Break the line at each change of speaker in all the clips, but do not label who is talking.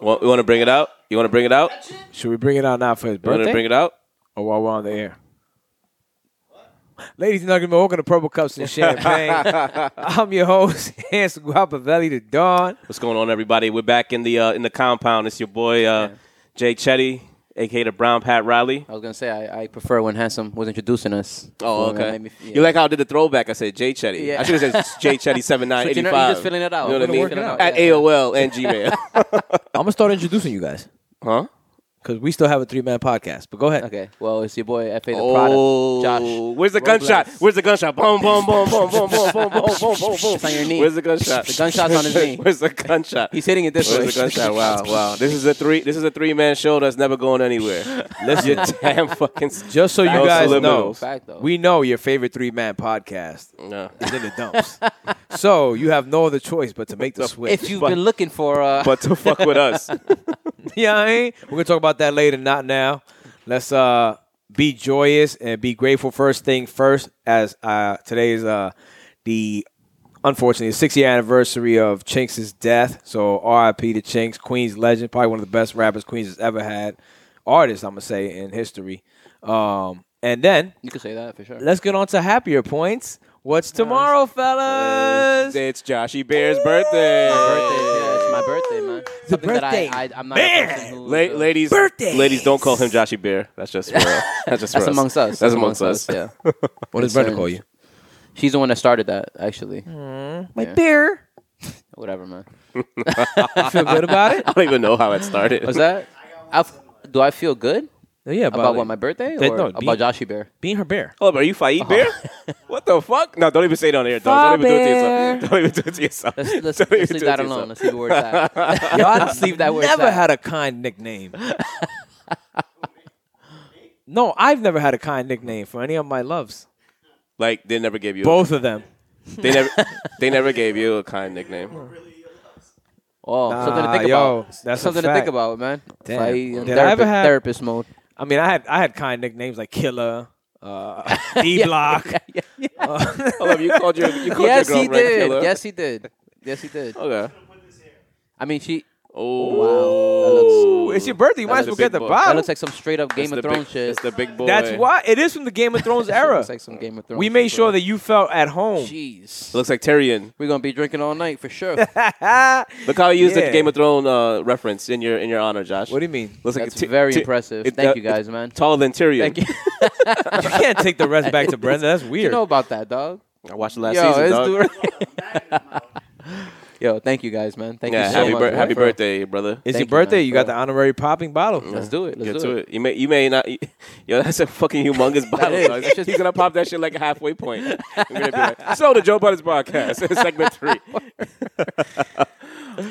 Want, you want to bring it out? You want to bring it out?
Should we bring it out now for his
You want to
birthday?
bring it out?
or while we're on the air. Ladies and gentlemen, welcome to Purple Cups and Champagne. I'm your host, Handsome Guapavelli the Dawn.
What's going on, everybody? We're back in the uh, in the compound. It's your boy uh, Jay Chetty, aka the Brown Pat Riley.
I was gonna say I, I prefer when Handsome was introducing us. When it made me- yeah.
Oh, You like how I did the throwback? I said Jay Chetty.
Yeah.
I should have said Jay Chetty seven nine
But
eighty
you know,
five.
you're just filling it out.
You know what I
We're
mean?
working out,
At
yeah.
AOL and Gmail.
I'm gonna start introducing you guys
huh?
because we still have a three man podcast. But go ahead.
Okay, well it's your boy Fa the
Oh,
product, Josh.
Where's the
Roblox.
gunshot? Where's the gunshot? Boom, boom, boom, boom, boom, boom, boom, boom, boom, boom, boom.
It's on your knee.
Where's the gunshot?
The gunshot's on his knee.
Where's the gunshot?
He's hitting it this way.
Where's the gunshot? Wow, wow. This is a three. This is a three man show that's never going anywhere. Let's your damn fucking.
Just so you
No
guys know,
subliminals.
Fact, though.
we know your favorite three man podcast
No.
is in the dumps. so you have no other choice but to make the switch.
if you've been looking for, uh,
But to fuck with us.
yeah, I ain't. We're gonna talk about that later, not now. Let's uh be joyous and be grateful first thing first, as uh today is uh the unfortunately six year anniversary of Chinks' death. So RIP to Chinks, Queens legend, probably one of the best rappers Queens has ever had. Artist, I'm gonna say, in history. Um and then
you can say that for sure.
let's get on to happier points. What's tomorrow, fellas?
it's Joshy Bear's birthday.
My birthday, yeah, it's my birthday, man. Something
birthday.
that I, I I'm not a person who,
La-
uh,
ladies,
Birthdays.
ladies, don't call him Joshy Bear. That's just for, that's just for
That's amongst us.
That's amongst us.
Yeah,
What does
Brenda call you? she's the one that started that actually.
Mm. My beer.
Whatever, man.
I feel good about it.
I don't even know how it started.
Was that? I f- do I feel good
Yeah,
about,
about,
what my birthday
That-
or
no, be-
about Joshy Bear?
being her bear.
Hold up, Oh, are you Faid Bear?
Uh-huh.
What the fuck? No, don't even say it on air. Don't, don't even do it to yourself. Don't even do it to yourself.
Let's, let's,
Don't even
let's leave
do it
that
to yourself.
alone. Let's leave the word at that.
Y'all
Let's leave that where it's
never
at.
had a kind nickname. no, I've never had a kind nickname for any of my loves.
Like they never gave you.
Both of them.
They never. they never gave you a kind nickname.
Oh, something to think
Ah, yo,
about.
that's a
something to think
fact.
about, man. It's
Damn.
like,
Did I
in
ever
therapist,
have-
therapist mode.
I mean, I had I had kind nicknames like Killer, uh, D Block.
Oh,
Hold up, you called your. You called
Yes,
your
he
girlfriend Oh.
did.
Killer?
Yes, he did. Yes, he did.
Okay.
I mean, she.
Oh
Ooh, it's your birthday. You might as
the
well get
big
the
boy.
That
bottle.
looks like some straight up Game
It's Oh. the
of Thrones
big,
shit.
It's the big boy.
That's why it is from the Game of Thrones
It
era.
looks like some Game of Thrones.
We made
shit,
sure
bro.
that you felt at home.
It
Jeez.
looks like Tyrion.
We're gonna be drinking all night for sure.
Look how I used
Yeah.
the Game of Thrones uh, reference in your in your honor, Josh.
What do you mean?
Looks like
That's
Ty-
very
Ty-
impressive.
it-
Thank
uh,
you guys, man.
Taller than Tyrion.
Thank you.
You can't take the rest back to Brenda. That's
you
weird.
know about that, dog.
I watched the last
Yo,
season.
it's
dog.
dude- Yo, thank you guys, man. Thank
Yeah,
you so
happy,
much.
bir-
man,
happy
for-
birthday, brother.
it's your
Thank you, man,
birthday. you got
bro.
the honorary popping bottle.
Let's do it. Let's
Get
do
to it. You may you may not. Yo, that's a fucking humongous bottle.
is.
dog.
That's just-
He's gonna pop that shit like a halfway point. I'm gonna be like, so the Joe Butters podcast, segment three.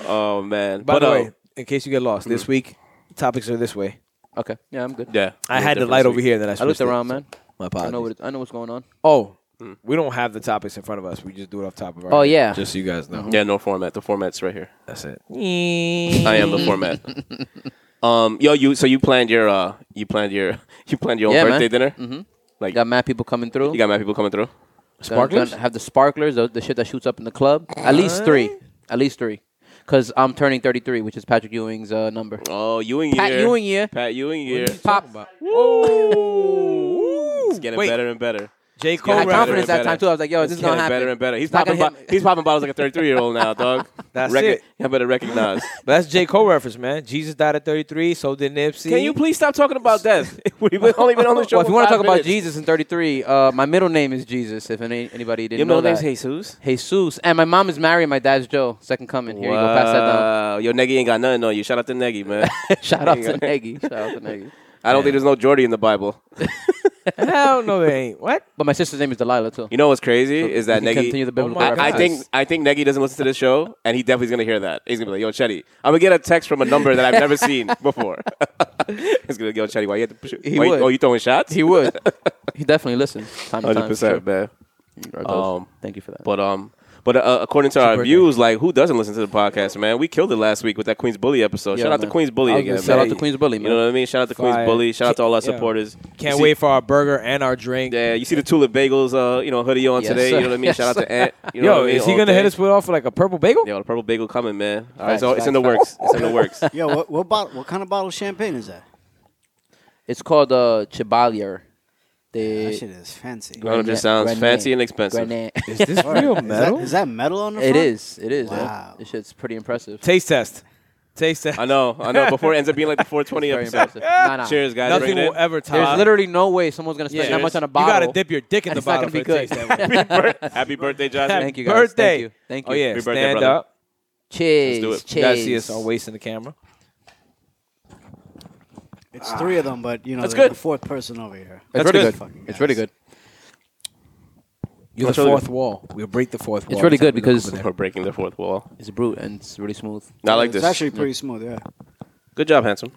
oh man,
By
but
the
uh,
way, in case you get lost, this week topics are this way.
Okay. Yeah, I'm good.
yeah,
I had the light over here that I
I
switched
looked
it,
around,
so
man.
My
I know what
apologies.
it, I know what's going on.
Oh, we don't have the topics in front of us. We just do it off the top of our.
Oh,
head,
yeah.
Just so you guys know,
Yeah, no format. The format's right here.
that's it.
I am the format. Um, yo, you so you planned your uh, you planned your you planned your own
Yeah, man.
birthday dinner.
You got mad people coming through.
You got mad people coming through.
Gonna-
Sparklers?
gonna have the sparklers, the, the shit that shoots up in the club. At least three. At least three. Because I'm turning 33, which is Patrick Ewing's uh, number.
Oh, Ewing
Pat
year.
Ewing year.
Pat Ewing year.
Pop.
Woo! It's getting
Wait.
better and better.
J
I
Cole.
had
better
confidence
and
that time,
better.
too. I was like, yo, is
It's
this
getting
going to happen?
better and better. He's
not
popping,
gonna
bo-
hit me.
he's popping bottles like a 33 year old now, dog.
That's
Recog-
it.
I better recognize.
That's J Cole reference, man. Jesus died at 33. So did Nipsey.
Can you please stop talking about death? We've been- only been on the show.
Well, if you
want to
talk about Jesus in 33, uh, my middle name is Jesus, if any, anybody didn't
your
know
middle
that.
name's Jesus.
Jesus. And my mom is Mary, and my dad's Joe. Second coming. Here you go. Pass that down.
Wow. Yo, Negi ain't got nothing on you. Shout out to Negi, man.
Shout out to Nagy. Shout out to Nagy.
I don't think there's no Jordy in the Bible.
Hell no, they ain't. What?
But my sister's name is Delilah, too.
You know what's crazy is that
we can
Negi.
continue the biblical
I, I think
references.
I think Negi doesn't listen to this show, and he definitely's gonna hear that. He's gonna be like, "Yo, Chetty, I'm gonna get a text from a number that I've never seen before." He's gonna go, "Chetty, why you have to push?
He
why you-
would.
oh, you throwing shots?
He would. he definitely listens. Time to
Hundred
time.
percent, man.
Sure.
Um,
Thank you for that.
But um, But uh, according to our
birthday.
views, like who doesn't listen to the podcast, man? We killed it last week with that Queens Bully episode.
Yeah,
shout out to
man.
Queens Bully
I was
again.
gonna
man.
Shout out
Hey,
to Queens Bully,
You
man.
know what I mean? Shout out to Queens
Fire.
Bully. Shout out to all our
Yeah.
supporters.
Can't
You see-
wait for our burger and our drink.
Yeah, you see the Tulip Bagels, uh, you know, hoodie on
Yes,
today. You
sir.
know what I mean?
Yes,
Shout out
sir.
to Ant. You know
Yo,
what I mean?
is he
All
gonna
day.
hit us with off like a purple bagel?
Yo, the purple bagel coming, man. All right,
Facts,
so it's in the
facts,
works. It's in the works.
Yo, what what bottle? What kind of bottle of champagne is that?
It's called uh, Chevalier.
That
The
shit is fancy.
No, it just sounds fancy and expensive.
Grenade.
Is this
Word.
real
Is that-
metal?
Is that metal on the
It
front?
is. It is.
Wow.
Man. This shit's pretty impressive.
Taste test. Taste test.
I know, I know. Before it ends up being like the 420
Very
episode.
impressive. Nah, nah.
Cheers, guys.
Nothing
Bring it
will
in.
ever top.
There's literally no way someone's gonna spend that
Cheers.
much on a
You
You
bottle.
gotta dip your dick in the
It's not
bottle
gonna
for
be
a taste
good.
test.
Happy birthday, Josh.
Thank you, guys.
Birthday.
Thank you. Thank you.
Oh yeah,
Happy birthday,
stand
brother.
up.
Cheers.
Let's do it.
Cheers.
You guys see us all wasting the camera.
It's three of them, but you know,
That's
there's
good.
a fourth person over here.
It's
That's
really
good.
good.
Fucking
It's really
guys.
good.
You're
Let's
the
really-
fourth wall. We'll break the fourth wall.
It's really
That's how
good
we look
because-
over there.
We're breaking the fourth wall.
It's brute and it's really smooth.
I like
It's
this.
actually pretty smooth. Yeah.
Good job, handsome.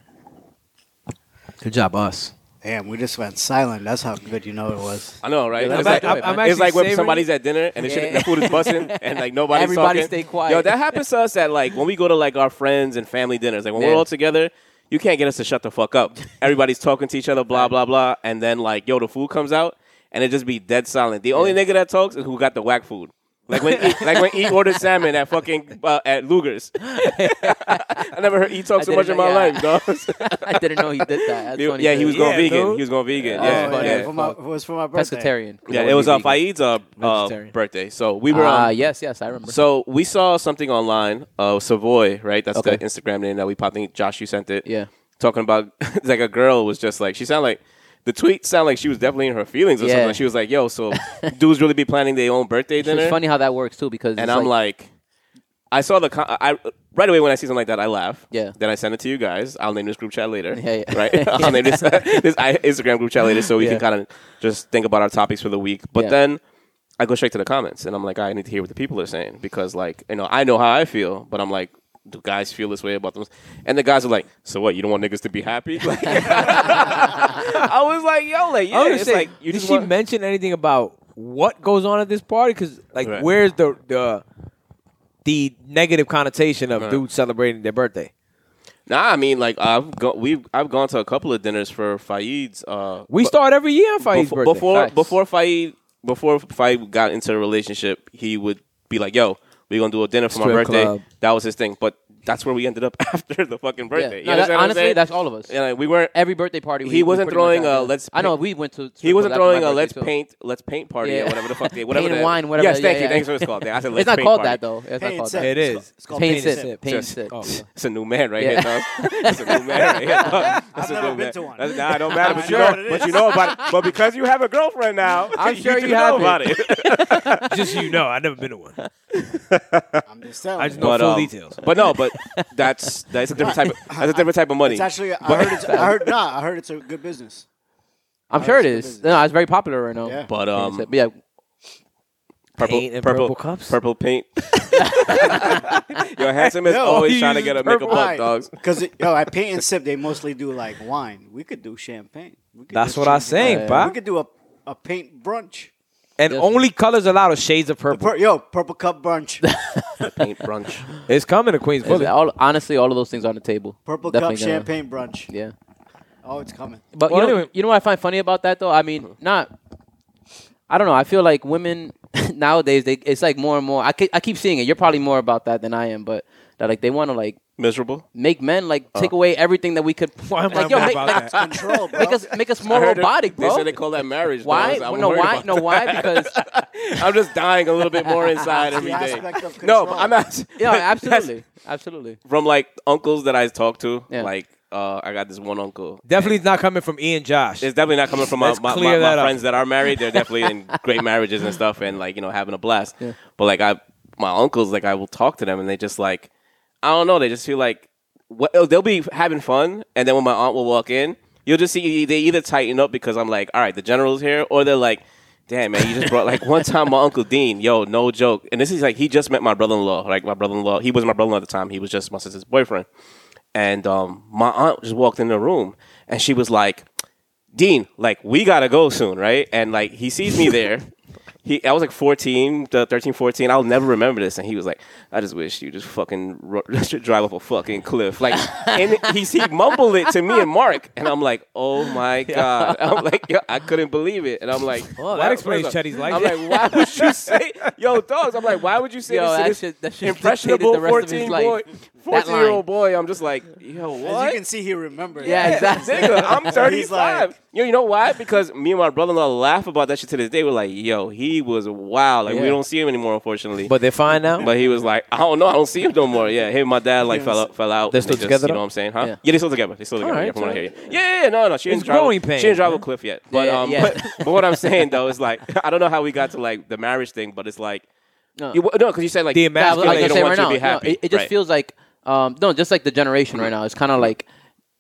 good job, us.
Damn, we just went silent. That's how good you know it was.
I know, right?
Yeah,
it's
I'm
like,
act- I'm-
it's
I'm
like when
actually
somebody's at dinner and the,
Yeah.
shit, the food is busting and like nobody's
Everybody
talking.
stay quiet.
Yo, that happens to us at like when we go to like our friends and family dinners. Like when we're
Yeah.
all together, you can't get us to shut the fuck up. Everybody's talking to each other, blah blah blah, and then like yo, the food comes out and it just be dead silent. The only nigga that talks is who got the whack food. Like when e, like when E ordered salmon at fucking uh, at Luger's. I never heard E talk so
didn't
much in my
know- yeah.
life, dog.
I didn't know he did that. That's funny.
yeah, he was
Yeah,
going vegan.
dude.
He was going vegan.
Yeah,
Yeah,
oh,
funny.
yeah.
For my, it was for my birthday.
pescatarian.
Yeah, it was uh,
on
Faid's uh, uh,
Vegetarian.
birthday. So we were
Ah,
on.
yes, yes, I remember.
So we saw something online. Uh, Savoy, right? That's the
Okay.
Instagram name that we popped. I think Josh, you sent it.
Yeah.
Talking about it's like a girl was just like she sounded like the tweet sounded like she was definitely in her feelings or
Yeah.
something. She was like, "Yo, so dudes really be planning their own birthday
it's
dinner?"
funny how that works too because
and
it's
I'm like, I saw the con- I right away when I see something like that, I laugh.
Yeah.
Then I send it to you guys. I'll name this group chat later.
Yeah, yeah.
Right. I'll name this this I- Instagram group chat later, so we
Yeah.
can kind of just think about our topics for the week. But
Yeah.
then I go straight to the comments, and I'm like, I need to hear what the people are saying because, like, you know, I know how I feel, but I'm like. Do guys feel this way about them? And the guys are like, "So what? You don't want niggas to be happy?" Like, I was like, "Yo, like, yeah,
I
it's like you
did
just
she
want-
mention anything about what goes on at this party? Because like,
Right.
where's the the the negative connotation of
Right.
dudes celebrating their birthday?
Nah, I mean, like, I've go- we've I've gone to a couple of dinners for Faid's. Uh,
We
bu-
start every year on Faye's
befo-
birthday.
before
Facts.
before Faid before Faid got into a relationship, he would be like, "Yo, we're gonna do a dinner for my
Strip
birthday."
club.
That was his thing, but that's where we ended up after the fucking
Yeah.
birthday. You
No, that-
understand what I'm
honestly,
saying?
that's all of us.
Yeah, like, we weren't.
Every birthday party, we,
He
we
wasn't
pretty much
throwing
have
a
to-
let's
I know
paint-
we went to.
He wasn't throwing a let's
let's
paint let's paint party
Yeah.
or whatever the fuck they whatever
Paint
the-
and wine, whatever.
Yes,
Yeah,
thank
yeah,
you. Thanks
yeah.
for what it's called. I said let's
It's not
paint
called
party.
that though. It's not
Paint
called
sip.
that.
It is.
It's called
Paint
paint
sip.
and sip.
Paint
Just-
sip.
Oh.
It's a new man right
Yeah.
here, dog. It's a new man right here. Dog. It's
I've
a
never
new
been
man.
to one.
That's, nah, it don't matter,
I'm
but
sure
you
it
know,
is.
but you know about it. But because you have a girlfriend now,
I'm sure
do
you
know
have
about
it.
it.
Just so you know, I've never been to one.
I'm just telling
I just
you.
know full
um,
details.
But no, but that's that's a different type. Of, that's a different type of money.
It's actually, I heard, it's, I heard, nah, I heard it's a good business.
I'm sure it
it's
is. No, it's very popular right now.
Yeah.
but
Paint
um,
sip. Yeah.
purple,
Paint and purple cups?
purple paint. Yo, handsome is
Yo,
always
he
trying to
uses
get a make a
purple
buck, dogs.
Because yo, at paint and sip, they mostly do like wine. We could do champagne. We could
That's
just
what I'm
change it
saying,
up.
pa.
We could do a, a paint brunch.
And only colors allowed are shades of purple.
Pur- yo, purple cup brunch,
Paint brunch.
it's coming to Queens
Is
Bully.
it all, honestly, all of those things are on the table.
purple cup
Definitely gonna-
champagne brunch.
Yeah.
Oh, it's coming.
But
Well,
you, know,
anyway.
you know what I find funny about that though? I mean,
Mm-hmm.
not. I don't know. I feel like women nowadays they it's like more and more. I ke- I keep seeing it. You're probably more about that than I am, but that like they want to like
Miserable.
make men like take
Uh.
away everything that we could.
Why am I
like, yo,
mad
make,
about
make,
that?
Control, bro.
make us make us more
I heard it-
robotic,
They
bro.
said they call that marriage.
Why?
dogs. I'm
no,
worried
why?
about
No,
that.
why? Because
I'm just dying a little bit more inside every
the
day.
aspect of
No,
control.
but I'm not.
yeah,
that's-
absolutely, absolutely.
From like uncles that I talk to,
Yeah.
like uh, I got this one uncle.
Definitely not coming from Ian Josh.
It's definitely not coming from my,
Let's
my,
clear
my, my
that up.
friends that are married. They're definitely in great marriages and stuff, and like you know having a blast. But like I, my uncles, like I will talk to them, and they just like, I don't know. They just feel like what, oh, they'll be having fun, and then when my aunt will walk in, you'll just see e, they either tighten up because I'm like, all right, the general's here, or they're like. Damn man, you just brought like one time my uncle Dean, yo, no joke. And this is like he just met my brother-in-law, like my brother-in-law. He was my brother-in-law at the time. He was just my sister's boyfriend. And um, my aunt just walked in the room and she was like, Dean, like we gotta go soon, right? And like he sees me there, he, I was like 14, th- 13, 14. I'll never remember this. And he was like, I just wish you just fucking ro- drive off a fucking cliff. Like, and he, he mumbled it to me and Mark. And I'm like, oh my God. I'm like, yo, I couldn't believe it. And I'm like,
that
why-
explains
first off,
Chetty's life.
I'm like, why would you say, yo, dogs? I'm like, why would you say
Yo,
this to this
that shit- that shit
impressionable
dictated the rest of
14
his
boy,
life. That
14 year
line.
old boy? I'm just like, yo,
As
what?
you can see, he remembered.
Yeah,
that.
exactly.
Nigga, I'm
He's
35.
like-
yo, you know why? Because me and my brother-in-law laugh about that shit to this day. We're like, yo, he was wild. Like
Yeah.
we don't see him anymore, unfortunately. But
But they're fine now.
but he was like, I don't know, I don't see him no more. Yeah, him and my dad like fell out, fell out.
They're still
and just-
together,
You know
though?
what I'm saying? Huh?
Yeah.
Yeah, they're still together. They're still together.
Alright,
yeah, from what I
alright.
hear you. Yeah, yeah, yeah, no, no, she didn't
growing
drive.
pains,
She didn't drive
huh?
a cliff yet. But
Yeah,
um,
yeah.
but, but what I'm saying though is like, I don't know how we got to like the marriage thing, but it's like,
No.
you, no, because you said like
The
Yeah, I was- I was
they
emasculation.
don't
gonna say
want
right
you
now,
to be
no,
happy.
it, it just
Right.
feels like um, no, just like the generation right now. It's kind of like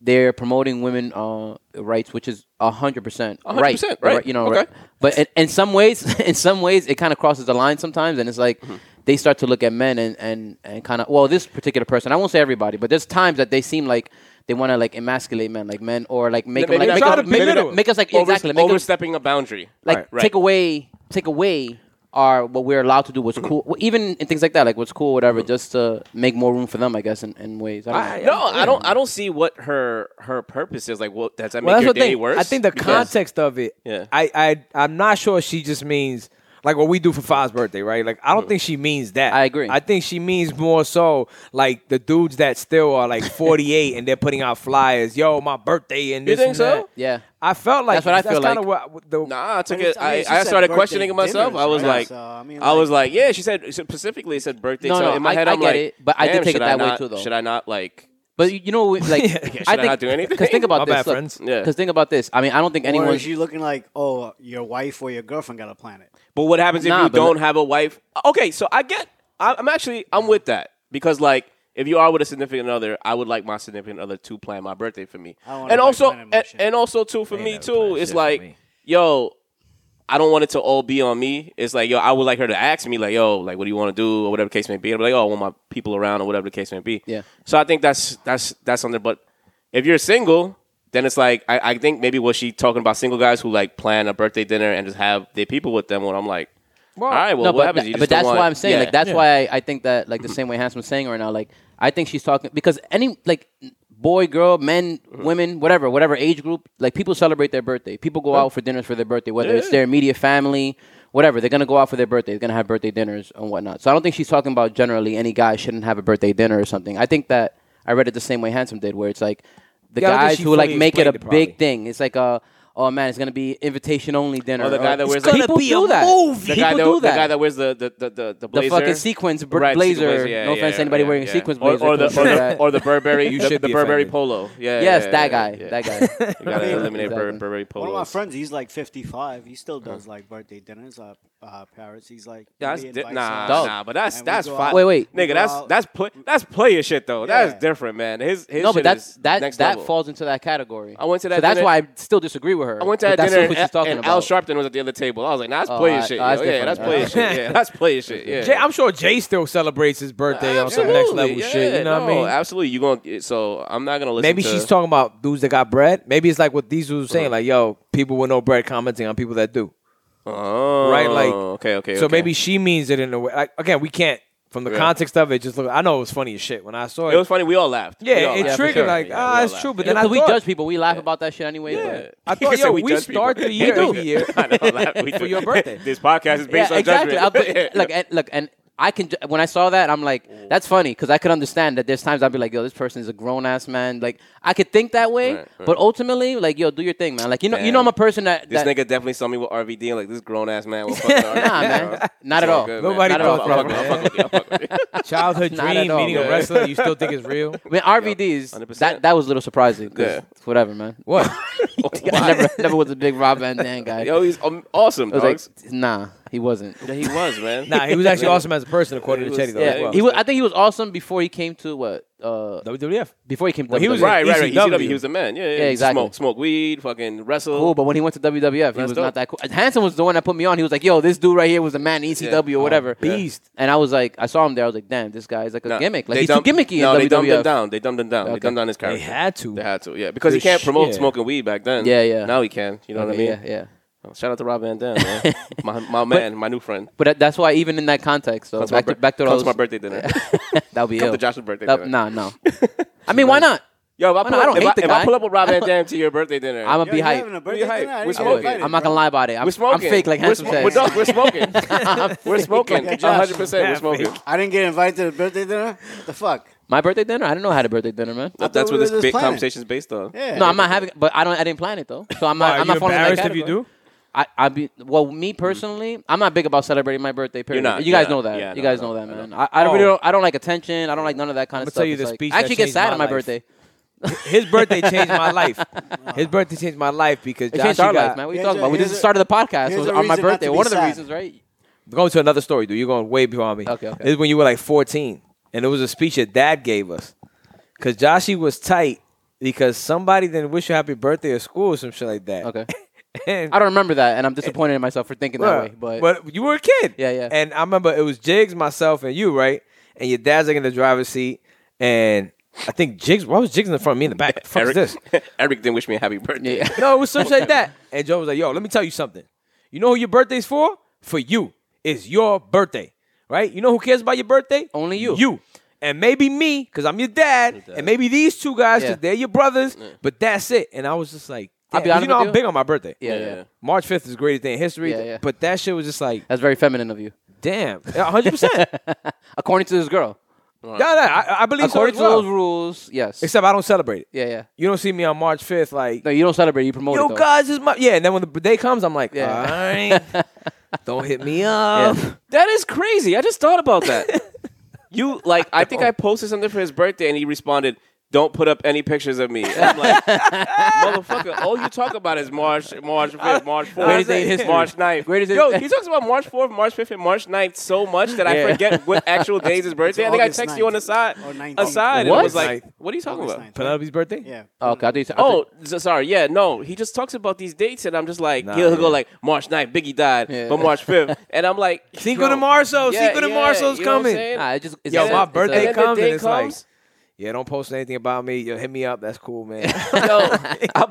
they're promoting women uh, rights, which is hundred percent right.
100%, right.
You know,
Okay.
right. but in, in some ways, in some ways, it kind of crosses the line sometimes, and it's like.
Mm-hmm.
They start to look at men and, and, and kind of well this particular person I won't say everybody but there's times that they seem like they want to like emasculate men like men or like make
They-
them, like,
they
make,
try
us-
to be
make,
middle.
make us like
Over-
exactly make us,
overstepping a boundary.
like
Right, right.
take away take away our what we're allowed to do what's cool well, even in things like that like what's cool whatever just to make more room for them i guess in, in ways I don't know.
No, I uh, don't. I don't see what her her purpose is. Like, what does that make
Well, that's
your
the
day
thing.
worse?
I think the
Because-
context of it.
Yeah.
I, I I'm not sure she just means like what we do for Five's birthday, right? Like
Mm.
I don't think she means that.
I agree.
I think she means more so like the dudes that still are like 48 and they're putting out flyers, yo, my birthday and
You
this.
think
and
so?
that."
yeah
I felt like
That's what I feel
kinda
like.
What, the,
Nah, I took
I mean,
it.
I
I,
mean, she
I,
said
started
birthday
questioning it myself.
dinners,
I was
right?
like,
So, I
I,
mean,
was like, yeah. She said specifically. It said birthday.
No,
so
no,
in my
I-
head,
I
am
get
like,
it, but I did
damn,
take it
should
that way
not-
too, though.
Should I not like?
but you know like
Yeah,
should
i
I
think
not do anything?
because think
My
about
bad,
this
friends.
Yeah.
because think about this i mean i don't think
Or
anyone
is you looking like, oh, your wife or your girlfriend got a planet?
But what happens if
Nah,
you
but-
don't have a wife? Okay, so I get. I, I'm actually I'm with that because like if you are with a significant other, I would like my significant other to plan my birthday for me.
I don't wanna
And
like
also,
planning my
and,
shit.
and also too for me
never
too,
plan
it's
shit for me.
like, yo, I don't want it to all be on me. It's like, yo, I would like her to ask me, like, yo, like, what do you want to do, or whatever the case may be. I'm like, oh, I want my people around, or whatever the case may be.
Yeah.
So I think that's that's that's something. But if you're single, then it's like I, I think maybe was she talking about single guys who like plan a birthday dinner and just have their people with them. When I'm like,
Well,
all right, well,
no,
what
but,
happens?
tha-
You just
but
don't
that's
want-
why I'm saying
Yeah.
like that's
Yeah.
why I, I think that like the same way Handsome saying right now like I think she's talking because any like boy, girl, men,
Mm-hmm.
women, whatever, whatever age group, like people celebrate their birthday. People go out for dinners for their birthday, whether it's their immediate family, whatever. They're gonna go out for their birthday. They're gonna have birthday dinners and whatnot. So I don't think she's talking about generally any guy shouldn't have a birthday dinner or something. I think that I read it the same way Handsome did, where it's like the
Yeah, I don't think
guys
she
who like
fully
make it a
explained it probably.
big thing. It's like a oh man, it's gonna be invitation only dinner.
Or the guy that wears
it's
the-
gonna
People
be
do
a
that.
movie.
the guy,
People
that,
do that.
the guy that wears the the the the, the
The
blazer.
fucking sequins br-
Right,
blazer.
sequin yeah,
no
yeah,
offense to anybody
yeah,
wearing
yeah.
a sequins
Or-
blazer.
Or the,
couldn't
or
do
the,
that.
or the Burberry,
You
the,
should
the
be
Burberry
offended.
polo. Yeah,
yes,
yeah,
that
yeah,
guy.
yeah.
That guy.
You gotta eliminate
Exactly.
Bur- Burberry polo.
One of my friends, he's like 55. He still does like birthday dinners at uh, Paris. He's like,
Uh-huh. That's
he
di-
invites
nah,
us.
Dog.
nah, but that's
And we
that's
go
fine.
out-
Wait, wait.
we
nigga,
go
that's
out.
that's play, that's player shit though.
Yeah.
That's different, man. His his
No,
shit
but that's
is
that
next
that
level.
falls into that category.
I went to that
So that's
dinner-
why I still disagree with her.
I went to
but
that
that's
dinner and,
still what she's talking
and
about.
Al Sharpton was at the other table. I was like, nah, that's
Oh,
player
I-
shit.
oh, that's
yo. yeah,
different.
that's player
Yeah.
shit. Yeah, that's player shit. Yeah,
Jay, I'm sure Jay still celebrates his birthday on some
absolutely.
next level
yeah,
shit. You know
no,
what I mean?
Absolutely. You gonna so I'm not gonna listen.
Maybe
to,
she's talking about dudes that got bread. Maybe it's like what these dudes were saying, like, yo, people with no bread commenting on people that do.
oh,
right? Like,
okay, okay.
So
okay.
maybe she means it in a way. Like, again, we can't from the
Yeah.
context of it. Just look. I know it was funny as shit when I saw it.
it was funny. We all laughed.
yeah,
We all
it
laughed.
triggered
Yeah,
like,
yeah, we
ah,
all
it's
laughed.
true. But
Yeah,
then I
'cause we
thought-
judge people. We laugh about that shit anyway.
Yeah.
but-
I thought,
said
yo, we
judge
start
people.
the year
We do.
every year.
I know, laugh, we do.
your birthday.
This podcast is based
yeah,
on
exactly. I'll
judgment.
put- look, and, look, and I can ju- when I saw that, I'm like, that's funny because I could understand that. There's times I'd be like, yo, this person is a grown ass man. Like I could think that way,
Right, right.
but ultimately, like, yo, do your thing, man. Like you know, you
Damn.
know, I'm a person that,
This
that
nigga definitely saw me with RVD. I'm like, this grown ass man will fucking RVD.
Nah, man. Not at
It's
all.
good, man.
Nobody
Not at all.
thought
I'll
that,
fuck with you. I'll fuck with you. I'll fuck with you.
childhood
Not at
dream
all,
meeting a
man.
wrestler you still think is real.
I mean, RVDs.
100%.
that that was a little surprising. 'cause
Yeah.
Whatever, man.
What?
I never, never was a big Rob Van Dam guy.
Yo, he's um, awesome,
I was
dogs.
like, nah, he wasn't.
yeah, he was, man.
nah, he was actually awesome as a person,
He
according to
was-
Chetty. Though,
yeah,
as well.
He was, I think he was awesome before he came to what? Uh,
WWF.
before he came to
Well, he was
WWE.
Right, right, right.
ECW.
ECW, E he was a man. Yeah, yeah,
Yeah, exactly.
Smoke, smoke weed, fucking wrestle.
cool, but when he went to WWF, he
That's
was
dope.
not that cool. Hanson was the one that put me on. He was like, "Yo, this dude right here was a man in ECW
Yeah.
or whatever."
Beast.
And I was like, I saw him there. I was like, "Damn, this guy is like a
Nah,
gimmick. Like
they
he's
dumped-
too gimmicky
No,
in
they
WWF."
dumped him down. They dumped him down. They
Okay.
dumped down his
They
character.
had to.
They had to, yeah, because he
Good
can't
sh-
promote
yeah.
smoking weed back then.
Yeah, yeah.
Now he can. You know what I mean?
Yeah, yeah.
Shout out to Rob Van Dam, man. my my man, my new friend.
But that, that's why even in that context, so
Comes
back
my
to back to
comes
those,
my birthday dinner.
that would be
Come
ill.
to Josh's birthday
That-
dinner.
Nah, no. I mean, why not?
Yo, if I,
no,
pull
I
up,
don't
if
hate
I-
the
if
guy.
I pull up with Rob Van Dam to your birthday dinner,
I'm
a,
gonna be
you
hype.
having a
We're
birthday
hype.
tonight? I
We're
didn't get
smoking.
invited,
I'm not
bro.
gonna lie about it. I'm,
we're smoking.
I'm fake like handsome
we're, sm- we're,
says.
dog, we're smoking. we're smoking.
Josh.
100. percent We're
Yeah,
smoking.
fake.
I didn't get invited to the birthday dinner. What the fuck?
My birthday dinner? I didn't know I had a birthday dinner, man.
thought
That's
we
what
were
this
just
big
planning.
conversation is based on.
Yeah.
No, I'm not having, but I don't. I didn't plan it though, so I'm not.
Why,
I'm
you
not falling in that
embarrassed if you
category.
do?
I, I be well. Me personally, I'm not big about celebrating my birthday. Period.
not,
you guys
yeah,
know that.
yeah,
you
no,
guys
no,
know that,
no,
man. I, I don't really
Oh.
don't. I don't like attention. I don't like none of that kind
I'ma
of
tell
stuff.
you
It's
the
like-
speech
I
that
actually get
changed
sad
my
on my
life.
birthday.
His birthday changed my life. His birthday changed my life because
It
Josh
changed our
got-
life, man. What are you
Here's
talking
a-
about? We
here's
just
a-
started the podcast
here's
was on
a
my
reason not to
birthday.
be
One of the
sad.
reasons, right?
Going to another story, dude. You're going way beyond me.
Okay, okay.
This is when you were like 14, and it was a speech your dad gave us. Because Joshy was tight because somebody didn't wish you happy birthday at school or some shit like that.
Okay.
and,
I don't remember that, and I'm disappointed in myself for thinking that way. But,
you were a kid.
Yeah, yeah.
And I remember it was Jigs, myself, and you, right? And your dad's like in the driver's seat, and I think Jigs. Why was Jigs in the front, of me in the back? What the fuck
Eric,
is this?
Eric didn't wish me a happy birthday.
Yeah.
No, it was something like that. And Joe was like, yo, let me tell you something. You know who your birthday's for? For you. It's your birthday, right? You know who cares about your birthday?
Only you.
You. And maybe me, because I'm your dad, and maybe these two guys, because
Yeah.
they're your brothers, but that's it. And I was just like,
I'll
I'll
be
be honest
honest
you know,
with
I'm
you.
big on my birthday.
yeah, yeah,
Yeah.
March 5th is a great day in history,
Yeah, yeah.
but that shit was just like,
that's very feminine of you,
damn, 100%.
according to this girl.
no, no, I, I believe
According to
so as well.
those rules, yes.
Except I don't celebrate it.
yeah, yeah.
You don't see me on March 5th, like,
No, you don't celebrate. You promote
yo
it. though.
guys is my yeah and then when the day comes i'm like
Yeah.
all right don't hit me up
That is crazy. I just thought about that. you like I think I posted something for his birthday and he responded, "Don't put up any pictures of me." And I'm like, motherfucker, all you talk about is March, March 5th, March 4th,
Greatest day in history.
March 9th.
Greatest day-
Yo, he talks about March 4th, March 5th, and March 9th so much that I
Yeah.
forget what actual day is his birthday. I think
August
I texted you on the
9th.
side,
Or 19th.
aside, and I
What?
was like,
Ninth.
"What are you talking
August
about?"
9th.
penelope's birthday
Yeah.
Oh, okay. I thought you said. I
Oh,
thought-
so- sorry. Yeah, no. He just talks about these dates, and I'm just like,
Nah,
he'll, he'll go
yeah.
like March 9th, Biggie died,
Yeah.
but March 5th, and I'm like,
cinco de
yo,
marzo
yeah,
cinco de
yeah,
marzo's
you know what I'm
coming
saying?
nah, it just, it's
Yo,
a-
my
it's a-
birthday
And then the
comes
day
and it's like-
comes,
yeah don't post anything about me yo hit me up that's cool man
yo,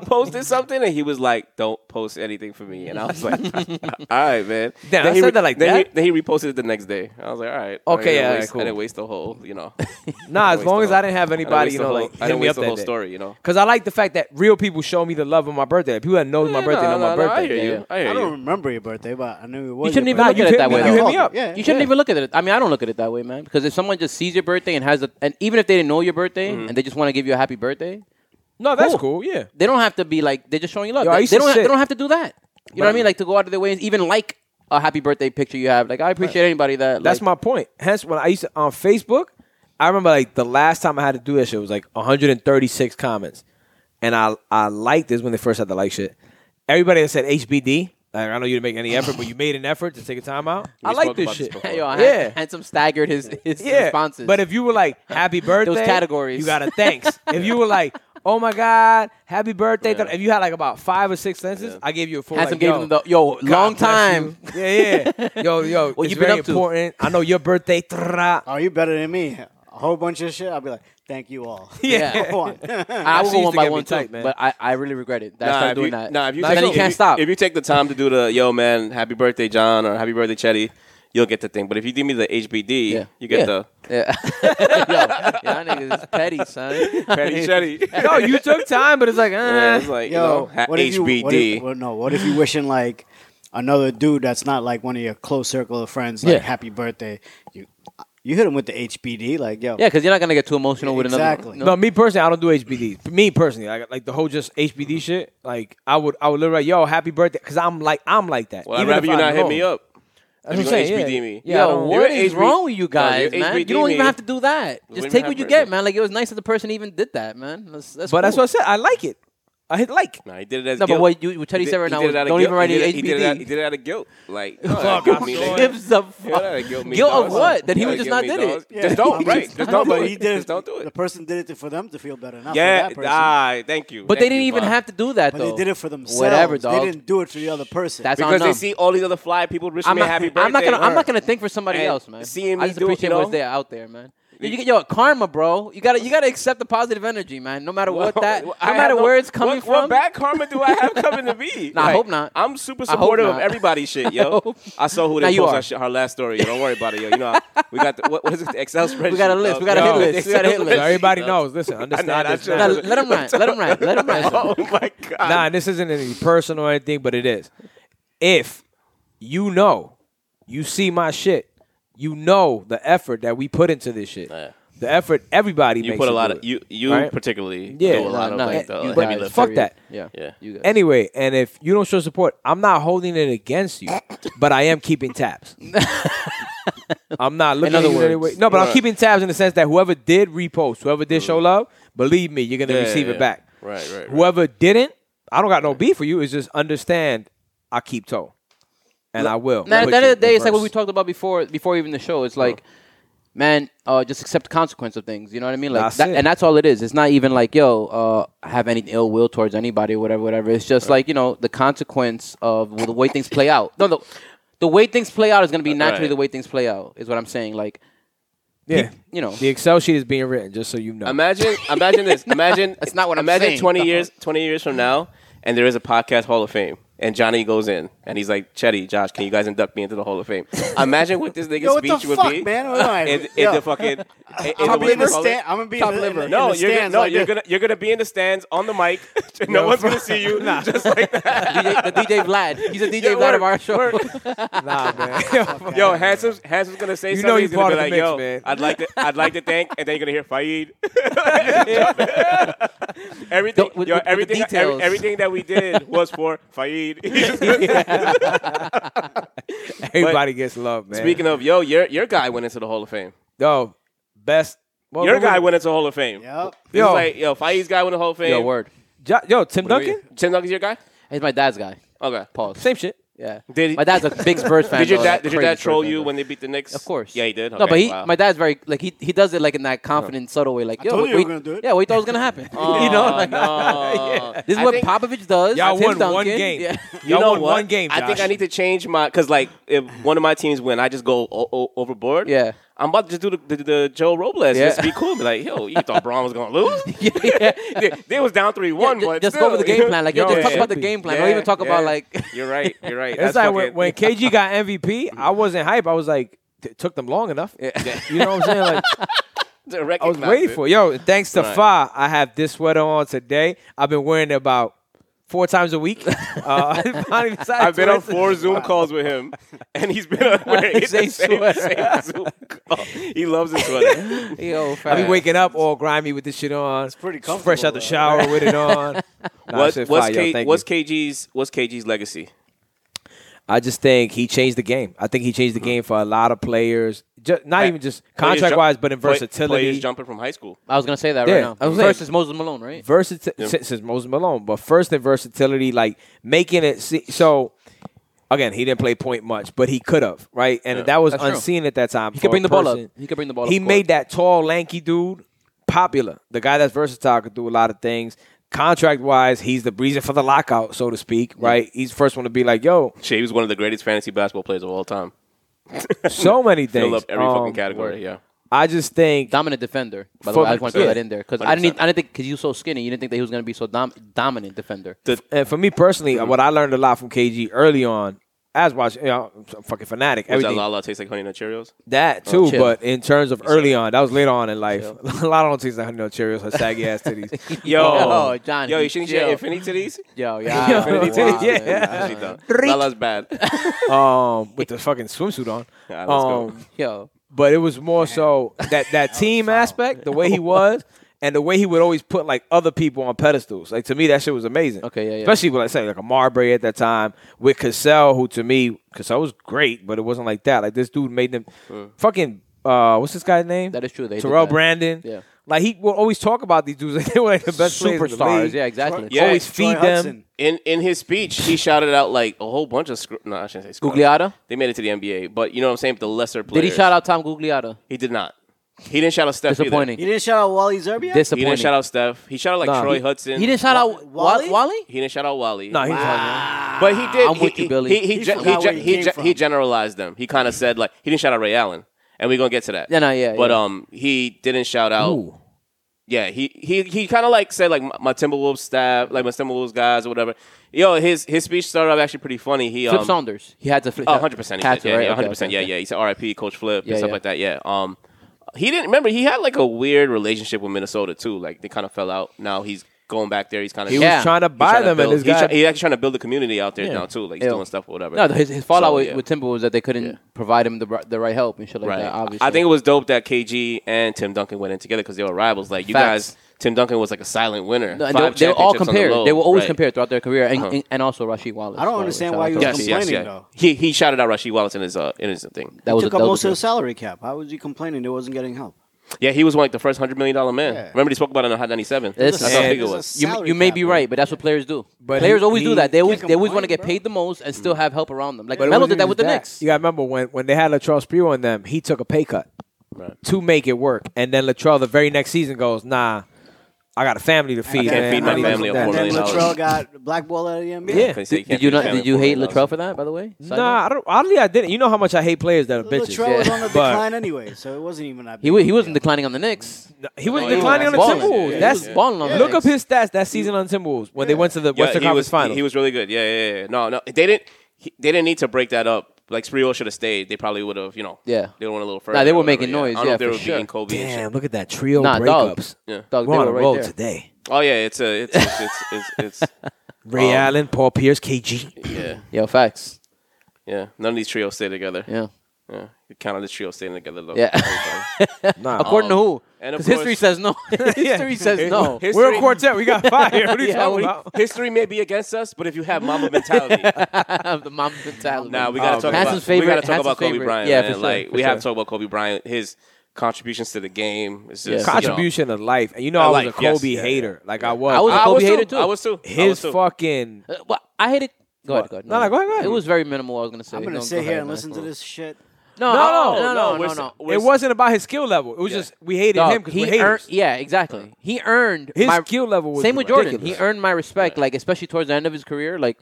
I posted something and he was like, "Don't post anything for me," and I was like, "All right, man."
Damn, I
he
said that like
then
that?
He, then he reposted it the next day. I was like, "All right,
Okay,
I didn't
yeah,
waste,
cool.
I didn't waste the whole, you know,
nah as
waste
long
the
as i
whole-
didn't have
I didn't
anybody
waste
you
the
know
whole-
like
I
hit
didn't
me
waste
up
the
that
whole
day.
story, you know.
Cause I like the fact that real people show me the love of my birthday. People that know my
Yeah,
birthday
no,
know my
no, no,
birthday.
I hear you. I hear
I don't
you.
remember your birthday, but I knew it was.
You shouldn't
your
even
birthday.
look
you
at it
hit
that
me-
way.
you
though.
hit me up.
Yeah,
you shouldn't
yeah.
even look at it. I mean, I don't look at it that way, man. Because if someone just sees your birthday and has a, and even if they didn't know your birthday
Mm-hmm.
and they just want to give you a happy birthday,
No, that's
Cool.
cool. Yeah,
they don't have to be like they're just showing you love.
Yo, I
they,
used
they
to
don't. Have,
sit-
they don't have to do that. You know what I mean? Like to go out of their way and even like a happy birthday picture you have. Like I appreciate anybody that.
that's
like,
my point. Hence, when I used to on Facebook, I remember like the last time I had to do that shit was like 136 comments, and I I liked this when they first had the like shit. Everybody that said HBD, like, I know you didn't make any effort, but you made an effort to take a time out. I like
spoke
this
about this
shit.
before. my-
Yo, I
Yeah.
had, handsome staggered his his
Yeah,
responses.
but if you were like happy birthday,
categories.
you got a thanks. if you were like. Oh my God! Happy birthday!
Yeah.
If you had like about five or six sentences,
Yeah.
I gave you a full.
handsome
like,
gave
yo,
him the yo
God
long
bless
time.
you. Yeah, yeah. Yo, yo.
What
it's
you been
very
up to?
important. I know your birthday. tra-
Oh, you better than me. A whole bunch of shit. I'll be like, thank you all.
Yeah.
Go on.
I
That
will
shit
go
used
one
to
by
get me
one
tight,
too,
man.
but I, I really regret it. That I started
if
doing
you,
that.
Nah, if you,
But
take,
then you
if
can't stop.
If you take the time to do the yo man, happy birthday John or happy birthday Chetty, you'll get the thing. But if you give me the HBD,
Yeah.
you get
Yeah.
the
Yeah. Yo, y'all niggas is petty, son.
Petty Chetty.
no, you took time, but it's like, eh.
Uh,
Yeah, it's like, you know,
Yo,
ha-
what if you-
HBD.
what if- well, no, what if you wishing like another dude that's not like one of your close circle of friends, like
Yeah.
happy birthday? You you hit him with the HBD, like yo.
Yeah, because you're not gonna get too emotional with another.
Exactly.
No.
no, me personally, I don't do HBD. Me personally, like like the whole just HBD shit. Like I would, I would literally, like, yo, happy birthday, because I'm like, I'm like that.
Well, I'd
Even
rather
if
you
I'm
not hit
wrong.
me up.
That's
If
what I'm
you gonna
saying,
HBD
yeah.
me.
Yeah, I
Yo,
don't-
what
You're
is
HB
wrong with you guys,
you're
man? You
HBD
don't even
me.
have to do that.
Wouldn't
Just take
have
what you
birthday.
get, man. Like it was nice that the person even did that, man. That's, that's
But that's what
cool.
I said. I like it. I hit like.
Nah, he did it as
No, but
guilt.
what you what Teddy said right now was don't even write
it.
any
He did it out- he
HBD.
did it out of guilt. Like, no,
Fuck,
that guilt
I'm
me,
sorry.
nigga.
Gives a
Yeah,
fuck.
that guilt me,
Guilt
dog.
of what? That he
Yeah,
was just
guilt
not
me,
did
dog.
it.
Just don't, right? Just don't do
but he
it.
did
Just don't do
The
it.
person did it for them to feel better, not
Yeah,
for that person.
ah, thank you.
But they
Thank
didn't
you,
even
Bob.
have to do that
but
though.
they did it for themselves.
Whatever,
They
dog.
didn't do it for the other person.
That's on
because they
them.
see all these other fly people wishing
I'm
me a
not,
happy birthday.
I'm not gonna. I'm not gonna think for somebody
And
else, man.
seeing
I
me
just
do it, you
appreciate
know?
what's there out there, man. You, you get yo karma, bro. You gotta you gotta accept the positive energy, man. No matter what that, no
I have
matter where it's coming
what,
from.
What bad karma do I have coming to me?
Nah, I hope not.
I'm super
I hope
supportive of
not.
everybody's shit, yo. I, saw who
Nah,
they
you
post
are.
that shit, her last story. Yo, don't worry about it, yo. You know, I- we got the, what, what is it? The Excel spreadsheet.
We got a
dog.
list. We got a
Yo,
hit list. We got a hit
Excel
list.
spreadsheet,
Everybody
dog.
knows. Listen, understand
I
this.
should-
Nah,
now.
let him rant. Let him rant. Let him rant.
Oh my god.
Nah, this isn't any personal or anything, but it is. If you know, you see my shit, you know the effort that we put into this shit.
Yeah.
The effort everybody
You
makes
put a
to
lot
do
of
it.
you you
Right?
particularly
Yeah,
do a
nah,
lot of
nah,
like
nah,
the
you
heavy
guys-
lifting.
fuck that.
Yeah.
Yeah.
You guys.
Anyway, and if you don't show support, I'm not holding it against you, but I am keeping tabs. I'm not looking
In other
at you
words. uh,
anyway. No, but I'm
Right.
keeping tabs in the sense that whoever did repost, whoever did show love, believe me, you're gonna
Yeah,
receive
yeah.
it back.
Right, right, right.
Whoever didn't, I don't got no beef for you. It's just understand I keep toe. And I will.
Now, at
put
the end
you
of the day,
in
it's like what we
first.
talked about before, before even the show. It's like, man, uh, just accept the consequence of things. You know what I mean? Like,
That's
that,
it.
and that's all it is. It's not even like, yo, uh, have any ill will towards anybody or whatever, whatever. It's just like you know the consequence of the way things play out. No, no, the way things play out is going to be naturally
Right.
the way things play out. Is what I'm saying. Like,
Yeah.
you know.
The Excel sheet is being written, just so you know.
Imagine, imagine this. Imagine
that's not what I'm
imagine
saying.
Twenty
No.
Uh-huh.
years, twenty years from now, and there is a podcast Hall of Fame, and Johnny goes in, and he's like, "Chetty, Josh, can you guys induct me into the Hall of Fame?" Imagine what this nigga's
Yo, what the
speech would
fuck,
be,
man? Hold on.
In, in
Yo.
the fucking, in, in
I'm
the,
gonna
what
be in
you
the
call it?
stand. I'm gonna be
Top
in the, in,
liver.
the- in
No,
the
you're gonna,
stands
no,
like
you're
this.
gonna you're gonna be in the stands on the mic. no
Yo,
one's gonna see you. Just like that.
DJ, the DJ Vlad, he's a DJ
Yeah,
Vlad
word,
of our show.
word.
nah, man.
Yo, Handsome's, Handsome's gonna say
You know
something.
you
he's gonna be
part of the
like,
mix,
"Yo,
man."
I'd like to, I'd like to thank," and then you're gonna hear Faid. everything,
Don't- with-
yo,
with- with the
everything, every-
details.
everything that we did was for Faid.
Everybody gets love, man.
Speaking of, yo, your your guy went into the Hall of Fame.
yo, best well,
Your
what
guy
was-
went into the Hall of Fame.
Yup.
He's
Yo.
like, yo, Faid's guy went to the Hall of Fame.
Yo, word.
Jo- yo, Tim Duncan?
Tim Duncan's your guy.
He's my dad's guy.
Okay.
Pause.
Same shit.
Yeah.
Did he-
my dad's a big Spurs fan.
Did your
though,
dad
like,
did your
crazy
dad
Spurs
troll
fan,
you
though.
when they beat the Knicks?
Of course.
Yeah, he did.
no,
Okay,
but he,
wow.
my dad's very like he he does it like in that confident, subtle way. Like, yo,
told
what-
you we
what-
were gonna do it.
Yeah, what you thought was gonna happen. you know, like, this
Oh.
is
I
what
think-
Popovich does.
Y'all
Tim
won one
Duncan.
game.
Yeah.
You
Y'all
know
won
what?
one game.
I think
Josh.
I need to change my because like if one of my teams win, I just go o- o- overboard.
Yeah.
I'm about to just do the, the, the Joe Robles.
Yeah.
Just be cool. Be like, yo, you thought Braun was gonna lose?
yeah, yeah.
they, they was down three one.
Ju-
but
just
still,
go over the game plan. Like, yo,
Yo,
just talk
yeah.
about the game plan. Don't even talk
yeah.
about like.
You're right. You're right.
It's like when, when KG got MVP, I wasn't hype. I was like, it took them long enough. You know what I'm saying? Like, I was waiting for it. Yo, thanks to
Right.
Fa, I have this sweater on today. I've been wearing it about four times a week. Uh, I finally decided
I've
to
been
wear
on
this-
four Zoom calls with him, and he's been on wearing the
Same
same,
sweater.
same Zoom call. He loves his sweater.
Yo,
I be
fam.
waking up all grimy with this shit on. It's
pretty
Fresh
comfortable,
out the
though.
shower with it on. Nah,
What,
shit
what's,
fire, yo.
K,
Thank
what's
you.
KG's What's KG's legacy?
I just think he changed the game. I think he changed the game for a lot of players. Just, not
Uh-huh. Hey,
even just
Players
contract wise,
jump-
but in
play-
versatility.
Players jumping from high school.
I was gonna say that
Yeah,
right
I
now.
was saying-
First is Moses Malone, right?
versatility since, since Moses Malone, but first in versatility, like making it see- so. Again, he didn't play point much, but he could have, right? And that was
That's true.
unseen at that time. He
could bring the ball up. He could bring the ball up
He
court.
made that tall, lanky dude popular. The guy that's versatile could do a lot of things. Contract wise, he's the reason for the lockout, so to speak, right? He's the first one to be like, yo,
Shea was one of the greatest fantasy basketball players of all time.
so many things.
Fill up every
Um,
fucking category. Yeah.
I just think
Dominant defender. By the way, I just want to throw
100%.
that in there because I didn't. Even,
100%.
I didn't think because he was so skinny, you didn't think that he was gonna be so dom- dominant defender.
and for me personally,
Mm-hmm.
what I learned a lot from KG early on, as watching, you know, I'm a fucking fanatic.
Was that
everything.
Lala tastes like honey nut Cheerios?
That too,
Oh, chill.
but in terms of early on, that was later on in life. a lot of things I know Cheerios, her saggy ass titties.
Yo,
Oh, Johnny,
Yo, you shouldn't
chill.
get infinity titties.
Yo, yeah,
Infinity
wow,
Tools, yeah.
man.
Nah, she don't. Lala's bad.
um, with the fucking swimsuit on.
Yeah, let's go.
Um,
Yo,
but it was more so that that team aspect, the way he was, and the way he would always put like other people on pedestals. Like to me, that shit was amazing.
Okay, yeah, yeah.
Especially with like say like a Marbury at that time with Cassell, who to me Cassell was great, but it wasn't like that. Like this dude made them fucking. Uh, what's this guy's name?
Hmm. That is true, they did
Terrell
that.
Brandon.
Yeah.
Like he will always talk about these dudes. Like they were like the best players in the
superstars.
league.
Yeah, exactly.
Yeah.
Always
Troy
feed them.
Hudson.
In in his speech, he shouted out like a whole bunch of scr- no, I shouldn't say scrubs.
Gugliotta?
They made it to the NBA, but you know what I'm saying. The lesser
Did
players.
he shout out Tom Gugliotta?
He did not. He didn't shout out Steph. either.
Disappointing.
You didn't shout out Wally Zerbia.
He
Disappointing.
didn't shout out Steph. He shouted out like
Nah.
Troy
He-
Hudson.
He didn't shout out Wally.
Wally?
Wally?
He didn't shout out Wally.
No, he was
Ah.
but he did.
I'm
he,
with you,
he-
Billy.
He he
He
gen- he,
forgot
gen-
where he
he,
came
gen-
from.
he generalized them. He kind of said like he didn't shout out Ray Allen, and and we're gonna get to that.
Yeah, no, yeah,
But
yeah.
um, he didn't shout out.
Ooh.
Yeah, he he he kind of like said like my, my Timberwolves staff, like my Timberwolves guys or whatever. Yo, his his speech started off actually pretty funny. He
Flip
um,
Saunders. He had to flip.
Oh, 100%. He
Had
said,
to,
yeah,
right?
yeah, 100%.
Okay, okay,
yeah,
okay.
yeah. He said RIP, Coach Flip,
Yeah,
and stuff
yeah.
like that. Yeah. Um, he didn't remember. He had like a weird relationship with Minnesota too. Like they kind of fell out. Now he's going back there. He's kind of
He
Yeah.
was trying to buy them,
build,
and this
he's,
guy.
try- he's actually trying to build a community out there
Yeah.
now too. Like he's
Ew.
doing stuff, or whatever.
No, his, his fallout
So,
with,
yeah.
with Timber was that they couldn't provide him the br- the right help and shit like
right.
that. Obviously,
I think it was dope that KG and Tim Duncan went in together because they were rivals. Like you
Facts.
guys, Tim Duncan was like a silent winner.
No, and
Five
they, they were all
championships on the
compared.
low.
they were always
Right.
compared throughout their career, and,
Uh-huh.
and also Rashid Wallace.
I
by
don't
the way.
understand
Shout
why
out
you
to
Yes,
was
Rashid.
yes,
complaining,
yeah.
though.
He he shouted out Rasheed Wallace in his uh in his thing.
That was a-
took up
that
most
was
of
a-
the salary cap. How was he complaining they wasn't getting help?
Yeah, he was one like the first hundred million dollar man.
Yeah.
Remember they spoke about it in Hot ninety seven. That's
It's
how
a-
big it
it's a
was.
You,
salary
you may
cap,
be
bro.
right, but that's what players do.
But
players
he-
always
he-
do that. They always
Can't
they always want to
complain,
get paid
bro.
the most and still have help around them. Like
But it
Melo
wasn't
did that
even
with the
that.
Knicks.
You gotta remember when, when they had Latrell Sprewell on them, he took a pay cut
Right.
to make it work, and then Latrell the very next season goes, "Nah, I got a family to feed.
can't
man.
feed my
need this
family
and
on
that."
four
And
million
then
dollars.
Latrell got blackballed out of the NBA.
Yeah.
Because he
Did,
can't
did you
feed
not?
family
Did you
for
hate
$4
Latrell for that? By the way, Side
Nah,
note?
I don't. Oddly, I didn't. You know how much I hate players that are bitches.
Latrell was
yeah.
on the
But-
decline anyway, so it wasn't even that.
he
big
wa-
of
he
a
wasn't
deal.
declining on the Knicks.
He was
No, he was
declining on the
balling.
Timberwolves.
Yeah, he
That's
was
balling on the
Look up his
Knicks.
stats that season on Timberwolves when they went to the Western
he
Conference
was,
Finals.
He, he was really good. Yeah, yeah, yeah. No, no, they didn't. He, they didn't need to break that up. Like Sprewell should have stayed. They probably would have. You know.
Yeah.
They went a little further.
Nah, they were
or whatever,
making noise,
I don't
yeah,
know if they
for
were
sure.
beating Kobe. and
Damn,
shit.
look at that trio
Nah, dog.
breakups.
Yeah.
Dog,
We're
they
on
were
a
right
roll
there.
today.
Oh yeah, it's a it's it's it's it's, it's,
Ray
Um,
Allen, Paul Pierce, KG.
yeah
Yo, facts.
yeah. None of these trios stay together.
Yeah.
yeah. You count on the trio staying together though.
Yeah.
Um, Nah,
According to who?
and of
Because history
course-
says no. history says no.
His-
We're a
History-
quartet. We got five here. What are you
Yeah,
talking
we-
about?
History may be against us, but if you have mama mentality,
the mom mentality.
Nah, we gotta
Oh,
talk about
man.
Hanson's
we gotta
favorite-
talk
Hanson's
about Kobe
favorite.
Bryant.
Yeah,
man.
for sure,
like
for
we have
sure.
to talk about Kobe Bryant. His contributions to the game. It's
Yeah.
just, you know,
Contribution of life. And you know, I was
life,
a
yes,
Kobe
yeah,
hater. Like I
I was
was.
a
I
Kobe
was too.
hater too.
I was too. I was
His
too.
fucking.
Uh, well, I hated. Go ahead, go ahead.
No, no, go ahead, go ahead.
It was very minimal. I was gonna say.
I'm gonna
No,
sit
go
here
ahead,
and
man.
listen to this shit.
No,
No,
no,
no, we're
no, no,
s-
no.
we're
It wasn't about his skill level. It was
Yeah.
just we hated
Dog,
him because
he
we hated.
earned, yeah, exactly. He earned
His
my,
skill level was
same with Jordan. He
ridiculous.
earned my respect, like especially towards the end of his career. Like,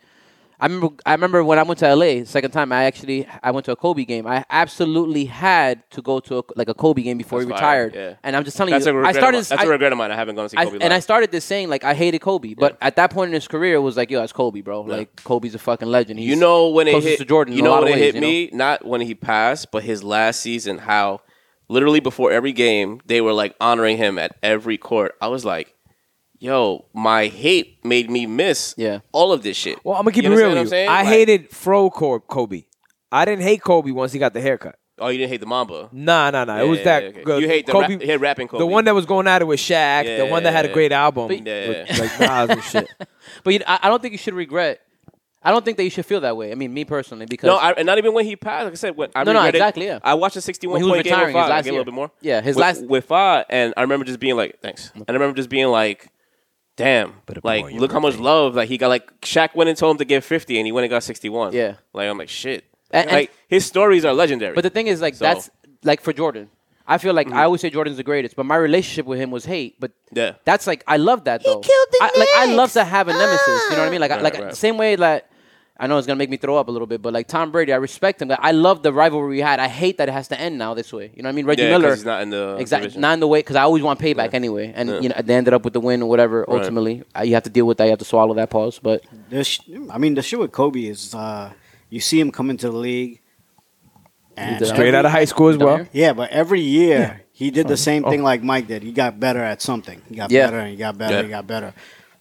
I remember, I remember when I went to LA second time. I actually I went to a Kobe game. I absolutely had to go to a, like a Kobe game before he
That's fire,
retired.
yeah.
And I'm just telling
That's a
you,
regret.
I
of
started.
mine- that's
I-
a regret of mine. I haven't gone to see
I,
Kobe.
and I
live.
started this saying like I hated Kobe, but at that point in his career, it was like, yo, that's Kobe, bro. Like Kobe's a fucking legend. He's
You know when it
closest
hit
to Jordan. in
You
a
know
lot
when
of
it hit
ways, you know?
me, not when he passed, but his last season. How literally before every game they were like honoring him at every court. I was like, yo, my hate made me miss
Yeah.
all of this shit.
Well, I'm gonna keep
You
it
understand
real
what I'm
with you.
saying?
I
Like,
hated Fro Cor- Kobe. I didn't hate Kobe once he got the haircut.
Oh, you didn't hate the Mamba.
Nah, nah, nah. it was
yeah,
that.
yeah, okay.
good-
You hate the rap- you hate rapping Kobe.
The one that was going at it with Shaq. the one that had a
Yeah.
great album.
But-
Yeah.
With, like Nas and shit.
But you, I, I don't think you should regret. I don't think that you should feel that way. I mean, me personally, because
No, I, and not even when he passed. Like I said, when I
No, no,
regretted-
exactly, yeah.
I watched the 61
When he was
point game with
retiring, his
Fa.
last
Give a
year.
little bit more.
Yeah, his
with,
last-
with Fa, and I remember just being like, thanks. And I remember just being like, damn,
But a
like
boy,
look
your
how much love like he got. Like Shaq went and told him to give 50, and he went and got 61.
Yeah.
like I'm like shit.
And- and-
like his stories are legendary.
But the thing is, like,
So- Mm-hmm.
that's like for Jordan. I feel like I always say Jordan's the greatest, but my relationship with him was hate. But
Yeah.
that's like I love that though.
killed the
I, like I love
Knicks.
to have a nemesis. You know what I mean? Like, I
Right,
like
right.
same way that I know it's gonna make me throw up a little bit, but like Tom Brady, I respect him. Like, I love the rivalry we had. I hate that it has to end now this way. You know what I mean? Reggie
yeah, 'cause
Miller,
he's not in the
exactly
division.
not in the way because I always want payback anyway. And you know they ended up with the win or whatever. Ultimately, I, you have to deal with that. You have to swallow that pause. But
This, sh- I mean, the shit with Kobe is uh, you see him come into the league. And
Straight
Straight
every-
out of high school as well.
here?
Yeah, but every year he did
Oh.
the same thing like Mike did. He got better at something. He got
Yeah.
better and he got better.
Yeah.
He got better.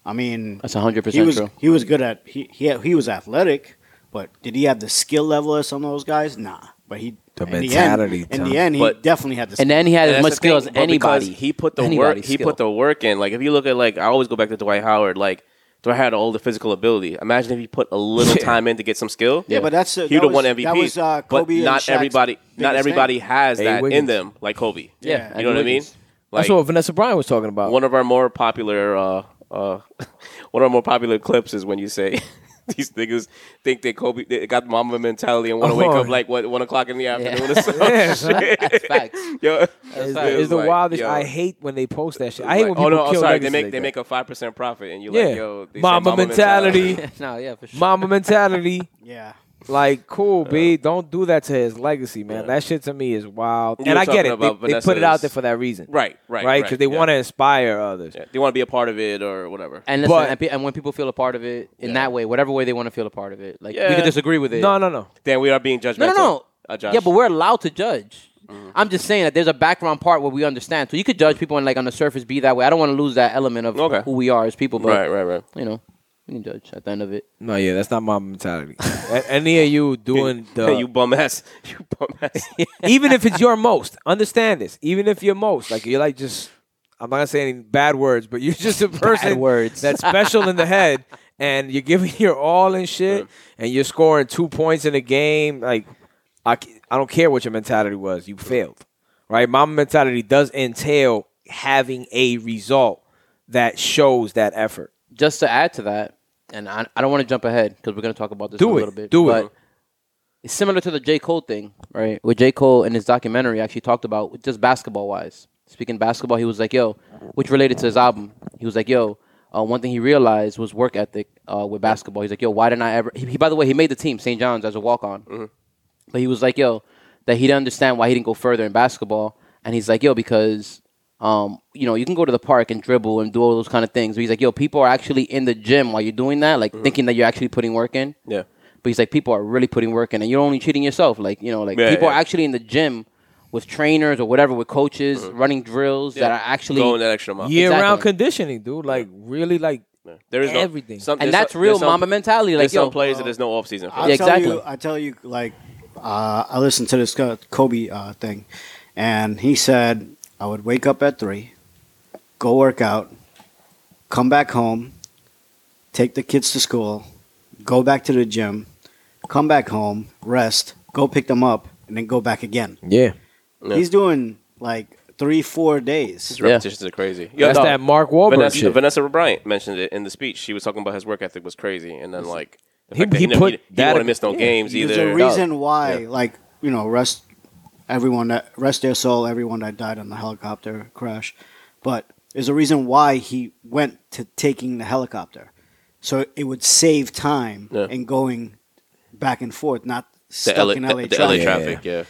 I mean,
That's 100%
he was,
true.
He was good at he he, he was athletic, but did he have the skill level of some of those guys? Nah. But he
The
in
mentality,
The end, in
Tom.
the end, he
But-
definitely had the.
and then he had
And
as
that's
much
the
skill as
thing, but because
anybody.
He put the work.
Anybody's
He
skill.
put the work in. Like if you look at like I always go back to Dwight Howard. Like Dwight had all the physical ability. Imagine if he put a little
Yeah.
time in to get some skill.
Yeah, but that's-
he
that
would have
was-
won
that
MVP.
was, uh, Kobe
but
and
not
Shaq's
everybody. Not
biggest
everybody has
A.
that in
Wiggins.
them. Like Kobe.
Yeah,
you
and
know what I mean.
Wiggins.
Like
That's what Vanessa Bryan was talking about.
one of our more popular. Uh, uh, one of our more popular clips is when you say. These niggas think they Kobe they got mama mentality and want to
Oh.
wake up like what one o'clock in the afternoon or something.
Yeah.
Shit.
Facts.
Yo,
It's
It's,
like-
it's the
like,
wildest.
yo.
I hate when they post that shit. I
Like,
hate when people
oh no, I'm
kill
sorry. They
legacies
make
like
they
that.
make a five percent profit, and you
Yeah.
like yo, they say
Mama mentality.
no, yeah, for sure.
Mama mentality.
yeah.
Like, cool, B. Don't do that to his legacy, man. That shit to me is wild.
You
and
were
I get
talking
it. They,
about
they put it out
Vanessa's-
there for that reason.
Right, right,
Right?
right,
Because they
yeah.
want to inspire others.
Yeah, they want to be a part of it or whatever.
And listen,
But-
and, pe- and when people feel a part of it in
Yeah.
that way, whatever way they want to feel a part of it, like we
Yeah.
can disagree with it.
No, no, no.
then we are being judgmental.
no, no, no.
Uh, Josh.
yeah, but we're allowed to judge.
Mm-hmm.
I'm just saying that there's a background part where we understand. So you could judge people and like on the surface be that way. I don't want to lose that element of
Okay.
who we are as people. But
right, right, right.
you know, we can judge at the end of it.
No, yeah, that's not my mentality. A- Any of you doing the
you bum ass. You bum ass.
even if it's your most, understand this. Even if you're most, like you're like just, I'm not gonna say any bad words, but you're just a person
words.
that's special in the head, and you're giving your all and shit, and you're scoring two points in a game. Like, I, c- I don't care what your mentality was, you failed, right? My mentality does entail having a result that shows that effort.
Just to add to that, and I, I don't want to jump ahead because we're gonna talk about this
Do
in a
it.
little bit.
Do
but
it.
It's similar to the J Cole thing, right? Where J Cole in his documentary actually talked about just basketball wise. Speaking basketball, he was like, "Yo," which related to his album. He was like, "Yo." Uh, one thing he realized was work ethic uh, with basketball. He's like, "Yo, why didn't I ever?" He, he- by the way, he made the team, St. John's, as a walk on.
Mm-hmm.
But he was like, yo, that he didn't understand why he didn't go further in basketball. And he's like, yo, because um, you know, you can go to the park and dribble and do all those kind of things. But he's like, yo, people are actually in the gym while you're doing that, like thinking that you're actually putting work in.
Mm-hmm. Yeah.
But he's like, people are really putting work in, and you're only cheating yourself. Like, you know, like
Yeah,
people
yeah.
are actually in the gym with trainers or whatever, with coaches running drills that are actually
Mm-hmm. going that extra mile.
Year round
Exactly.
conditioning, dude. Like, really, like
There is no,
everything.
some-
and
there's
that's
some-
real
there's some-
mama mentality. Like,
There's
yo,
some plays that there's no off season for.
Yeah,
I tell
exactly.
You, I tell you, like, uh, I listened to this co- Kobe uh, thing, and he said I would wake up at three, go work out, come back home, take the kids to school, go back to the gym, come back home, rest, go pick them up, and then go back again.
yeah,
Yeah.
He's doing like three, four days.
His repetitions are crazy. Yo,
that's
no,
that Mark Wahlberg
Vanessa,
shit.
Vanessa Bryant mentioned it in the speech. She was talking about his work ethic was crazy, and then like the
He-
fact that
he
he, never-
put
he, he
that-
didn't want to miss no games
There's
either. Oh,
a reason why,
Yeah.
like you know, rest everyone that rest their soul, everyone that died on the helicopter crash. But there's a reason why he went to taking the helicopter, so it would save time
Yeah.
and going back and forth, not
the
stuck
LA,
in
the,
LA
the
traffic.
LA
Yeah.
traffic. Yeah,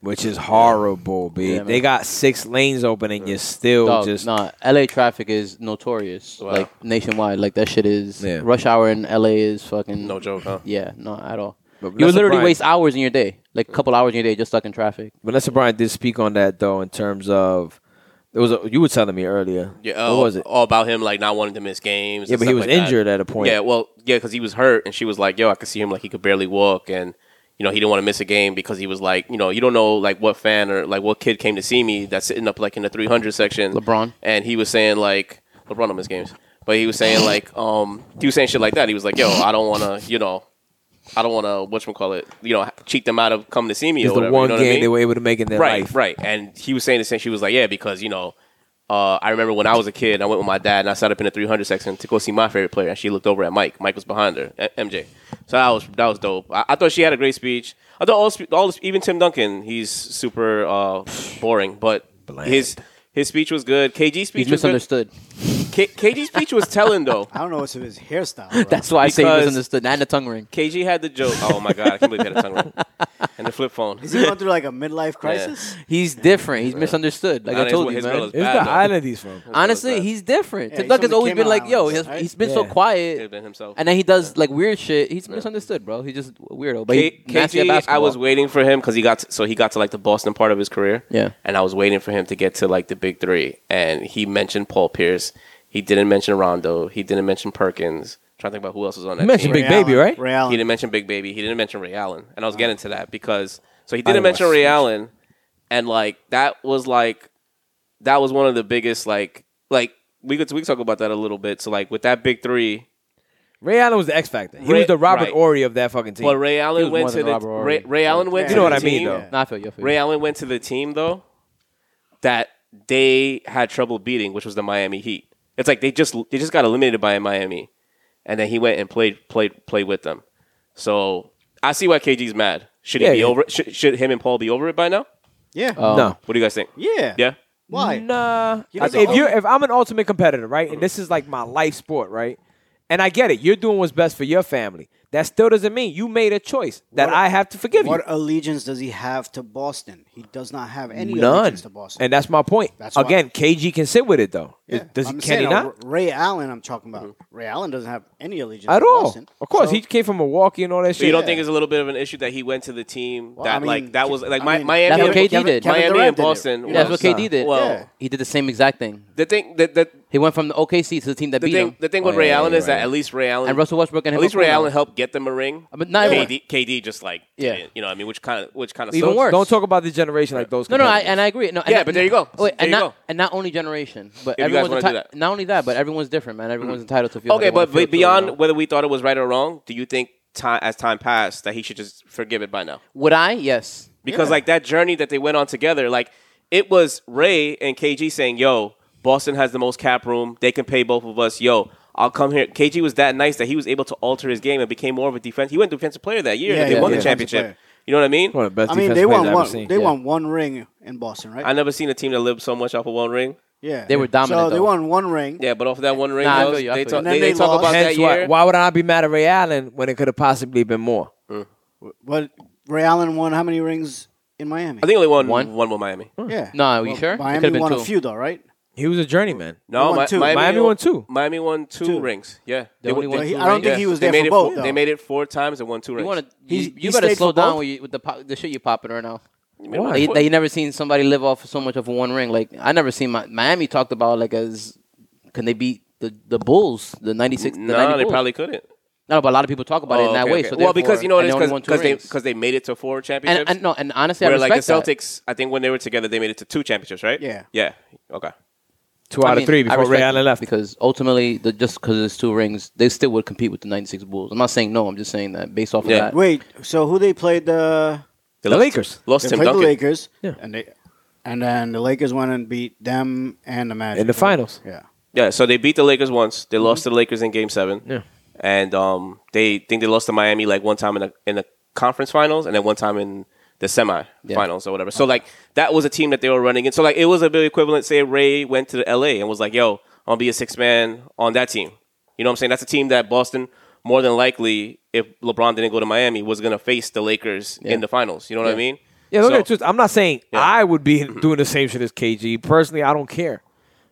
which is horrible, B.
Yeah, man.
they got six lanes open and you're still
Dog,
just
nah, LA traffic is notorious.
Wow.
Like nationwide. Like that shit is
Yeah.
rush hour in LA is fucking
no joke, huh?
Yeah, not at all.
But
you would
Vanessa
literally
Bryant-
waste hours in your day, like a couple hours in your day just stuck in traffic.
Vanessa Bryant did speak on that though in terms of it was a, you were telling me earlier.
Yeah, oh,
what
all-
was it?
All about him like not wanting to miss games.
Yeah,
and
but he
stuff
was
like that.
injured at a point.
Yeah, well, yeah, because he was hurt, and she was like, "Yo, I could see him like he could barely walk," and you know he didn't want to miss a game because he was like, you know, you don't know like what fan or like what kid came to see me that's sitting up like in the three hundred section.
LeBron.
and he was saying like LeBron don't miss games, but he was saying like um he was saying shit like that. He was like, "Yo, I don't want to, you know." I don't want to whatchamacallit, call it, you know, cheat them out of coming to see me
It's
or
the
whatever.
one
you know
game
what I mean?
they were able to make in their
right,
life.
Right, And he was saying the same. She was like, yeah, because, you know, uh, I remember when I was a kid, I went with my dad and I sat up in the 300 section to go see my favorite player. And she looked over at Mike. Mike was behind her, a- MJ. So that was that was dope. I, I thought she had a great speech. I thought all, spe- all even Tim Duncan, he's super uh, boring, but
Bland.
his his speech was good. KG speech
He's
was good.
misunderstood.
K- KG speech was telling though.
I don't know what's of his hairstyle. bro.
That's why I say
Because-
he misunderstood. And the tongue ring.
KG had the joke. Oh my god, I can't believe he had a tongue ring and the flip phone.
Is he going through like a midlife crisis?
He's different. He's misunderstood. Like
Nah,
I
his-
told you,
his
man.
girl is
It's
Bad,
the
though.
island he's from.
Honestly,
bad.
he's different.
Yeah,
Tim
he's
Duncan's
only
always
came
been
out
like, yo,
islands,
he's,
right?
he's been so
Yeah.
Could have
quiet.
been himself.
And then he does like weird shit. He's misunderstood, bro. He's just a weirdo. But
K-
he's nasty at
KG, I
basketball.
was waiting for him because he got to, so he got to like the Boston part of his career.
Yeah.
and I was waiting for him to get to like the big three, and he mentioned Paul Pierce. He didn't mention Rondo. He didn't mention Perkins. trying to think about who else was on that.
He mentioned
team.
Big Baby,
Allen,
right?
Ray
He
Allen.
didn't mention Big Baby. He didn't mention Ray Allen, and I was getting to that because so he didn't
didn't
mention
watch
Ray
the
Allen, and like that was like that was one of the biggest like like we could we could talk about that a little bit. So like with that big three,
Ray Allen was the X factor. He
Ray-
was the Robert
right.
Ori of that fucking team.
but Ray Allen
was
went
more
to
than
the
Robert Ory.
Ray, Ray Allen went.
You
to
know what
the
I mean,
team.
though.
Nah, I feel you. I feel you.
Ray Allen went to the team though that they had trouble beating, which was the Miami Heat. It's like they just they just got eliminated by Miami, and then he went and played played played with them. So I see why KG's mad. Should he
Yeah,
be
yeah.
over? Should, should him and Paul be over it by now?
Yeah.
no.
What do you guys think?
yeah.
Oh. Yeah.
Why?
Nah.
was
if
the
you if I'm an ultimate competitor, right, and this is like my life sport, right, and I get it, you're doing what's best for your family. That still doesn't mean you made a choice that
What-
I have to forgive
What
you.
allegiance does he have to Boston? He does not have any
None.
allegiance to Boston.
And that's my point.
That's why-
Again, KG can sit with it though.
Yeah,
Does he?
I'm
Can
saying,
he
uh,
not?
Ray Allen, I'm talking about. Ray Allen doesn't have any allegiance
At
to
all.
Boston.
Of course,
So-
he came from Milwaukee and all that
So
shit.
you don't
Yeah.
think it's a little bit of an issue that he went to the team
Well,
that
I mean,
like that was like
I
my
mean,
Miami
That's what
and-
KD did.
Kevin
Miami
Durant
and
did it.
Boston.
Yeah,
were-
That's what KD did.
Well,
Yeah.
He did the same exact thing.
the thing that that
He went from the OKC to the team that
the
beat
thing
him.
the thing
Oh,
with
yeah,
Ray
yeah,
Allen
you're
is that
right.
at least Ray Allen
and Russell Westbrook and him
at least
are
Ray
cool now.
Allen helped get them a ring.
But not everyone.
KD, KD just like
Yeah.
yeah. you know what I mean which kind of which kind of
Even
don't,
worse.
Don't talk about the generation like those.
No, no, I,
competitors.
and I agree. No, and
Yeah,
not-
but there you go.
Wait,
There
and
you
not
go.
and not only generation, but
If you guys
everyone's
wanna do
enti-
that. Hmm.
not only that, but everyone's different, man. Everyone's entitled to feel. how
Okay,
they wanna
but
feel
be-
too, you
beyond
know?
whether we thought it was right or wrong, do you think time as time passed that he should just forgive it by now?
would I? Yes.
Because
Yeah.
like that journey that they went on together, like it was Ray and KG saying, "Yo, Boston has the most cap room. They can pay both of us. Yo, I'll come here." KG was that nice that he was able to alter his game and became more of a defense. He went defensive player that year.
Yeah,
they
yeah,
won
yeah.
the championship.
Defensive player.
You know what I mean?
One of the best
I mean,
defensive
they
players
won
I've
one.
ever seen.
They
Yeah.
won one ring in Boston, right?
I never seen a team that lived so much off of one ring.
yeah,
They were dominant,
So they
though.
won one ring.
Yeah, but off that one ring,
Nah, I
though,
feel you, I
they
feel
talk,
you.
they,
And
they
they
talk about
lost.
that
Hence, why,
year.
why would I be mad at Ray Allen when it could have possibly been more?
But Ray Allen won how many rings in Miami?
I think only one,
One? Hmm.
one, with Miami.
yeah.
No, are you sure? It
Miami
could've been
won
two.
a few though, right?
He was a journeyman.
No,
won
Mi-
two.
Miami won two.
Miami won two,
Two.
rings. Yeah,
They only
won
won
But he,
two
I don't
rings.
think he
Yeah.
was
They
there
made
for
it
both.
four,
though.
they made it four times and won two
You
rings.
want to?
He-
You, you
he
better
stayed
slow
for
down
both?
with, you, with the po- the shit you popping right now.
You mean,
Why?
like,
That you,
what-
that you never seen somebody live off of so much of one ring. Like I never seen my, Miami talked about like as can they beat the, the Bulls the ninety six? the
no,
90
they
Bulls?
probably couldn't.
no, but a lot of people talk about it in
Oh,
that
okay,
way.
okay.
So
well, because you know what
therefore- and they only won
it's
two
because they
rings.
because they made it to four championships.
and, and no, and honestly,
where
I
like the
respect that.
Celtics, I think when they were together, they made it to two championships, right?
Yeah.
Yeah. Okay.
Two out
I mean,
of three
I
before Ray
respect
Allen
it,
left.
Because ultimately, the, just because it's two rings, they still would compete with the 96 Bulls. I'm not saying no, I'm just saying that based off
Yeah.
of that.
Wait, so who they played the?
They
The
lost-
Lakers.
lost
They
Tim
played
Duncan.
the Lakers,
Yeah.
and they, and then the Lakers went and beat them and the Magic
In the finals.
Yeah,
Yeah. So they beat the Lakers once. They lost to the Lakers in Game Seven.
Mm-hmm. Yeah.
And um, they think they lost to Miami like one time in the in the conference finals, and then one time in the semi finals or whatever. So like that was a team that they were running in. So like it was a bit equivalent. Say Ray went to the LA and was like, "Yo, I'm gonna be a six man on that team." You know what I'm saying? That's a team that Boston more than likely, if LeBron didn't go to Miami, was gonna face the Lakers in the finals. You know what I mean?
Yeah, look
So-
at the truth. I'm not saying I would be doing the same shit as KG. Personally, I don't care.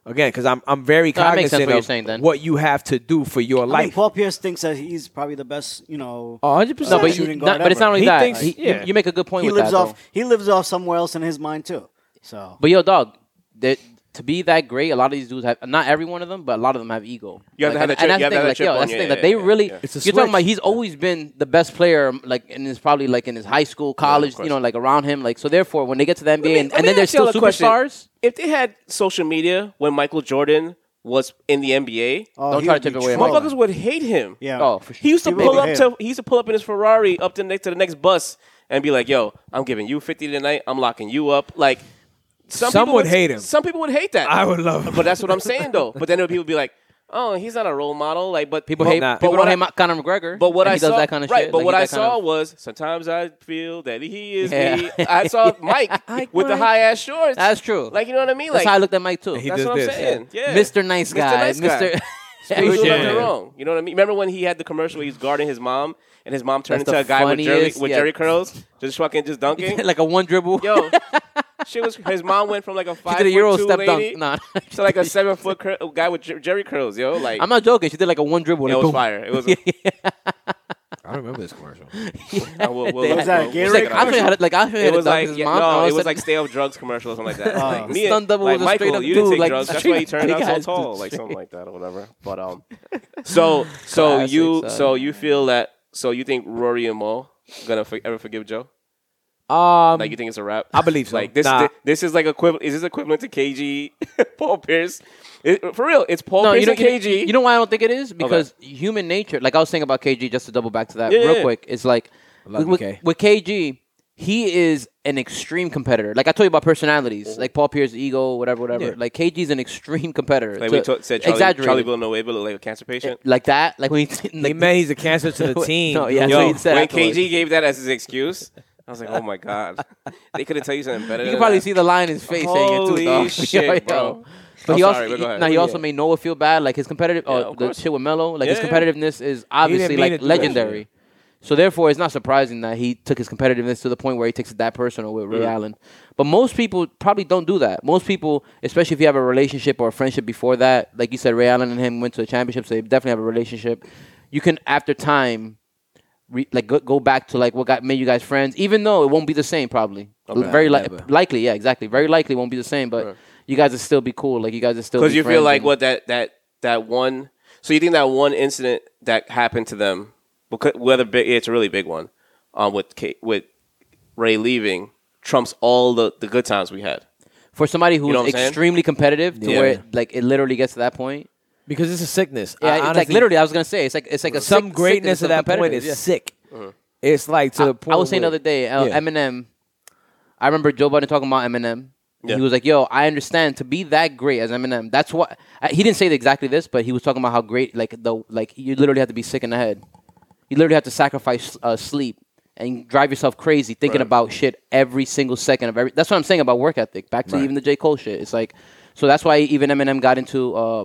Again, because I'm I'm very
that makes sense
cognizant
what you're
of
saying then.
what you have to do for your
I mean,
life.
Paul Pierce thinks that he's probably the best. You know,
A hundred percent.
No, but, you,
shooting
not,
guard
but it's
ever.
not only
He
that.
thinks-
He-
yeah.
you, you make a good point
he
with
lives
that.
off.
though.
He lives off somewhere else in his mind too. So
But yo, dog, that to be that great, a lot of these dudes have not every one of them, but a lot of them have ego.
You have to
Like,
have that
and,
chip-
and
you have to have
that's the thing.
that
Like,
chip
yo,
on
that's the
you.
thing.
Yeah,
Like, they
yeah,
really.
yeah.
It's a
You're talking about
switch.
he's always been the best player, like in his probably like in his high school, college, you know, like around him. Like so, therefore, when they get to the NBA,
me-
and,
let
and
me
then they're
ask y'all
still
a question.
superstars.
If they had social media when Michael Jordan was in the NBA,
oh,
Don't
he
try
would
to
be
take away from
trolling.
motherfuckers would hate him.
Yeah.
Oh, for
He
sure.
used to
People
pull
would
up
hate
to
him.
he used to pull up in his Ferrari up to the next to the next bus and be like, "Yo, I'm giving you 50 tonight. I'm locking you up." Like
Some
people
would hate him.
Some people would hate that.
I would love him.
But that's what I'm saying though. But then there would people be like, "Oh, he's not a role model." Like, but
People
but,
hate.
not.
But
People
what
don't
I-
hate Ma- Conor McGregor.
but what
and
I
he does
saw,
that kind of
right?
shit.
But
Like,
what
he's
I
that kind
saw
of-
was sometimes I feel that he is
Yeah.
me. I saw Mike with the high ass shorts.
That's true.
Like you know what I mean?
That's
Like
how I looked at Mike too.
He
that's
does
what I'm
this.
saying. Yeah.
Mr. Nice
Mr.
Guy.
Nice Guy.
Mr.
Yeah, he was doing
Yeah.
nothing wrong. You know what I mean? Remember when he had the commercial where he was guarding his mom and his mom turned
That's
into
the
a guy with jerry
funniest-
with
yeah.
jerry curls, just fucking just dunking.
like a one dribble.
Yo, she was his mom went from like a
she
five
did a
foot
euro
two
step
lady
dunk. Nah,
to like a seven foot cur- guy with jer- jerry curls. Yo, like
I'm not joking. She did like a one dribble.
it
like,
was
boom.
fire. It was.
I remember this commercial.
uh, we'll- we'll-
They
we'll- we'll- we'll
had- She's
that Gatorade
check
like,
it
I'm
out.
sure how to, like, I'm sure how
It
to
was
dunk
like
his
yeah,
mom. and all
no, it
of a
was
sudden-
like stay off drugs commercial or something like that.
Uh,
like, me
Stun
and-
double
like
was a
Michael,
straight-up
you didn't
dude,
take
like,
drugs. That's why you
straight-up
turned out
big
so
ass
tall,
dude.
like something like that or whatever. But um, so so
Classic,
you
son.
so you feel that so you think Rory and Mo gonna for, ever forgive Joe?
Um,
Like you think it's a wrap?
I believe so.
Like this,
Nah.
thi- this, is like equivalent. Is this equivalent to KG, Paul Pierce? It- for real, it's Paul
No,
Pierce
you know,
and
you know-
KG.
You know why I don't think it is? Because human nature, like I was saying about KG, just to double back to that
Yeah,
real
yeah.
quick, it's like
love
with,
you, K.
with KG, he is an extreme competitor. Like I told you about personalities,
Mm-hmm.
like Paul Pierce, ego, whatever, whatever. Like KG's an extreme competitor.
like
to-
we t- said, Charlie,
exaggerated.
Charlie Villanueva looked like a cancer patient.
like that, like when he, like,
he man, he's a cancer to the
No,
team.
yeah,
dude.
that's what
Yo,
he said
when
afterwards.
KG gave that as his excuse, I was like, oh my god, they could have told you something better.
You
than
can probably
that.
see the line in his face saying it
Holy
too, dog.
shit,
Yo, yo.
bro.
But
I'm
he also,
sorry, but go ahead.
now he
Oh, Yeah.
also made Noah feel bad. Like his competitive,
Yeah,
oh,
of
the
course.
shit with Melo, like
Yeah,
his
yeah.
competitiveness is
mean
obviously
to
like
do that shit.
legendary. So therefore, it's not surprising that he took his competitiveness to the point where he takes it that personal with Ray
Mm.
Allen. But most people probably don't do that. Most people, especially if you have a relationship or a friendship before that, like you said, Ray Allen and him went to a championship, so they definitely have a relationship. You can, after time, re- like go, go back to like what got made you guys friends, even though it won't be the same probably.
Okay.
Very li-
Never.
likely, yeah, exactly. Very likely won't be the same, but you guys will still be cool. Like you guys will still
because
be
you feel
friends
like
and-
what that that that one. So you think that one incident that happened to them, because, whether big, it's a really big one, um, with K, with Ray leaving, trumps all the, the good times we had.
for somebody who's
know what I'm saying?
extremely competitive to
Yeah.
where it, like it literally gets to that point.
because it's a sickness.
Yeah,
I
it's like
honestly-
literally, I was gonna say it's like it's like a
some
sick-
greatness
sickness
at
of
that point is
competitiveness, yeah.
sick. It's like to the point.
I was saying the
where-
other day, uh,
Yeah.
Eminem. I remember Joe Budden talking about Eminem. and
Yeah.
He was like, "Yo, I understand to be that great as Eminem. That's what I, he didn't say exactly this, but he was talking about how great, like the like you literally have to be sick in the head. You literally have to sacrifice uh, sleep and drive yourself crazy thinking
Right.
about shit every single second of every. That's what I'm saying about work ethic. Back to even the J Cole shit. It's like, so that's why even Eminem got into uh,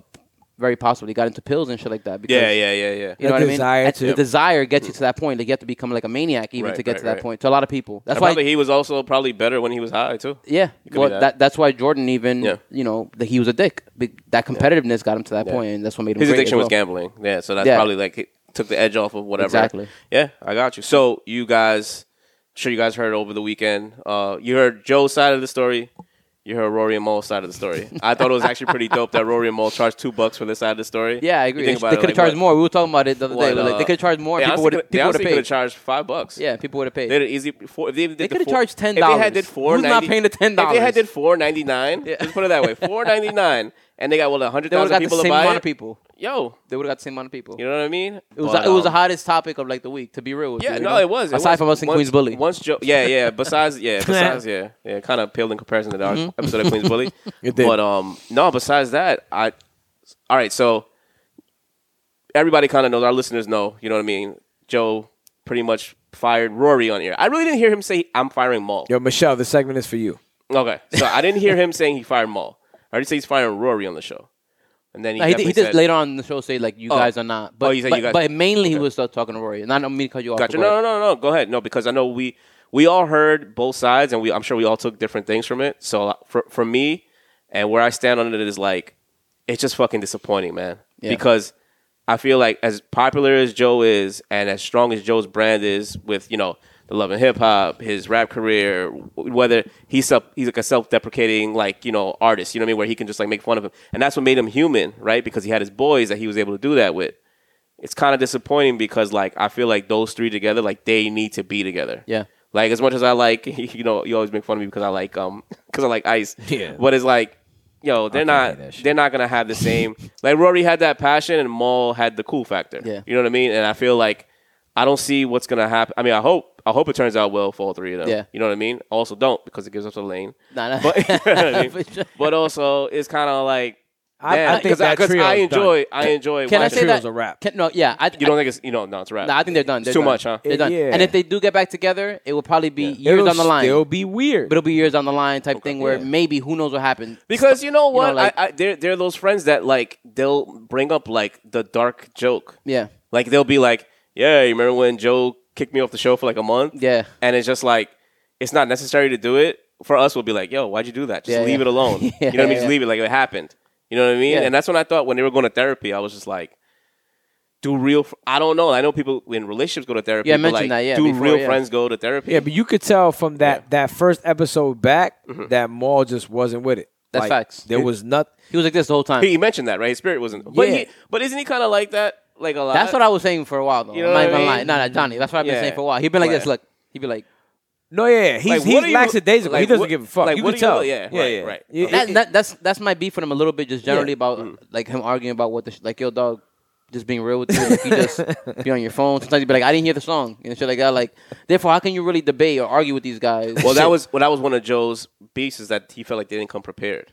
very possibly got into pills and shit like that. Because
Yeah, yeah, yeah, yeah.
you know
That
what I
desire
mean? At-
to-
the desire gets you to that point. Like you have to become like a maniac even
Right,
to get
right,
to that
right.
point. To a lot of people, that's
And
why.
probably he was also probably better when he was high too.
yeah,
could be
well,
that.
that. that's why Jordan even
Yeah.
you know that he was a dick. Be- That competitiveness got him to that point, and that's what made him.
His
great
addiction was
as well.
gambling. Yeah, so that's
Yeah.
probably like it took the edge off of whatever.
Exactly.
Yeah, I got you. So you guys, sure you guys heard over the weekend. Uh, you heard Joe's side of the story. You heard Rory and Mole's side of the story. I thought it was actually pretty dope that Rory and Mole charged two bucks for this side of the story.
Yeah, I
You
agree. They
think
could
about
have
it, like,
charged
what-
more. We were talking about it the other day.
what,
We're like,
uh,
they could have charged more.
They
and people would have.
honestly
People would
could
have
have
paid.
charged five bucks.
yeah, people would have paid.
They did easy four. If they,
They
did the
coulda
four-
charged $10.
If they had did
Who's
four ninety,
not paying the $10?
If they had did four ninety nine, just put it that way, four ninety nine, and they got well hundred
They would have
thousand
got the
people to
same
buy
amount
it.
of people.
Yo,
They would have got the same amount of people.
you know what I mean?
It was
But,
it was the
um,
hottest topic of like the week, to be real. With
Yeah,
you, you
no,
know?
it was. It
Aside
was.
from us in
Once-
Queens Bully,
Once Joe, yeah, yeah. Besides, yeah, besides, yeah, yeah. Kind of paled in comparison to the
Mm-hmm.
episode of Queens Bully.
It did.
But um, no. Besides that, I. All right, so everybody kind of knows. Our listeners know. You know what I mean? Joe pretty much fired Rory on air. I really didn't hear him say I'm firing Maul.
Yo, Michelle, this segment is for you.
Okay, so I didn't hear him saying he fired Maul. I already said he's firing Rory on the show, and then he,
No, he, did, he
definitely
did
said-
later on in the show say like you
Oh.
guys are not. But,
Oh, he said
but,
you guys-
but mainly he was still talking to Rory. And I don't mean to cut you off.
Gotcha.
but-
No, no, no, no. Go ahead. No, because I know we we all heard both sides, and we I'm sure we all took different things from it. So uh, for for me, and where I stand on it is like it's just fucking disappointing, man.
Yeah.
Because I feel like as popular as Joe is, and as strong as Joe's brand is, with you know the love and hip hop, his rap career, w- whether he's self, he's like a self deprecating like you know artist, you know what I mean, where he can just like make fun of him, and that's what made him human, right? Because he had his boys that he was able to do that with it's kind of disappointing because like I feel like those three together, like they need to be together.
Yeah.
Like as much as I like, you know, you always make fun of me because I like um because I like Ice.
Yeah.
But it's like, yo, they're not
that shit.
they're not gonna have the same. like Rory had that passion and Maul had the cool factor.
Yeah.
You know what I mean? And I feel like I don't see what's gonna happen. I mean, I hope I hope it turns out well for all three of them.
Yeah.
You know what I mean? Also, don't because it gives us a lane.
Nah, nah.
But, you know what I mean?
For sure.
but also, it's kind of like.
I-
man,
I think
'cause
that
because
trio
I
is done.
enjoy I enjoy.
Can I
watching
say
Trio's
that?
a wrap.
Can, no, yeah, I,
you don't think it's you know no it's rap.
I, nah, I think they're done. They're
too
done.
much, huh?
They're done.
Yeah.
And if they do get back together, it will probably be
Yeah.
years
It'll
on the line.
Still be weird.
but it'll be years on the line type thing where
yeah.
maybe who knows what happened.
Because you know
You know,
what,
like-
I, I, they're they're those friends that like they'll bring up like the dark joke.
Yeah,
Like they'll be like, "Yeah, you remember when Joe kicked me off the show for like a month?"
Yeah.
and it's just like it's not necessary to do it. For us, we'll be like, "Yo, why'd you do that? Just
Yeah,
leave it
yeah.
alone." you know what I mean?
Yeah,
Just
yeah.
leave it like it happened. You know what I mean?
Yeah.
And that's when I thought when they were going to therapy, I was just like. Do real? fr- I don't know. I know people in relationships go to therapy.
Yeah, I
but, like,
mentioned that, yeah,
do
before,
real
yeah.
friends go to therapy?
yeah, but you could tell from that that first episode back that Maul just wasn't with it.
That's
Like,
facts.
There was nothing.
he was like this the whole time.
he mentioned that, right? His spirit wasn't. But
Yeah.
he, but isn't he kind of like that? Like a lot.
that's what I was saying for a while though.
You know what
I'm not
I
even
mean?
lying. No, no, Johnny. That's what I've been
Yeah.
saying for a while. He'd been like
Yeah.
this. Look, he'd be like,
No, yeah, yeah. he's
Like, what
he's
are you-
lackadaisical.
like,
he doesn't
what-
give a fuck.
like,
you
what
can
are you-
tell.
yeah, right, right.
Yeah,
Okay.
yeah.
that, that, that's that's my beef with him a little bit, just generally about
Mm.
like him arguing about what the sh- like yo dog, just being real with you, like you just be on your phone. Sometimes you be like, I didn't hear the song and shit like that. Like, therefore, how can you really debate or argue with these guys?
Well, that was well, that was one of Joe's beefs is that he felt like they didn't come prepared.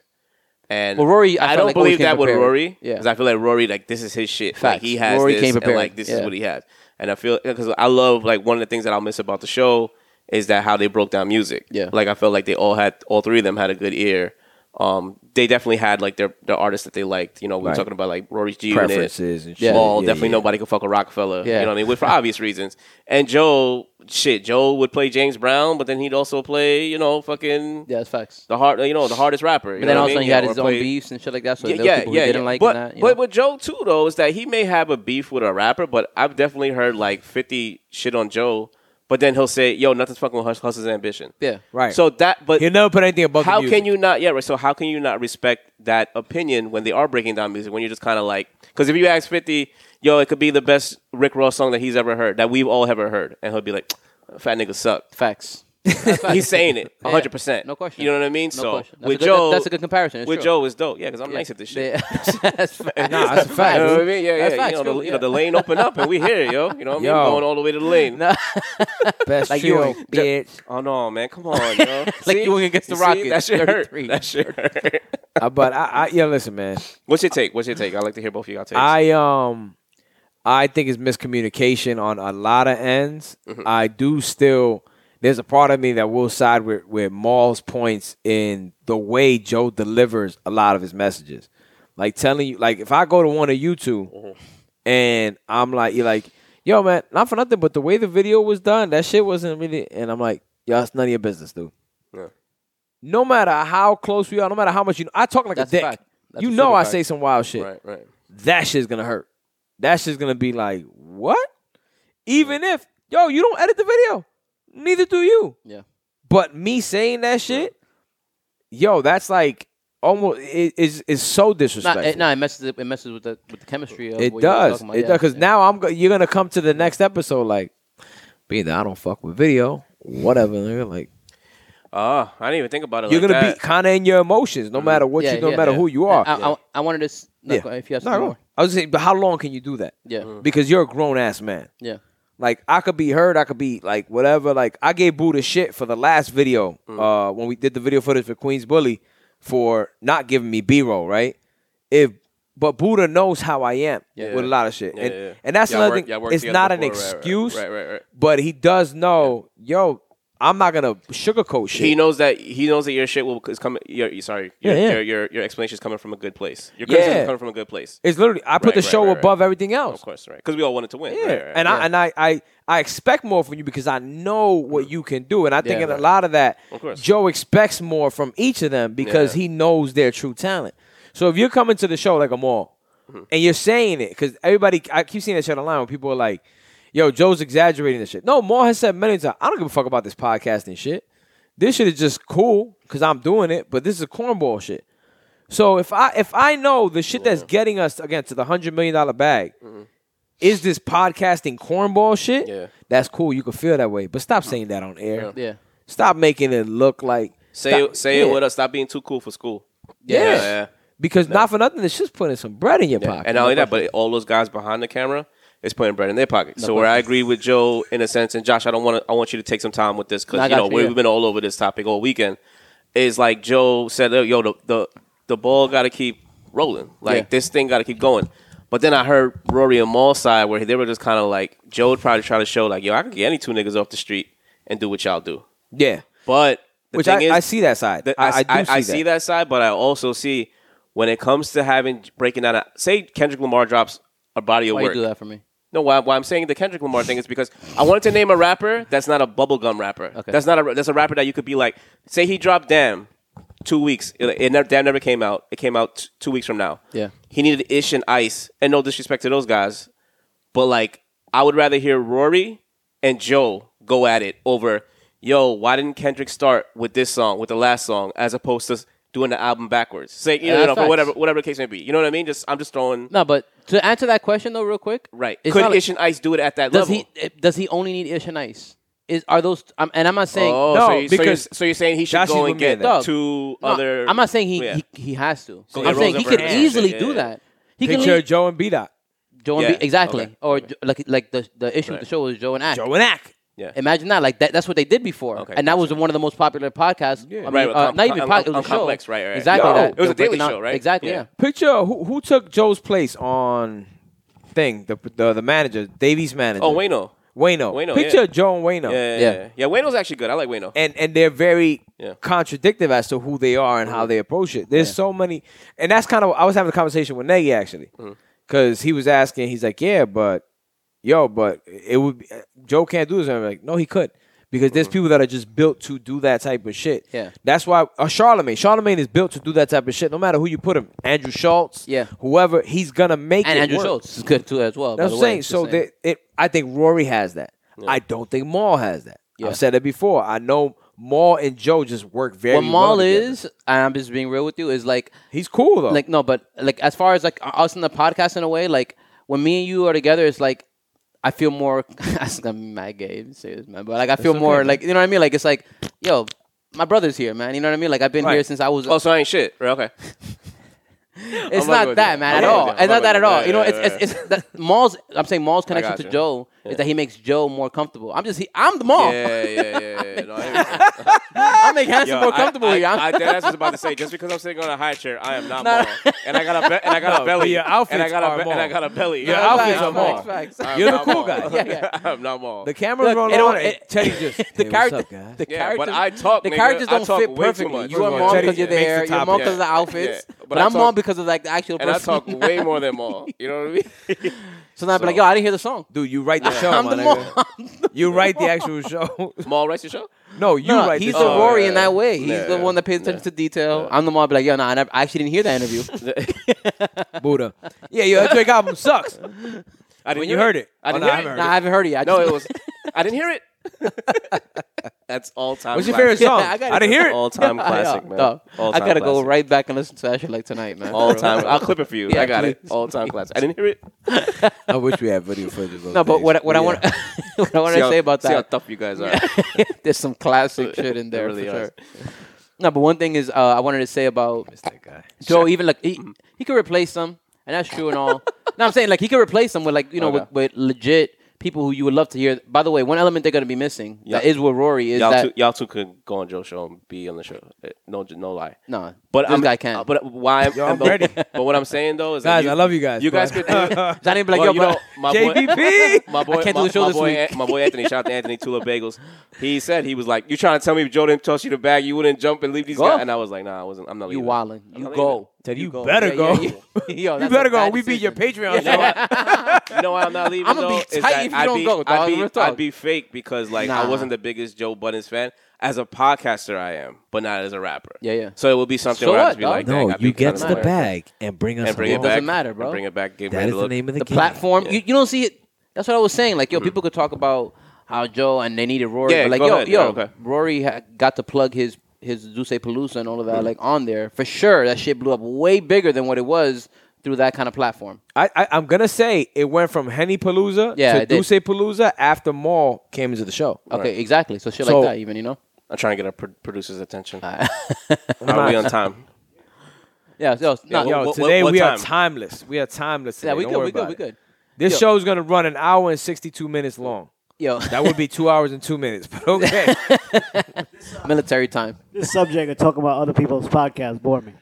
And
Well, Rory, I felt
don't
like always
believe
came
that with
prepared.
Rory.
Yeah.
because I feel like Rory, like this is his shit. Like
Facts.
he has
Rory
this,
came
and
prepared.
like this is
Yeah.
what he has. And I feel because I love like one of the things that I'll miss about the show is that how they broke down music.
Yeah.
like I felt like they all had all three of them had a good ear Um, they definitely had like their their artists that they liked. You know, we were
Right.
talking about like Rory G.
Preferences and shit.
Well,
Yeah,
definitely
yeah.
nobody could fuck a Rockefeller.
Yeah.
You know what I mean? With for obvious reasons. And Joe, shit, Joe would play James Brown, but then he'd also play, you know, fucking
Yeah, it's facts.
the hard, you know, the hardest rapper. You
But then
know
all
what
of a
I
sudden
mean?
you had
Or
his own
play-
beefs and shit like that. So
yeah,
there were
yeah,
people who
yeah,
didn't
yeah.
like
but,
and that. you
but
know?
with Joe too though is that he may have a beef with a rapper, but I've definitely heard like fifty shit on Joe, but then he'll say, "Yo, nothing's fucking with Hus- Hustle's ambition."
yeah,
Right.
So that, but
He'll never put anything above the
how
music.
can you not? Yeah, right. So how can you not respect that opinion when they are breaking down music? When you're just kind of like, because if you ask Fifty, yo, it could be the best Rick Ross song that he's ever heard, that we've all ever heard, and he'll be like, "Fat niggas suck."
facts.
he's saying it,
Yeah.
100. percent
No question.
You know what I mean?
No
so
question. That's
with
a good-
Joe,
that's a good comparison. It's
with
true.
Joe is dope. Yeah, because I'm
Yeah.
nice at this shit.
Yeah. that's facts.
Nah, that's a fact.
You know what I mean? Yeah,
That's
yeah.
facts,
you, know, the,
true,
you
yeah.
know, the lane open up and we here, yo. You know what I mean?
Yo.
Going all the way to the lane.
Best
Like you
trio,
ain't-
bitch.
Oh no, man, come on, yo.
Like you went against the
You see?
Rockets,
That shit hurt.
33.
That shit hurt.
Uh, but I, I, yeah, listen, man.
What's your take? What's your take? I'd like to hear both of y'all takes.
I um I think it's miscommunication on a lot of ends.
Mm-hmm.
I do still there's a part of me that will side with with Maul's points in the way Joe delivers a lot of his messages. Like telling you like if I go to one of you 2
Mm-hmm.
and I'm like you're like, yo man, not for nothing, but the way the video was done, that shit wasn't really and I'm like, yo, it's none of your business, dude.
Yeah.
No matter how close we are, no matter how much you know, I talk like a
That's
dick.
fact. That's
you
a
know
super
I
fact.
say some wild shit
right, right.
that shit's gonna hurt. That shit's gonna be like, what? Even if, yo, you don't edit the video. Neither do you.
Yeah.
But me saying that shit, yo, that's like almost it is is so
Nah,
disrespectful.
it, nah, it messes it messes with the with the chemistry. Of
it
what you were
does.
talking about.
It
Yeah,
does. Because
yeah.
now I'm go- you're gonna come to the next episode like, being that I don't fuck with video, whatever. nigga, Like
Ah, I didn't even think about it.
you're
like
gonna
that.
be kind of in your emotions, no matter what
Mm-hmm. Yeah,
you, no
yeah,
matter
yeah.
who you are.
I, I- I wanted to. s- no,
Yeah.
go- If you have
No,
some
go
more.
on. I was saying, but how long can you do that?
Yeah.
Because you're a grown ass man.
Yeah.
Like I could be heard, I could be like whatever. Like I gave Buddha shit for the last video
Mm.
uh, when we did the video footage for Queens Bully for not giving me B roll, right? If but Buddha knows how I am
Yeah.
with a lot of shit,
Yeah,
and,
yeah, yeah.
and that's
Y'all
another
work- y'all
thing.
worked
It's
together
not an
before, right, right,
excuse,
right, right, right.
but he does know, yo, I'm not gonna sugarcoat shit.
He knows that he knows that your shit will is coming. Your, your- sorry, your,
Yeah, yeah.
Your, your your explanation is coming from a good place. Your
Yeah.
criticism is coming from a good place.
it's literally I put
Right,
the
right,
show
right, right.
above everything else.
Of course, right? Because we all wanted to win.
Yeah,
right, right,
and
yeah.
I and I, I I expect more from you because I know what you can do, and I think
Yeah.
in a lot of that,
Of course.
Joe expects more from each of them because
Yeah.
he knows their true talent. So if you're coming to the show like a mall,
Mm-hmm.
and you're saying it because everybody, I keep seeing that shit online where people are like, "Yo, Joe's exaggerating this shit." No, Maul has said many times, "I don't give a fuck about this podcasting shit. This shit is just cool because I'm doing it, but this is cornball shit." So if I if I know the shit that's getting us again to the hundred million dollar bag is this podcasting cornball shit,
Mm-hmm. Yeah.
that's cool. You can feel that way, but stop saying that on air.
Yeah.
Stop making it look like
say
stop-
it, say
yeah.
it with us. Stop being too cool for school.
Yeah.
yeah. yeah.
because not for nothing, this shit's putting some bread in your pocket.
And not only that, but all those guys behind the camera is putting bread in their pocket. so where I agree with Joe in a sense, and Josh, I don't want to. I want you to take some time with this
No, I
because you know
got you,
we-
yeah.
we've been all over this topic all weekend. Is like Joe said, "Oh, yo, the the, the ball got to keep rolling. Like
Yeah.
this thing got to keep going. But then I heard Rory and Maul side where they were just kind of like Joe would probably try to show like, yo, I could get any two niggas off the street and do what y'all do.
yeah,
But the
which
thing
I,
is,
I see that side.
that
I, I do see,
I
that.
see that side, but I also see when it comes to having breaking down. A, say Kendrick Lamar drops a body of
Why you
work.
do that for me?
No, why, why I'm saying the Kendrick Lamar thing is because I wanted to name a rapper that's not a bubblegum rapper.
Okay.
That's not a that's a rapper that you could be like, say he dropped Damn, two weeks. It, it never, Damn never came out. It came out t- two weeks from now.
Yeah.
He needed Ish and Ice, and no disrespect to those guys, but like I would rather hear Rory and Joe go at it over, yo, why didn't Kendrick start with this song with the last song as opposed to doing the album backwards? Say you
Yeah,
know, you know,
facts.
for whatever whatever the case may be. You know what I mean? Just I'm just throwing.
No, but to answer that question though, real quick.
Right.
it's
Could
not like-
Ish and Ice do it at that
does
level?
he eh, does he only need Ish and Ice? Is are those? I'm, and I'm not saying.
Oh,
No,
so you- so you're,
because
so, you're, saying he should
Josh is
go
with
and
me on
get
that.
two
no,
other.
I'm not saying he
Yeah.
he, he has to.
So
I'm
he
saying
rolls
he
over
could
and shit,
easily
yeah,
do
yeah.
that. He can
Picture
leave
Joe and B dot,
Joe and
Yeah,
B, exactly,
okay,
or Jo- like like the the issue with
Right.
the show was Joe and Act.
Joe and Ack.
Yeah.
Imagine that, like that, that's what they did before,
Okay,
and that was one of the most popular podcasts. I mean,
Right, with
uh,
Com-
not even
Com-
podcast, it
on
was a show.
Complex, right, right, right.
Exactly.
Yo.
that.
It
was a
They're
Daily
breaking out-
Show, right?
Exactly.
Yeah.
Yeah.
Picture who who took Joe's place on thing the the, the manager Davies manager.
Oh, Wayno.
Wayno.
Wayno,
Picture
yeah.
Joe and Wayno.
Yeah,
Yeah.
yeah, yeah. Yeah, Wayno's actually good. I like Wayno.
and and they're very
Yeah.
contradictive as to who they are and
Mm-hmm.
how they approach it. There's so many, and that's kind of I was having a conversation with Nagy actually,
Mm-hmm.
because he was asking, he's like, yeah, but yo, but it would be, Joe can't do this. And I'm like, no, he could. Because there's people that are just built to do that type of shit.
Mm-hmm. Yeah.
that's why uh, Charlemagne. Charlemagne is built to do that type of shit. No matter who you put him, Andrew Schultz,
Yeah.
whoever, he's gonna make
and
it
Andrew
work.
Schultz is good too as well. by
That's
the
what I'm
way,
saying.
just
So
saying.
that it, I think Rory has that. I don't think Maul has that.
Yeah.
I've said it before. I know Maul and Joe just work very.
what Maul
well together.
is, and I'm just being real with you, is like
he's cool though.
like no, but like as far as like us in the podcast in a way, like when me and you are together, it's like I feel more. That's gonna be mad gay to say this, man. But like I feel
okay,
more
man.
like you know what I mean. Like it's like yo, my brother's here, man. You know what I mean. Like I've been
Right.
here since I was.
Oh, so I ain't shit. Right, okay.
it's
I'm not
not,
gonna do
that,
that. I'm
man, at
not
all.
gonna do
It's
that.
not
I'm
that
not
at
gonna
all.
do
You know,
that.
it's
Yeah,
it's, it's that Maul's. I'm saying Maul's connection to
gotcha.
Joe is that he makes Joe more comfortable. I'm just he, I'm the Maul.
Yeah, yeah, yeah. yeah. No, I-
I make Hanson
Yo,
more comfortable
I,
here.
I,
I'm-
I, that's what I was about to say. Just because I'm sitting on a high chair, I am not Maul. And I got a be- and I got
No,
a
but
belly.
your
and I
outfits
got
are
a be-
Maul.
and I got a belly.
Your
I'm
outfits
not
are
Maul.
Maul.
Facts, facts.
I'm
You're the
not
cool
Maul.
guy.
Yeah, yeah.
I'm not Maul.
the cameras
Look,
roll
it
on.
don't-
and
it-
Teddy just
the
hey,
character,
What's up, guys?
the
Yeah,
characters,
but I talk,
the
nigga.
characters
I
don't
talk
fit
way too
perfectly.
much.
You are
First of
mom
all,
because
Teddy
you're
makes the
there. You're
topic.
mom because of the
Yeah.
outfits.
Yeah.
But,
But I
I'm mom
talk-
because of like the actual
and I
person.
talk way more than Maul. You know what I mean?
so now I'd be like, yo, I didn't hear the song.
Dude, you write the show,
I'm
my
the
nigga.
mom.
You write the actual show.
Maul writes your show.
no, you
No,
write.
he's
the
the
show.
Rory
yeah.
in that way. He's the
Yeah.
one that pays attention to detail. I'm the mom. I'd be like, yo, no, I, never, I actually didn't hear that interview.
Buddha. Yeah, your Drake album sucks.
I didn't
When you
hear
heard it,
I
Oh,
didn't
no, I
hear
haven't
it.
nah, I haven't heard it yet. I
No,
just-
it was. I didn't hear it. That's all time.
What's your favorite song? I,
gotta-
didn't hear it.
All time classic,
Yo,
man.
dog,
All
I
time
gotta go
classic.
right back and listen to that shit like tonight, man.
All time. I'll clip it for you.
Yeah,
I got
please.
it. All time classic. I didn't hear it.
I wish we had video footage. of those
No, but
things.
what, what I
Yeah.
want what I want
See
to
how-
say about
See how
that
tough you guys are.
there's some classic shit in
They
there
really
for
are.
sure. No, but one thing is uh, I wanted to say about
That guy.
Joe. Even like he, he could replace them, and that's true and all. no, I'm saying like he could replace them with like you know
Okay.
with, with legit people who you would love to hear. By the way, one element they're gonna be missing
Yeah.
that is what Rory is
y'all,
that
two, y'all two could go on Joe's show and be on the show. Eh, No, j- no lie.
no,
But
this
I'm,
guy can't.
But why?
Yo, I'm
but-
ready.
But what I'm saying though is, that
Guys, I love you guys.
You guys
but-
could do it.
Johnny be like
Well,
yo,
you
but
know, my boy,
JPP.
my boy,
can't do
my,
the show
my
this
boy,
week.
An- my boy Anthony, shout out to Anthony Tula Bagels. He said he was like, "You trying to tell me if Joe didn't toss you the bag, you wouldn't jump and leave these
Go.
guys?" And I was like, "Nah, I wasn't. I'm not
you
leaving.
wildin',
I'm
you
not
go.
Teddy, you
go.
better
Yeah, yeah,
go.
yeah. Yo,
You
that's a
better go.
bad
We beat your
decision.
Patreon
You know,
show.
why- you know why I'm not leaving?
I'ma be
though, is
tight
that
if you
I'd
don't
be,
go, dog.
I'd be,
Real talk.
I'd be fake because like
Nah.
I wasn't the biggest Joe Buttons fan. As a podcaster, I am, but not as a rapper.
Yeah, yeah.
So it would be something
So
where
what,
I'd just be
dog?
like, dang, I'd be kinda mad.
and bring us
and bring
It
it,
doesn't
back.
matter,
and
bro.
bring it back. Give me
That is
a
the
look.
name of the,
the
game.
platform.
Yeah. Mm-hmm.
You, you don't see it. That's what I was saying. Like, yo, people could talk about how Joe and they needed Rory,
Yeah,
but like,
go
yo,
ahead.
yo,
Yeah, okay.
Rory ha- got to plug his his Duce Palooza and all
Mm-hmm.
of that like on there for sure. That shit blew up way bigger than what it was through that kind of platform.
I, I, I'm gonna say it went from Henny Palooza
Yeah,
to
it did.
Duce Palooza after Maul came into the show.
Okay, exactly. So shit
So-
like that, even you know.
I'm trying to get our pro- producer's attention. Are we on time?
Yeah. So, no,
what-
Yo,
what-
today
what
we are
time?
timeless. We are timeless. Today.
yeah, we
Don't
good.
worry
We good.
about
We
it.
good.
This
Yo.
show is gonna run an hour and 62 minutes long.
Yo,
That would be two hours and two minutes. But okay,
military time.
This subject of talking about other people's podcasts bore me.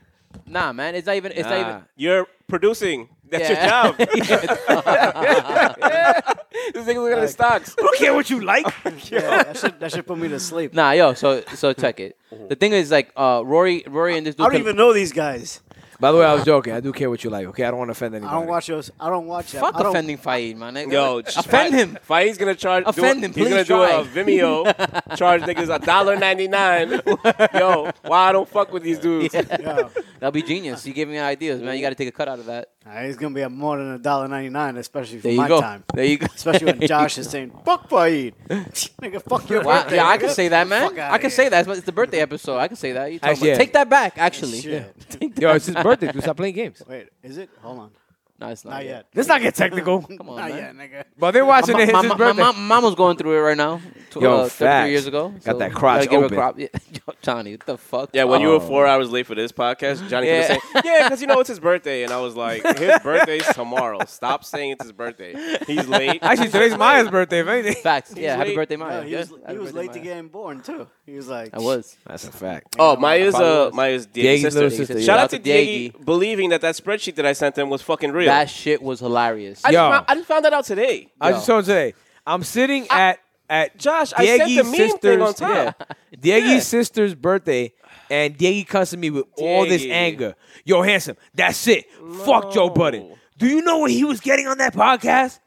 Nah, man. It's not even. It's
Nah.
not
You're producing. That's
Yeah.
your job.
even.
this nigga looking at his stocks.
don't care what you like.
Yeah, that, should, that should put me to sleep.
nah, yo. So so check it. The thing is like uh, Rory, Rory and this dude.
I don't
can-
even know these guys.
By the way, I was joking. I do care what you like. Okay, I don't want to offend
I
anybody.
don't watch those. I don't watch that.
Fuck
I don't,
offending Fahid, man. Nigga.
Yo,
offend him.
Fahid's gonna charge.
Offend
do,
him,
He's gonna
please
do a Vimeo. charge niggas a dollar ninety nine. Yo, why I don't fuck with these dudes?
Yeah.
That'll be genius. You gave me ideas, man. You got to take a cut out of that.
Nah, it's gonna be a more than a dollar ninety nine, especially for
There you
my
go.
time.
There you go.
Especially when Josh is saying "fuck Faid," nigga, fuck your
Wow.
birthday.
Yeah, I can
nigga.
say that, man.
Fuck outta
I can
here.
say that. It's the birthday episode. I can say that. You talking
Actually,
about-
yeah.
Take that back, actually.
Shit.
Take that-
Yo, it's his birthday. Dude, stop playing games.
Wait, is it? Hold on,
No, it's not,
not yet.
Let's not get technical.
Come on,
Not
man.
yet, nigga.
But they're watching
My,
it. It's
my,
his
my,
birthday.
mom- mom was going through it right now. Tw-
Yo,
uh, 33
facts.
years ago.
Got that crotch
gotta give her
open.
crop- Yeah. Yo, Johnny, what the fuck?
Yeah, when
Oh.
you were four hours late for this podcast, Johnny
Yeah.
Um, yeah. kept saying, "Yeah, because you know it's his birthday," and I was like, "His birthday's tomorrow. Stop saying it's his birthday. He's late."
Actually, today's Maya's birthday. If anything,
Facts. Yeah, happy
late.
birthday,
No,
Maya.
Oh, he was,
Happy
he was
birthday,
late
Maya.
to
uh,
getting born too. He was like,
I was.
that's a fact.
Oh, Maya's
Probably
uh,
was.
Maya's
Diego's
Diego's sister.
little sister,
Shout
yeah.
out to
Shout out to Diego.
Diego believing that that spreadsheet that I sent him was fucking real.
That shit was hilarious.
I,
Yo.
just found, I just found that out today.
I just told him today. I'm sitting at at
Josh, I sent the meme thing on top.
yeah, Diegie's sister's birthday, and Dieggy comes to me with all this
Dieggy.
anger. Yo, handsome, that's it. Fuck Joe Budden. Do you know what he was getting on that podcast?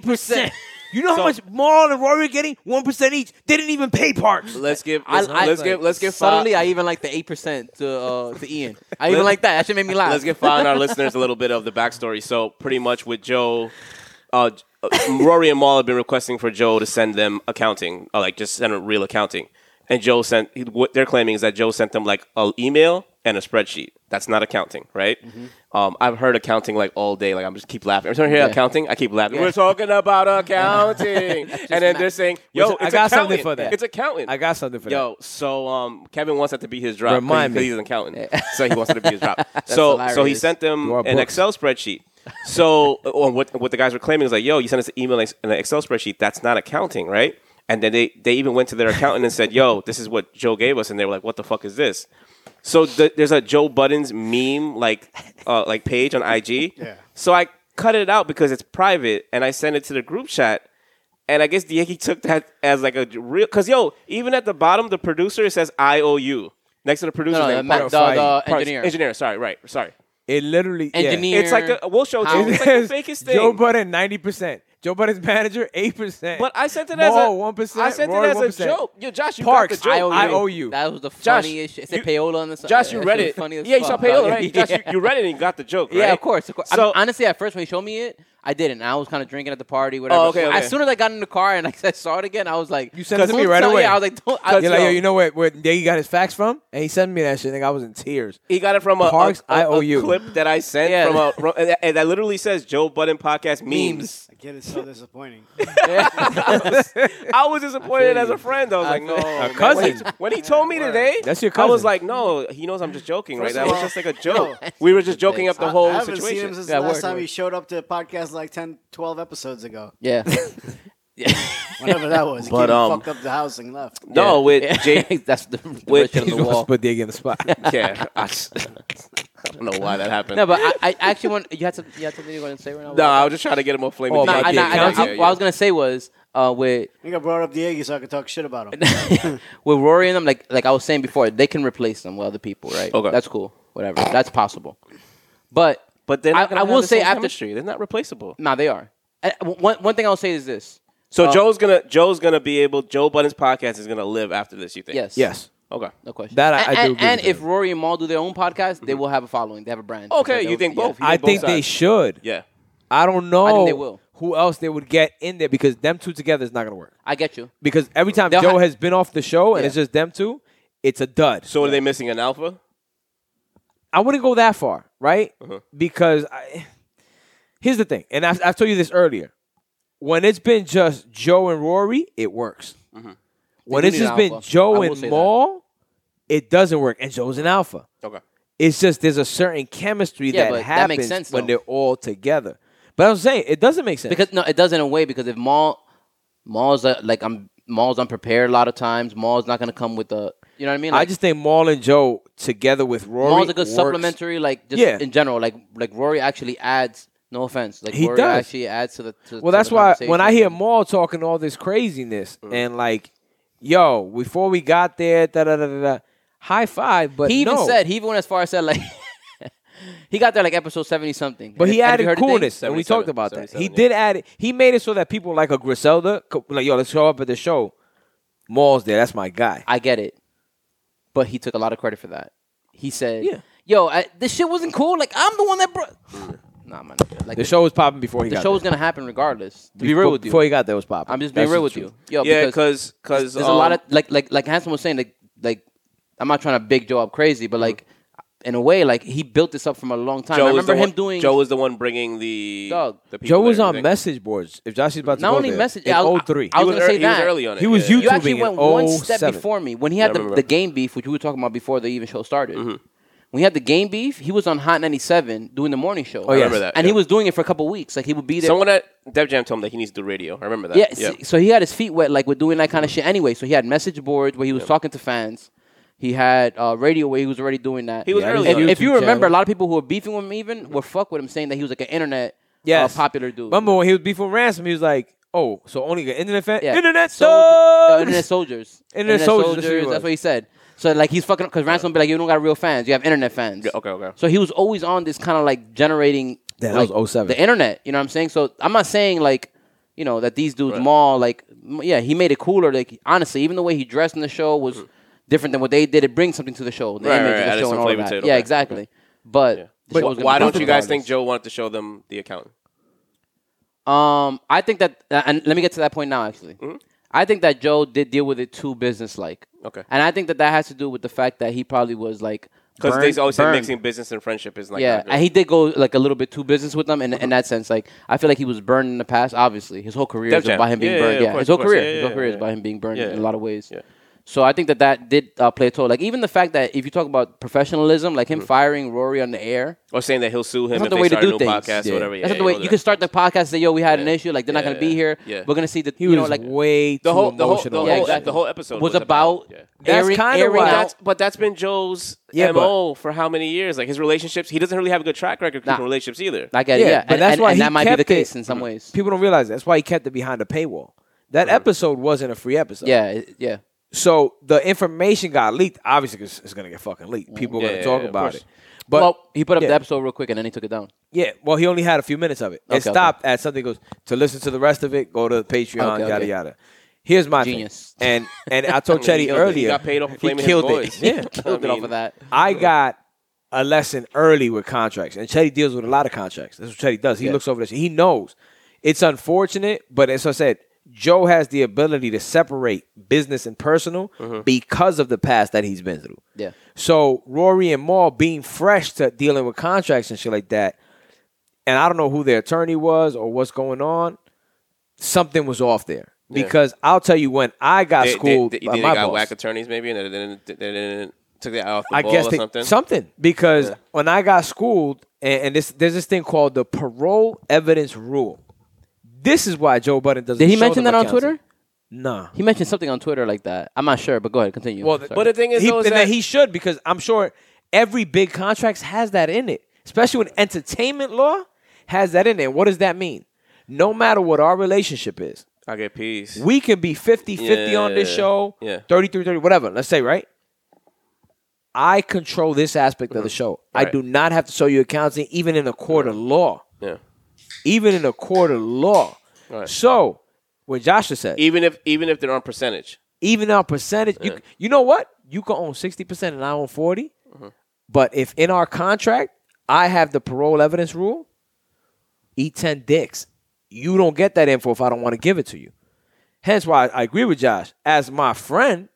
percent. You know how
So-
much Marl and Rory are getting? One percent each. They didn't even pay parts.
Let's give
I,
let's,
I,
let's give let's give
suddenly
Fa-
I even like the eight percent to uh, to Ian. I even like that. That should make me laugh.
let's give Fa and our listeners a little bit of the backstory. So pretty much with Joe, uh, Rory and Maul have been requesting for Joe to send them accounting, uh, like just send a real accounting. And Joe sent he- what they're claiming is that Joe sent them like an email and a spreadsheet. That's not accounting, right?
Mm-hmm.
Um, I've heard accounting like all day. Like I'm just keep laughing. Every time I hear
Yeah.
accounting, I keep laughing.
Yeah.
We're talking about accounting, and then they're saying, "Yo,
Listen, I
it's
got something
accounting.
for that.
It's accounting."
I got something for that.
Yo, so um, Kevin wants that to be his drop. 'cause
Remind
he- 'cause
me.
he's an accountant, so he wants it to be his drop. so, so he
hilarious.
sent them
You are
an
books.
Excel spreadsheet. So, on what what the guys were claiming is like, yo, you sent us an email and an Excel spreadsheet. That's not accounting, right? And then they they even went to their accountant and said, yo, this is what Joe gave us, and they were like, what the fuck is this? So th- there's a Joe Buttons meme like uh, like page on IG.
Yeah.
So I cut it out because it's private, and I sent it to the group chat. And I guess Diego took that as like a real because yo, even at the bottom, the producer it says I O U next to the producer.
no, no, the,
name,
ma-
Part-
the,
fight.
the
Part-
engineer.
Engineer. Sorry, right. Sorry.
It literally yeah.
Engineer.
It's like a we'll show it to you.
How-
It's like the fakest thing.
Joe Budden, ninety percent. Joe Budden's manager, eight percent.
but I sent it as a
one percent.
I sent
Roy,
it as
1%.
a joke. Yo, Josh, you
Parks,
got the joke.
I owe you.
That was the
Josh,
funniest shit. It said
you-
payola on the side.
Josh, you
That
read
shit was
it.
funny as
Yeah, you saw
fuck.
Payola, right?
Yeah.
Josh, you, you read it and you got the joke, right?
Yeah, of course. Of course.
So,
I mean, honestly, at first when he showed me it, I didn't. I was kind of drinking at the party, whatever.
Oh, okay, okay.
As soon as I got in the car and I saw it again, I was like,
You sent it to me
Don't
right
tell-
away.
Yeah, I was like, don't. I,
You're like, yo, you know where, where Diggy got his facts from? And he sent me that shit. Nigga, I was in tears.
he got it from a, a,
Parks,
a-
I
a
owe you.
clip that I sent
Yeah.
from a from- and that- and that literally says Joe Budden podcast memes.
I get it so disappointing.
I was disappointed
I
as
feel
a friend. I was like, no, man.
cousin.
When he, when he told me today,
That's your
I was
cousin.
like, no, he knows I'm just joking, right?
First
That
of
was
all-
just like a joke. We were just joking up the
I-
whole
I haven't seen
situation.
him since
Yeah,
the last
word,
time
word.
he showed up to the podcast like 10, 12 episodes ago.
yeah.
Whatever that was. He
But,
came and
um,
fucked up the house and left.
no,
Yeah.
with
Yeah.
Jake,
That's the, the
With-
red shit on
He's
the
going to
wall.
put Diggy in the spot.
yeah, I, just- I don't know why that happened.
No, but I, I actually want you had something you had something you were going to say right now.
No, I was just trying to get him a flame.
Oh,
No,
again.
about
I,
the
no, I-
accounting?
I- what I was gonna say was uh, with
I think I brought up Diego so I could talk shit about him.
with Rory and them, like like I was saying before, they can replace them with other people, right?
Okay.
that's cool, whatever, that's possible. But
But then
I- I will say after-
chemistry, they're not replaceable.
nah, they are. I, one one thing I'll say is this:
So
Uh,
Joe's gonna Joe's gonna be able. Joe Budden's podcast is gonna live after this. You think?
yes,
yes.
Okay.
no question.
That I-
and,
I do
and-
agree
And
with
if
that.
Rory and Maul do their own podcast, they will have a following. They have a brand.
Okay,
Because
you
they'll-
think
yeah.
both? You
I
both
think they
sides?
should.
Yeah.
I don't know
I think they will.
who else they would get in there because them two together is not going to work.
I get you.
Because every time
They'll
Joe
ha-
has been off the show and
Yeah.
it's just them two, it's a dud.
So are they missing an alpha?
I wouldn't go that far, right?
Uh-huh.
Because I, here's the thing, and I, I told you this earlier. When it's been just Joe and Rory, it works. When
Mm-hmm. They do
it's
need
just
an
been
alpha. I
Joe
will
and
say that.
Maul, it doesn't work. And Joe's an alpha.
Okay.
It's just there's a certain chemistry
Yeah,
that
but that
happens
makes sense,
when they're
though.
all together. But I'm saying it doesn't make sense.
Because no, it does in a way because if Maul, Maul's uh, like I'm Maul's unprepared a lot of times. Maul's not gonna come with the you know what I mean.
I
Like,
just think Maul and Joe together with Rory,
Maul's a good
works.
supplementary, like just
Yeah.
in general. Like like Rory actually adds. No offense, like
He
Rory
does.
actually adds to the. To,
Well,
to
that's
the
why when I
conversation. Mm.
hear Maul talking all this craziness and like, yo, before we got there, da da da da, da high five. But
he even
no.
said he even went as far as said like he got there like episode seventy something.
But he
Have you
added
heard the thing?
coolness, and we
77,
talked about that. He
77,
did add it. He made it so that people like a Griselda, co- like yo, let's show up at the show. Maul's there. That's my guy.
I get it, but he took a lot of credit for that. He said,
Yeah.
yo, I, this shit wasn't cool. Like I'm the one that brought." nah, man. Like
The show was popping before he
the
got
show
there.
was gonna happen regardless. To be real with you,
before he got there was popping.
I'm just being
That's
real
the
with
truth.
you. Yo,
yeah, because because um,
there's a lot of like like like Hanson was saying like like I'm not trying to big Joe up crazy, but like in a way like he built this up from a long time.
Joe was
I remember
the one,
him doing
Joe was the one bringing the
Dog.
the people
Joe was
and
on
everything.
message boards. If Josh is about to
Not
go
only
there,
message- I- I-
in 03.
I
He
was
was,
gonna
ear-
say
he was
that.
early on it.
He was
yeah,
YouTube
yeah.
You actually
YouTubing
went
in
one
oh
step
07.
before me when he had the,
remember. Mm-hmm.
the game beef, which we were talking about before the even show started. When he had the game beef, he was on Hot 97 doing the morning show. Oh,
yes. remember
that,
And he
yeah.
was doing it for a couple weeks. Like he would be there.
Someone at Dev Jam told him that he needs to do radio. I remember that.
yeah, see- So he had his feet wet, like with doing that kind of shit anyway. So he had message boards where he was talking to fans. He had uh, radio where he was already doing that.
He was
Yeah,
early
he's
on
If,
it.
if you
YouTube
remember, a
channel.
lot of people who were beefing with him even were fuck with him, saying that he was like an internet
Yes.
uh, popular dude.
Remember when he was before ransom? He was like, Oh, so only the internet fan?
Yeah.
Internet
Soldier-
subs!
uh, internet soldiers.
Internet soldiers, that's what he was.
That's what he said. So like he's fucking because Ransom be like, you don't got real fans. You have internet fans.
Yeah, okay, okay.
So he was always on this kind of like generating.
Yeah, that
like,
oh
was 07.
The internet. You know what I'm saying? So I'm not saying like, you know, that these dudes maul like, m- yeah, he made it cooler. Like honestly, even the way he dressed in the show was different than what they did. It brings something to the show.
Mm.
The
Right,
image
right,
of
right.
the
Added
show
some
and all of
flavor
that.
to it,
Yeah,
okay.
exactly. But, the show was
But
gonna
why
be
don't you guys
regardless.
think Joe wanted to show them the account?
Um, I think that, uh, and let me get to that point now. Actually,
Mm-hmm.
I think that Joe did deal with it too businesslike.
Okay.
and I think that that has to do with the fact that he probably was like
Because
burned-
they always say
burned.
mixing business and friendship is like
Yeah,
not good. Mm-hmm.
and he did go like a little bit too business with them, in, in that sense, like I feel like he was burned in the past. Obviously, his whole career
Def
is
Jam.
by him being
Yeah, yeah,
burned.
yeah,
Yeah,
of course,
his whole
of course.
career,
Yeah,
his
yeah,
whole career
yeah,
is by him being burned
Yeah,
in a
yeah.
lot of ways.
Yeah.
So I think that that did uh, play a toll. Like even the fact that if you talk about professionalism, like him firing Rory on the air,
or saying that he'll sue him
that's
Mm-hmm. if
not the
they
way to
start a
do
new
things.
podcast
Yeah.
or whatever.
That's
Yeah,
not the way.
all
You
that.
can start the podcast and say, "Yo, we had an issue. Like they're not
Yeah,
going to be here.
yeah.
We're going to see the
He
you know,
was
like
way
the
too
whole the whole, the
emotional.
whole,
Yeah, exactly.
the whole episode
was about
yeah.
That's
airing,
kinda
airing
why-
But
Wow.
that's
out.
but that's been Joe's
Yeah, but-
mo for how many years? Like his relationships, he doesn't really have a good track record keeping
Nah.
relationships either.
I get it.
Yeah,
Yeah,
but
and,
that's
and-
why
and
he
that might be the
kept it.
case in some ways.
People don't realize that. that's why he kept it behind the paywall. That episode wasn't a free episode.
Yeah, it- yeah.
So the information got leaked. Obviously, 'cause it's, going to get fucking leaked. People are
Yeah,
going to
yeah,
talk
yeah, of
about
course.
it. But
well, he put up
yeah.
the episode real quick and then he took it down.
yeah, well, he only had a few minutes of it.
Okay,
it
okay.
stopped at something goes to listen to the rest of it. Go to Patreon,
Okay,
yada
okay.
yada. Here's my thing.
Genius.
And and I told
I mean, he
Chetty
killed it.
earlier
He got paid off of
he
Flaming His
killed
Boys.
it. Yeah,
Killed it
mean,
off of that.
I got a lesson early with contracts, and Chetty deals with a lot of contracts. That's what Chetty does. He
Yeah.
looks over this. He knows it's unfortunate, but as I said, Joe has the ability to separate business and personal
Mm-hmm.
because of the past that he's been through.
Yeah.
So Rory and Maul being fresh to dealing with contracts and shit like that, and I don't know who their attorney was or what's going on. Something was off there
Yeah.
because I'll tell you when I got
They- they-
schooled
they- you
by
think
my
they got
boss.
whack attorneys maybe, and they didn't, they didn't took their eye off the
I
ball
guess
or
they-
something.
because when I got schooled, and, and this there's this thing called the parole evidence rule. This is why Joe Budden doesn't.
Did he
show
mention
them
that on
accounts.
Twitter?
Nah.
He mentioned something on Twitter like that. I'm not sure, but go ahead, continue.
Well,
Sorry.
But the thing is,
he,
though, is
and
that
that he should because I'm sure every big contract has that in it, especially when entertainment law has that in it. What does that mean? No matter what our relationship is,
I get peace.
we can be 50 50 on this
Yeah.
show,
Yeah.
33 30, whatever, let's say, right? I control this aspect of the show. I
Uh-huh. Right. Uh-huh.
do not have to show you accounting, even in a court of law.
yeah.
Even in a court of law.
Right.
So, what Joshua said,
Even if even if they're on percentage,
even our percentage, you, you know what? You can own 60% and I own 40
Uh-huh.
But if in our contract, I have the parole evidence rule, eat 10 dicks. You don't get that info if I don't want to give it to you. Hence why I agree with Josh. As my friend,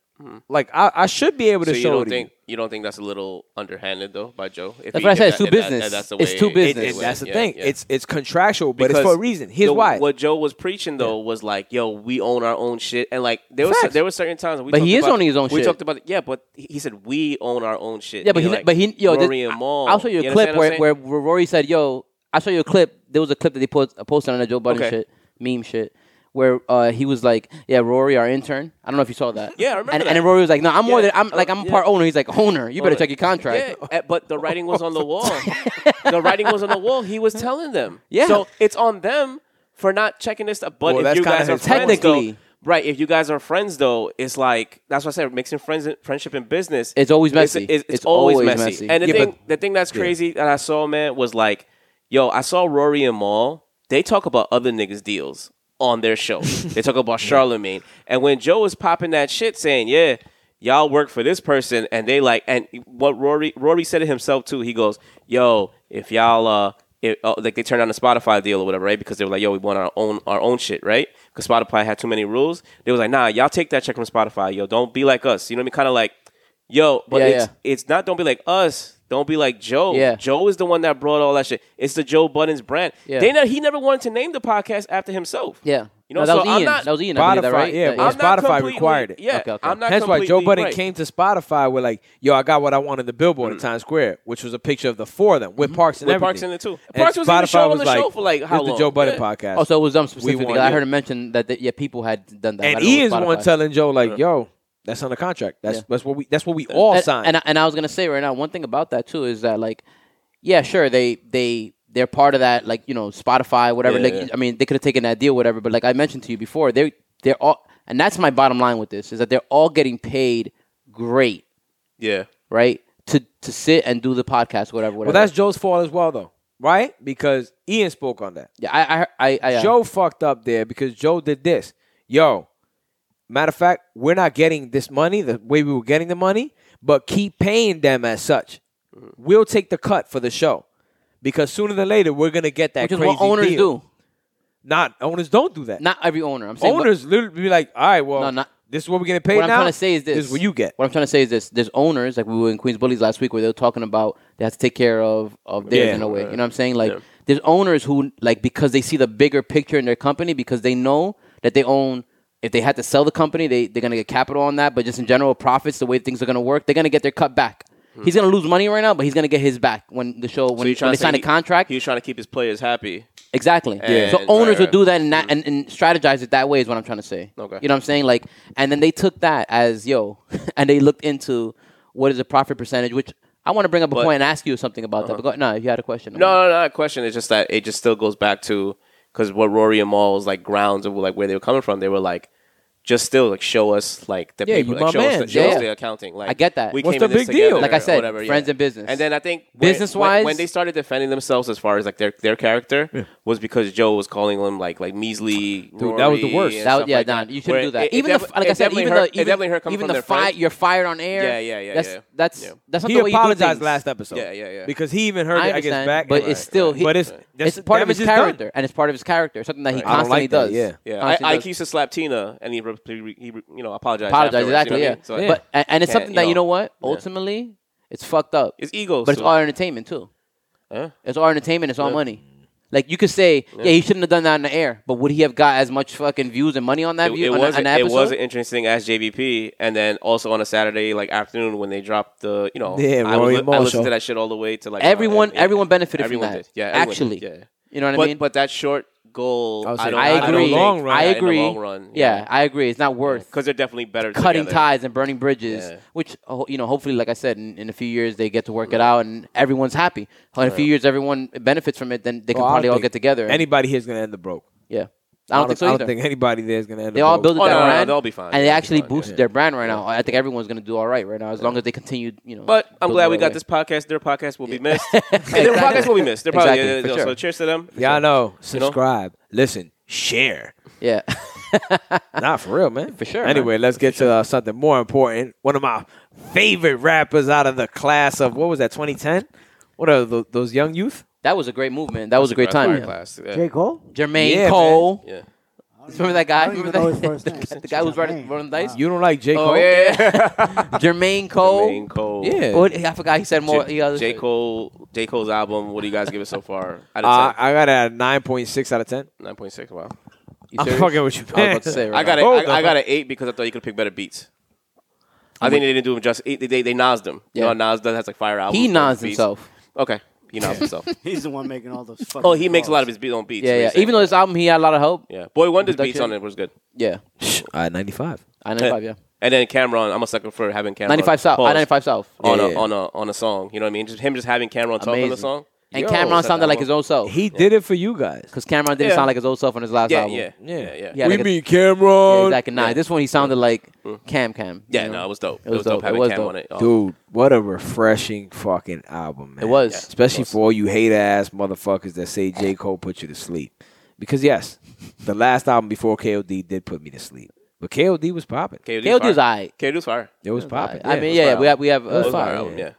like I, I should be able
Hmm. so
to
you
show it
don't
to
think you don't think that's a little underhanded though by Joe? If
That's
he-
what I
if
said,
that-
it's too
if that-
business.
that- that's the
It's
way
too
it is.
you.
business.
It- it- that's the
Yeah,
thing.
yeah.
It's it's contractual, but it's for a
Because
reason. Here's
the-
why.
What Joe was preaching though was like, "Yo, we own our own shit," and like there was
Facts.
there were certain times. We
But
talked
he is
about-
owning his own
We
shit.
talked about yeah, but he he said we own our own shit.
yeah, but
You
he,
know, like
but he, yo, this-
Rory and
I-
Maul.
I'll show you a
understand
clip
what I'm
where,
saying?
where where Rory said, "Yo, I show you a clip." There was a clip that they put posted on the Joe Budden
Okay.
shit meme shit where uh, he was like, "Yeah, Rory, our intern." I don't know if you saw that.
Yeah, I remember
And,
that.
and then Rory was like, "No, I'm more
Yeah. Uh,
than I'm like I'm a
Yeah.
part owner." He's like, "Owner, you better
Owner.
check your contract."
Yeah, eh, but the writing was on the wall. the writing was on the wall. He was telling them.
Yeah.
So it's on them for not checking this stuff. But
Well,
if
that's
you
kinda
guys are
his
friends,
Technically.
though- right? If you guys are friends, though, it's like that's what I said. Mixing friends, friendship, and business.
It's always messy.
It's, it's
It's
always,
always
messy.
messy.
And the
Yeah,
thing, the thing that's crazy that I saw, man, was like, yo, I saw Rory and Maul. They talk about other niggas' deals on their show. they talk about Charlemagne. And when Joe was popping that shit, saying, yeah. Y'all work for this person, and they like, and what Rory Rory said it himself too. He goes, "Yo, if y'all uh, if, uh like they turned down the Spotify deal or whatever, right? Because they were like, yo, we want our own our own shit, right? Because Spotify had too many rules. They was like, nah, y'all take that check from Spotify, yo. Don't be like us. You know what I mean? Kind of like, yo, but
Yeah,
it's
yeah.
it's not don't be like us. Don't be like Joe.
Yeah.
Joe is the one that brought all that shit. It's the Joe Buttons brand.
Yeah.
They ne- he never wanted to name the podcast after himself.
Yeah.
You know,
No, that
so
was
I'm
Ian.
not-
that was Ian. I believe that,
Spotify,
right?
yeah,
That-
but
I'm not
Spotify
completely-
required it.
Yeah,
Okay, okay.
I'm not
That's why Joe
completely
Budden
right. Mm.
came to Spotify with like, "Yo, I got what I wanted the billboard in Times Square, which was a picture of the four of them with Parks and
Mm-hmm. With
everything.
Parks in it, too.
And
Parks was in the
Spotify
show on
was
the show for, like,
this
how
is The
long?
Joe Budden
Yeah.
podcast.
Oh, so it was them specifically.
want
I
you.
heard him mention that the, yeah, people had done that. but I
and
don't know if
he is the
Spotify-
one telling Joe like, "Yo, that's on the contract. That's
Yeah.
that's what we that's what we all
and,
signed."
And I, and I was gonna say right now, one thing about that too is that like, yeah, sure, they they they're part of that, like you know, Spotify, whatever.
Yeah,
like,
yeah.
I mean, they could have taken that deal, whatever. But like I mentioned to you before, they they're all, and that's my bottom line with this is that they're all getting paid great,
Yeah.
right? To to sit and do the podcast, whatever,
Well,
whatever.
that's Joe's fault as well, though, right? Because Ian spoke on that.
yeah. I I I, I uh,
Joe fucked up there because Joe did this. Yo, matter of fact, we're not getting this money the way we were getting the money, but keep paying them as such.
Mm.
We'll take the cut for the show because sooner than later we're gonna get that.
which is
crazy
what owners
deal.
do.
Not owners don't do that.
Not every owner. I'm saying but-
owners literally be like, all right, well,
No, not-
this is what we're gonna pay
what
now.
I'm trying to say is this.
This is what you get.
What I'm trying to say is this. There's owners, like we were in Queens Bullies last week, where they were talking about they have to take care of, of theirs
Yeah.
in a way. You know what I'm saying? Like, there's owners who, like, because they see the bigger picture in their company, because they know that they own, if they had to sell the company, they, they're going to get capital on that. But just in general, profits, the way things are going to work, they're going to get their cut back.
Hmm.
He's going to lose money right now, but he's going to get his back when the show,
you're
when, when
trying
they
to say
sign a
he-
contract.
He was trying to keep his players happy.
Exactly.
Yeah.
So
Right,
owners would
right. Mm.
do that and, that and and strategize it that way is what I'm trying to say.
Okay.
You know what I'm saying? Like, and then they took that as yo, and they looked into what is the profit percentage, which I want to bring up a
But- Uh-huh.
point and ask you something about that. But go, no, if you had a question.
No, no, not a question. It's just that it just still goes back to because what Rory and Maul was like grounds of like where they were coming from. They were like, just still like show us like the
Yeah,
paper,
you
like,
my
show, us,
man.
the, show
Yeah.
us the accounting. Like
I get that.
We
What's
came
the
in this
big deal?
together,
Like I said,
or whatever,
friends
yeah.
and business.
And then I think when-
Business-wise-
when, when they started defending themselves as far as like their their character was because Joe was calling them like like measly. Rory
that was the worst.
and
That,
stuff
yeah,
like
nah,
that.
you
Where
shouldn't do that.
it- it
even the,
defi-
f- like I
it
said,
definitely
even
hurt-
the
it definitely
even,
hurt coming
even
from
the
their
fire,
friends.
you're fired on air.
Yeah, yeah, yeah,
That's
yeah.
that's
Yeah.
that's not
He
the way you do
apologized
things.
last episode.
Yeah, yeah, yeah.
Because he even heard
I
it against
understand,
back,
but
and-
it's still he-
but it's
It's
that's-
part of
damage
his
is done.
character, and it's part of his character. Something that he
I don't
constantly
like that,
does.
yeah.
Yeah, I,
Constantly
I,
does.
he used to slap Tina, and he, re- he, re- he re- you know apologized.
apologize
afterwards,
exactly
you know
yeah.
what I mean? So, like,
but and, and it's
can't,
something that you know what
yeah.
ultimately it's fucked up
It's egos,
but it's
too.
all entertainment too
Huh?
it's all entertainment it's all money like you could say yeah. he shouldn't have done that in the air but would he have got as much fucking views and money on that
it,
view
it
on, that-
was
on that
it
episode
was interesting as JVP, and then also on a Saturday like afternoon when they dropped the you know
Yeah,
I,
Rory
was, I
Marshall.
listened to that shit all the way to like
everyone
uh,
everyone benefited
everyone
from that
did. yeah everyone
actually
did. yeah
you know what
but
I mean
but that short goal
I was
I,
like,
don't,
I
I don't
agree
think-
long run.
I
yeah, in the
agree
long run
yeah, I agree it's not worth
because they're definitely better
cutting
together.
ties and burning bridges,
Yeah.
which oh, you know, hopefully, like I said, in, in a few years they get to work it out and everyone's happy. In a few years, everyone benefits from it. Then they can
Well, I don't
probably all
think
get together. and-
Anybody here's gonna end up broke.
yeah, I don't think so
I
either.
don't think anybody there's gonna end up.
they all
broke.
Oh,
build their
no, no, no,
brand.
they'll be fine.
And they
They'll be
actually
fine,
boost
yeah.
their brand right now. I think everyone's gonna do all right right now, as long as they continue, you know.
But I'm
building
glad we
their
got
way.
this podcast. Their podcast will be missed. And Their
Exactly.
podcast will be missed. They're probably
Exactly, for
yeah, yeah,
sure.
so. Cheers to them.
Y'all know,
know?
subscribe, listen, share.
Yeah,
Not for real, man. For
sure, man.
Anyway, let's get to uh, something more important. One of my favorite rappers out of the class of what was that, 2010? What are tho- those young youth?
that was a great movement. That was a great time.
Fire class. Yeah.
J. Cole?
Jermaine
Yeah, man.
Cole.
Yeah.
Remember that guy?
I don't even
Remember
know
that-
his first name.
the guy who was running,
Jermaine.
running dice.
You don't like J. Cole?
Oh yeah.
Jermaine Cole.
Jermaine Cole.
Yeah.
What- I forgot he said more. he
J,
other-
J. Cole. J. Cole's album. What do you guys give it so far? Out
Uh,
of
I got a 9.6 out of 10.
ten. Nine point six. Wow.
You
I'm
serious?
fucking with you,
I was
man.
about to say. Right
I got
now.
it.
Oh,
I, I
no.
got an eight because I thought you could pick better beats. I think they didn't do him just. They they, they Nas them.
Yeah.
You know, Nas does has like fire albums.
He
but
nods
beats-
himself.
Okay, he Nas himself.
He's the one making all those. fucking
oh, he makes a lot of
calls.
his beat on beats.
Yeah, yeah.
basically.
Even though this album, he had a lot of help.
yeah, Boy Wonder's beats
Production.
on it was good.
Yeah,
Uh, 95.
I ninety five. Yeah,
And then Cameron, I'm a sucker for having Cameron.
ninety five South. I
pause
ninety five South.
on
Yeah,
a
yeah.
on a on a song. You know what I mean? Just him just having Cameron talk on the
Amazing.
song.
And
Yo,
Cameron
set
sounded
that
like
one.
his old self.
He did it for you guys.
Because Cameron didn't
Yeah.
sound like his old self on his last
Yeah,
album.
yeah, yeah, yeah, yeah.
Yeah, like a-
mean Cameron.
Yeah, exactly. Nah, this one he sounded like Cam Cam. you know?
no, it was dope. It
was
was, dope,
dope. It
having
was
Cam
dope.
on it. Oh,
Dude, what a refreshing fucking album, man.
It was. Yeah, it
Especially
was.
for all you hate ass motherfuckers that say J. Cole put you to sleep. Because, yes, the last album before KOD did put me to sleep. But KOD was popping.
KOD's
KOD was
fire.
alright.
KOD's fire.
It was popping.
I mean,
it was
yeah,
fire.
we have we have.
It was
Uh,
It was
fire,
fire album, yeah.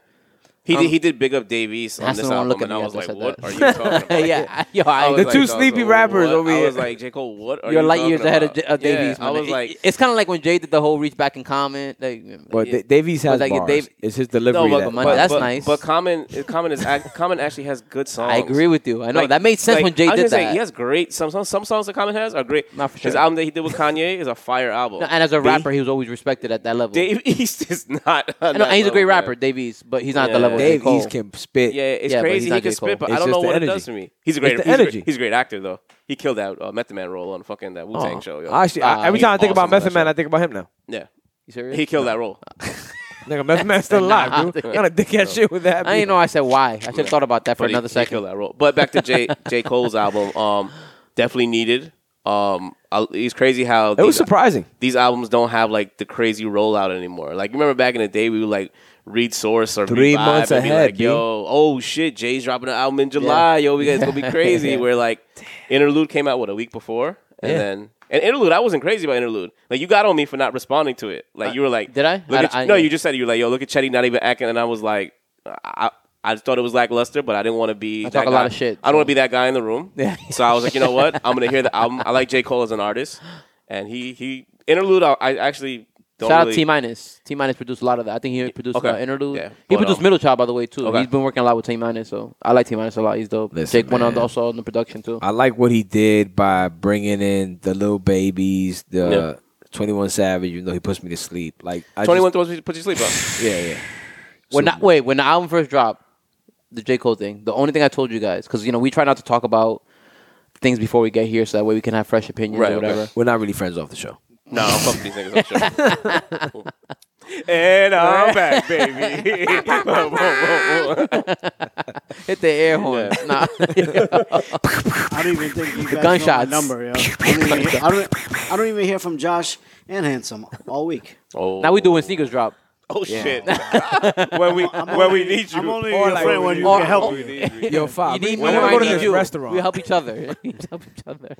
He did, he did big up Dave East on
Um, That's
this
the one
album,
looking
and
at
I
me
was like,
after I
"What
said
are
that."
you talking about?"
yeah, yo,
I
I,
was
The
like,
two
I was
sleepy
like,
rappers
what?
over
I
here.
was like, "J Cole, what are
you're
you
light
talking
years ahead of, J-
about?"
of Davies.
Yeah,
man.
I was
It-
like,
it's kind of like when Jay did the whole reach back and comment. Like,
But
yeah.
Da- Davies has
But, like,
bars.
Dave-
it's his delivery.
but-
that-
but- that's nice.
But Common, Common is act- Common actually has good songs.
I agree with you. I know
Like-
that made sense
like,
when Jay
I was
did
gonna say,
that.
he has great some some, some songs that Common has are great.
Not for
His
sure.
album that he did with Kanye is a fire album.
and as a rapper, he was always respected at that level.
Dave East is not. on
I know,
that
and he's a great
level, man.
rapper, Davies, but he's not at the
Yeah.
level. of J.
Dave
Cole.
East can spit.
Yeah, it's
Yeah, but he's
crazy.
not
He
J.
can
Cole.
spit, but
It's
I don't
just
know
the
what
energy.
it does to me. He's a
It's
great.
the
he's, A
energy.
great he's a great actor though. He killed that uh, Method Man role on fucking that Wu Tang
Oh.
show. Yo.
Actually, I-
Ah,
every
he's
time I think about
awesome on that
Method Man,
show.
I think about him now.
yeah,
You serious?
he killed that role.
Nigga, Method Man's still alive, dude. Not a dickhead shit with that.
I didn't know I said why. I should have thought about that for
But he-
another
he
second.
killed that role. But back to J J Cole's album, um, definitely needed. Um, I- it's crazy how
It was
these-
surprising.
these albums don't have like the crazy rollout anymore. Like you remember back in the day, we would like read Source or read
Three
Vibe
months
and be
ahead,
Like,
B.
yo, oh shit, Jay's dropping an album in July. Yo, we guys gonna be crazy. Where like Interlude came out what a week before, and
Yeah.
then. And Interlude, I wasn't crazy about Interlude. Like you got on me for not responding to it. Like you were like,
Uh, did I?
Look
I-
at-
I-
no, you just said it. you were like, yo, look at Chetty not even acting, and I was like, I, I just thought it was lackluster, but I didn't want to be.
I
that
talk a lot
guy.
of shit,
I don't
so-
want to be that guy in the room.
Yeah.
So I was like, you know what? I'm gonna hear the album. I like J Cole as an artist, and he he interlude. I, I actually don't
Shout out
really-
T minus. T minus produced a lot of that. I think he produced
Okay.
uh, interlude.
Yeah.
He
But,
produced
um,
Middle Child by the way too.
okay.
He's been working a lot with T minus, so I like T minus a lot. He's dope.
Listen,
Jake went on
man.
also on the production too.
I like what he did by bringing in the little babies, the Twenty One Savage. Even though he puts me to sleep, like I
Twenty one
Just,
throws me put your sleep on.
yeah, yeah.
When I, wait, when the album first dropped, the J Cole thing. The only thing I told you guys, because you know we try not to talk about things before we get here, so that way we can have fresh opinions
Right,
or
okay.
whatever.
We're not really friends off the show.
no, I'm fuck these niggas. I'm sure. and I'm back, baby. Whoa, whoa, whoa, whoa.
Hit the air horn. Nah.
I don't even think you guys
gunshots.
know my number, yo. I don't, even hear, I, don't, I don't even hear from Josh and Handsome all week.
Oh,
now we doing sneakers drop.
Oh shit. when we when we need you.
I'm only
Or
your
like-
friend when you
or-
can help me.
Yo, five.
you need me
when
or
I
I
go to
need
this
you.
restaurant.
We help each other. we help each other.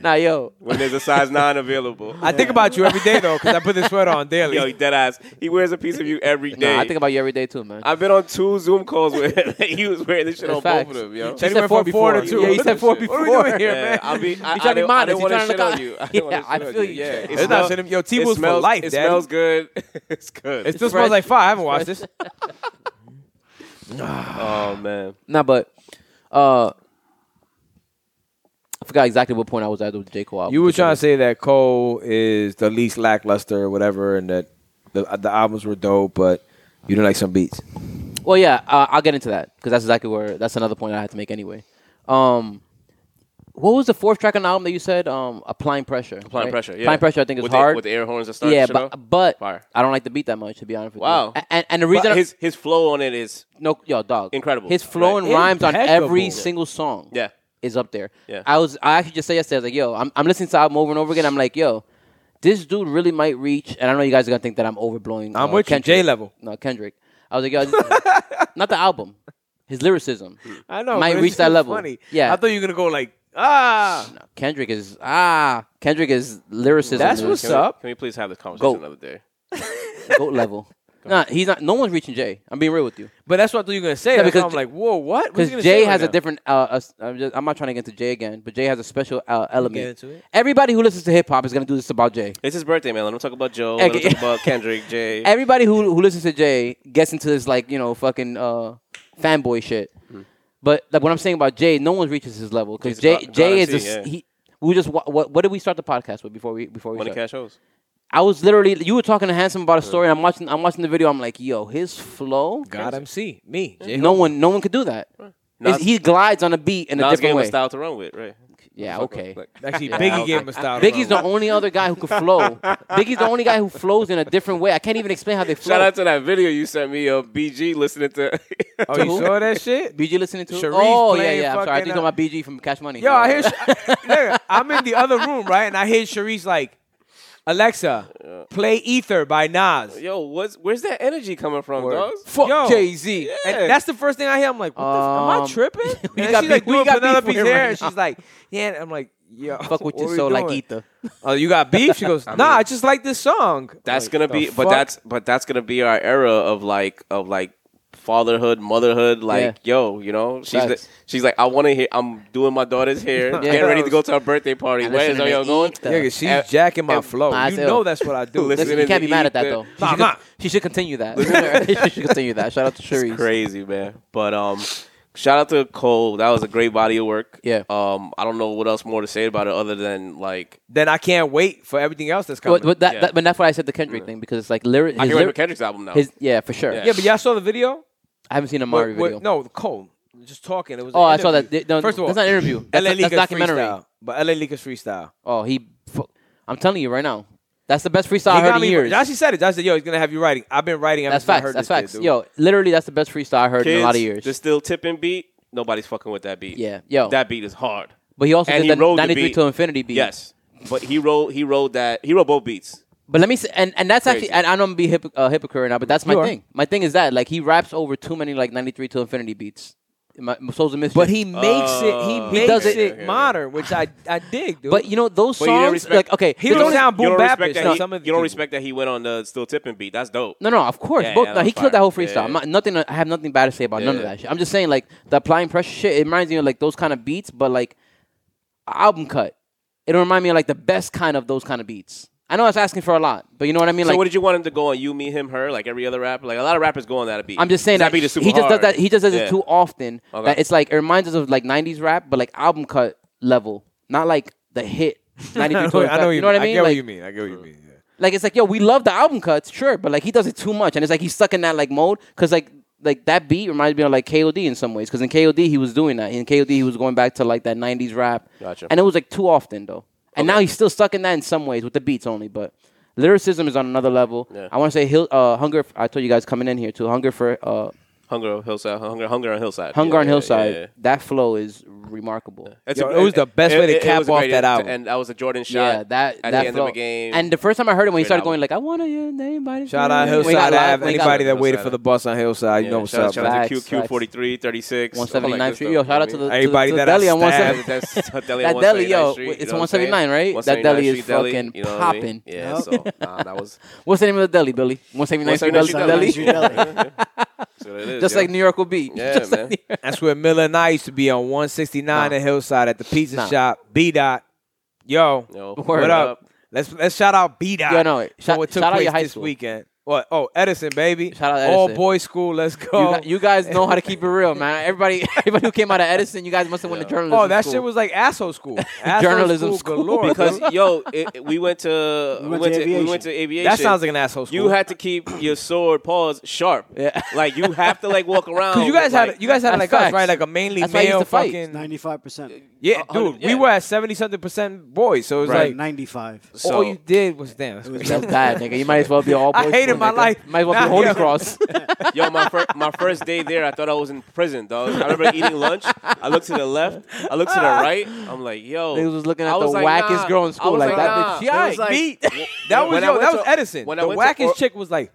Nah, yo.
when there's a size nine available.
I think about you every day though, because I put this sweater on daily.
Yo, he dead ass. He wears a piece of you every day.
Nah, I think about you every day too, man.
I've been on two Zoom calls where he was wearing this shit
That's
on
facts.
both of them, yo.
Check
Yeah,
He said four before to two.
Yeah, he said four
What are we
What are
before.
we doing here, man?
I mean, I,
You trying to be
I didn't
modest. You
want to
trying to
shit on
look-
you. I didn't want
Yeah,
to
I
shit on
feel
you.
you.
Yeah, it
It's not
smells-
shit on- yo, T
it
was for
smells-
life,
It
daddy.
smells good. it's good.
it still smells like five. I haven't watched this.
oh man.
Nah, but uh, I forgot exactly what point I was at with J Cole. album.
You were trying to say that Cole is the least lackluster or whatever, and that the the albums were dope, but you didn't like some beats.
Well, yeah, uh, I'll get into that because that's exactly where that's another point I had to make anyway. Um, what was the fourth track on the album that you said? Um, applying pressure.
Applying
right?
pressure. Yeah.
Applying pressure. I think is
with The,
hard.
with the air horns and stuff.
yeah, but, uh, but
Fire.
I don't like the beat that much to be honest with
Wow.
you. A- And and the reason I-
his his flow on it is
no yo dog
Incredible.
His flow
Right.
and rhymes on every
Impeccable.
single song.
Yeah.
is up there.
Yeah.
I was I actually just said yesterday I was like yo I'm I'm listening to the album over and over again. I'm like yo. This dude really might reach, and I know you guys are gonna think that I'm overblowing.
I'm
uh,
with you,
Kendrick.
J-level.
No, Kendrick. I was like, yo, not the album, his lyricism.
Hmm.
I know.
Might
but it's
reach that
just
level.
Funny.
Yeah.
I thought you were gonna go like ah.
No, Kendrick is ah. Kendrick is lyricism.
That's
is
what's
Can we-
up?
Can we please have this conversation
Go.
another day?
goat level. Nah, he's not. No one's reaching Jay. I'm being real with you
But that's what I thought you were gonna say.
Yeah,
That's
because
why I'm like, whoa, what? What you
because
gonna say
Jay
right
has
now?
a different. Uh, uh, s- I'm, just, I'm not trying to get into Jay again, but Jay has a special uh,
Get
element.
into it.
Everybody who listens to hip hop is gonna do this about Jay.
It's his birthday, man. Let him talk about Joe. Let him
Okay.
talk about Kendrick, Jay.
Everybody who who listens to Jay gets into this like you know fucking uh, fanboy shit.
Hmm.
But like what I'm saying about Jay, no one reaches his level because
He's
Jay
God- God
Jay is a,
MC,
s-
yeah.
he. We just what, what what did we start the podcast with before we before we
Money
start?
cash hoes.
I was literally you were talking to Handsome about a story. And I'm watching I'm watching the video. I'm like, yo, his flow.
God MC me. Jay
no one no one could do that. It's-
Nas-
he glides on a beat in a
Nas
different
gave him a
way.
style to run with, right?
Yeah,
Fuck
okay.
with, like-
Actually,
Yeah,
Biggie
okay.
gave him a style. to
Biggie's the
run with.
only other guy who can flow. Biggie's the only guy who flows in a different way. I can't even explain how they flow.
Shout out to that video you sent me of BG listening to.
Oh, you saw that shit?
BG listening to.
Sharif
oh yeah,
playing
yeah. I'm sorry. I
fucking,
think
uh,
about BG from Cash Money.
Yo, I hear. Sh- nigga, I'm in the other room, right? And I hear Sharice like, Alexa, play Ether by Nas.
Yo, what's where's that energy coming from, dog?
Fuck
Yo.
Jay Z.
Yeah.
And that's the first thing I hear. I'm like, what the f- am I
Um,
tripping?
we
and
got
she's like
beef- we
doing
got beef
Penelope's
with him
hair.
right
and she's like, yeah. And I'm like, yo,
fuck with
what
your
we
soul like
doing?
Ether.
Oh, you got beef? She goes, nah, I just like this song.
That's
Like,
gonna
the
be, but
fuck?
that's but that's gonna be our era of like of like fatherhood, motherhood. Like, yo, you know, she's the,
Facts.
she's like, I want to hear. I'm doing my daughter's hair, getting ready to go to her birthday party.
I
Where is
listen to
yo going?
Ether.
Nigga, she's
and-
jacking my
and-
flow.
Nah,
you
that's
know
ill.
that's what I do.
Listen,
Listen, you can't be
to
mad at that
Ether.
though. She
E Nah,
should,
I'm not.
she should continue that. she should continue that. Shout out to Sharice.
crazy, man. But um, shout out to Cole. That was a great body of work.
Yeah.
Um, I don't know what else more to say about it other than like
Then I can't wait for everything else that's coming.
But, but that,
Yeah.
that but that's why I said the Kendrick thing because it's like
I
lyric. his
can remember
lyric-
Kendrick's album now.
His yeah, for sure.
Yeah.
yeah, but y'all saw the video?
I haven't seen a
What-
Mari
what-
video.
No, Cole. Just talking. It was.
Oh,
an
I saw
interview.
that. They- no,
First of all,
that's not an interview. That's-
LA
that's
Leakers
documentary.
freestyle. But LA Leakers freestyle.
Oh, he. Fu- I'm telling you right now, That's the best freestyle I heard in years.
Josh said it. Josh said, "Yo, he's gonna have you writing." I've been writing. I
That's
haven't
facts.
Heard
That's
this
facts.
Shit, dude.
Yo, literally, that's the best freestyle I heard in a lot of years.
The still tipping beat. Nobody's fucking with that beat.
Yeah, yo.
That beat is hard.
but he also
and
did
he
the
rolled the
93
beat.
to infinity beat.
Yes, but he rolled. He rolled that. He rolled both beats.
But let me say, and, and that's
Crazy.
actually, and I'm gonna be hypo- uh, hypocrite right now, but that's my
You are.
thing. My thing is that like he raps over too many like 93 to infinity beats. My, Souls of Mischief.
But he makes it. He
Oh,
makes
does it-
it modern, which I I dig, dude.
but you know those
But you didn't
songs,
respect-
like okay,
He
there's
don't
only-
sound
you
boom
don't
bap
respect
is
that. He,
some of the
you don't
people.
respect that he went on the still tipping beat. That's dope.
No, no, of course.
Yeah,
both,
yeah,
no,
that
he
was
killed that
fire.
whole freestyle.
Yeah,
I'm
yeah.
not, nothing. I have nothing bad to say about none of
Yeah.
that shit. I'm just saying, like the applying pressure shit. It reminds me of like those kind of beats, but like album cut. It'll remind me of like the best kind of those kind of beats. I know I was asking for a lot, but you know what I mean.
So
like,
what did you want him to go on? You, me, him, her, like every other rapper. Like a lot of rappers go on that beat.
I'm just saying
that,
that,
beat is super
he just does
hard.
that. He just does
Yeah.
it too often.
Okay.
That it's like it reminds us of like '90s rap, but like album cut level, not like the hit. 93 to
I know what you
you know what I
mean. I
mean?
get
like,
what you mean. I get what you mean. yeah.
Like it's like, yo, we love the album cuts, sure, but like he does it too much, and it's like he's stuck in that like mode because like like that beat reminds me of like KOD in some ways because in KOD he was doing that in KOD he was going back to like that '90s rap,
Gotcha.
and it was like too often though, and now he's still stuck in that in some ways with the beats only, but lyricism is on another level.
Yeah.
I want to say Hill, uh, hunger. I told you guys coming in here too, hunger for uh,
Hunger on hillside. Hunger, hunger on hillside.
hunger
Yeah,
on
yeah,
hillside.
yeah, yeah.
That flow is remarkable.
That's
Yo, it was the best way to cap
was a
off
great-
that album.
And that was a Jordan shot.
Yeah, that
at
that
the end
flow.
of the game.
And the first time I heard it, when he
Great
started
album.
going like, "I want to hear anybody."
Shout out
When he
Hillside
got live-
Ave.
when he got-
Anybody that
Hillside
waited
Ave.
for the bus on Hillside, you know what's
shout
up.
Out, shout out to
Facts,
QQ 43, 36, all that good
179
stuff,
Yo, shout out
you know what I mean?
to the, to,
Everybody
to the
that I
deli on
stabbed.
179.
That's that deli,
That
on
deli,
179th
yo,
Street,
it's
you know what I'm
179,
saying?
right? That
179
deli is
Street deli,
fucking
you know what I mean?
popping.
Yeah, so nah, that was
What's the name of the deli, Billy? 179 Street
179
Deli.
Street
deli?
Deli. that's what it is,
Just
yo.
like New York will be.
Yeah,
Just like-
That's where Miller and I used to be on 169
Nah.
at Hillside at the pizza
Nah.
shop. B dot. Yo,
Yo,
Word
what up? Let's let's shout out B dot.
Yo, no, wait. Shout-
what took
shout out
place
your high
this
school.
weekend. What? Oh, Edison, baby.
Shout out
All
Edison.
boys school. Let's
You,
go.
gu- you guys know how to keep it real, man. Everybody, everybody who came out of Edison, you guys must have went to journalism.
oh, that
school.
shit was like asshole school. Asshole
Journalism school.
galore,
Because
dude.
yo, it, it- we went to we went, to, we went to aviation.
that sounds like an asshole school.
you had to keep your sword paws sharp.
Yeah.
like you have to like walk around.
Because you guys
with,
had
like,
you guys had like
That's
us
facts.
right like a mainly
That's why I used
male
to fight.
fucking
Ninety-five percent.
yeah dude
hundred-
we
yeah.
were at seventy something percent boys so it was
Right.
like
Ninety-five.
so
all oh, you did was damn that's crazy.
That's bad, nigga. You might as well be all.
I
boys
hated
school,
my
nigga.
life.
Might as well be
Nah,
Holy
yo.
Cross.
Yo, my fir- my first day there, I thought I was in prison, dog. I remember eating lunch. I looked to the left. I looked to the right. I'm like, yo.
They was looking at
I
the
like,
wackest
nah.
girl in school,
I was
like, that bitch, she
nah.
Yeah,
It was
like,
like-
beat. That was
when I
yo,
went
that was
to-
Edison. The
when I went to
wackest
Or-
chick was like,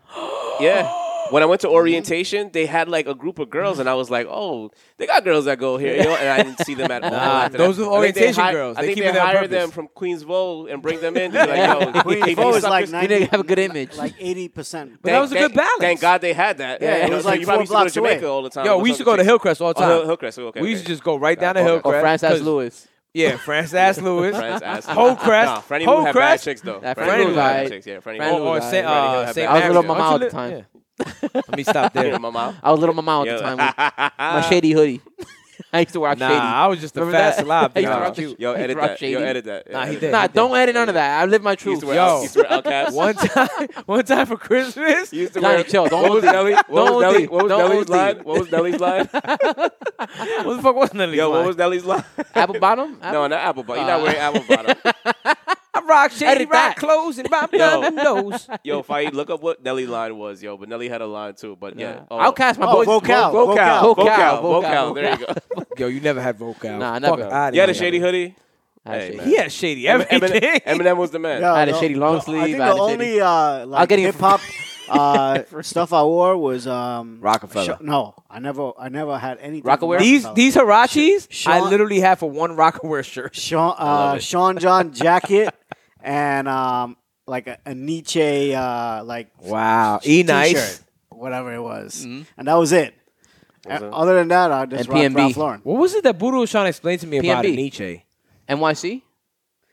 Yeah. When I went to orientation, they had like a group of girls, and I was like, "Oh, they got girls that go here," you know, and I didn't see them at all.
Nah,
after
those
that.
are
I think they
orientation
hi-
girls.
I
They
think
keep
they
it on
hire
purpose.
them from Queensville and bring them in. They're like, yo,
Queens
take
Bowl
these
is like
suckers-
You didn't have a good image.
Like eighty percent.
But that was a good balance.
Thank God they had that.
Yeah, it
you know,
was
so
like
you probably
four
used to go to
blocks
Jamaica
away.
all the time.
yo,
or
we used to
something.
go to Hillcrest all the
Oh,
time.
Hill- Hillcrest. Okay,
we used to just go right down to
okay.
Hillcrest.
or Francis
'cause-
Lewis.
Yeah, Francis Lewis.
France ass.
Hillcrest.
Nah, Franny Lou had bad
Hillcrest.
chicks though.
That
Franny
Franny
Lou
Lou
had bad
died.
chicks. Yeah, Franny
Franny
Lou.
Or, or
Lou
Franny
Saint, uh,
had
Saint
bad
I was little
chicks.
mama all the time.
Let me stop
Yeah,
there.
my mom.
I was little mama all the
Yo.
time. With my shady hoodie. I used to rock
Nah,
shady.
I was just a
Remember
fast
that?
slob.
I used to
dog.
rock the-
Yo,
I used to
edit
rock
that. Yo,
shady.
edit that. Yeah,
Nah, he
edit
did.
that.
Nah, don't edit none of that. I live my
He used
truth.
to wear
Yo.
Al- he used to wear Outcasts.
One time, one time for Christmas,
He used to
Johnny,
wear-
chill. Don't
What was
OD.
Nelly? What
Don't
was Nelly?
OD.
What was
Don't
Nelly's
OD.
line? What was Nelly's line?
what the fuck was Nelly?
Yo, what was Nelly's line?
Apple bottom?
No, not apple bottom.
Uh.
You're not wearing apple bottom.
I rock shady,
Edit
rock
that.
clothes, and rock
Yo.
none those.
Yo, Faye, look up what Nelly line was, yo. But Nelly had a line too. But yeah, Oh.
I'll cast my
Oh,
boys.
vocal,
Vocal,
vocal.
vocal,
Vocal, vocal,
vocal. There you go.
Yo, you never had vocal.
Nah, I
Fuck
never.
outta
You had a
here.
shady hoodie.
I had
Hey,
shady.
man.
He had shady everything.
Eminem, Eminem was the man.
Yeah,
I had a
no,
shady long
no,
sleeve,
I think
I
the
had a shady-
only uh, like
get it
hip hop uh, stuff I wore was um,
Rockefeller.
Sh- no, I never, I never had anything.
Rockaware?
from
These
Rockefeller.
these Hirachis, I
Sean-
literally had for one Rockaware shirt.
Sean uh, Sean John jacket and um, like a, a Nietzsche uh, like
Wow, E
t-shirt,
nice.
whatever it was, and that was it. And Other than that, I just
And
rocked
PNB.
Ralph Lauren.
What was it that Buru Sean explained to me about
PNB.
Nietzsche?
NYC?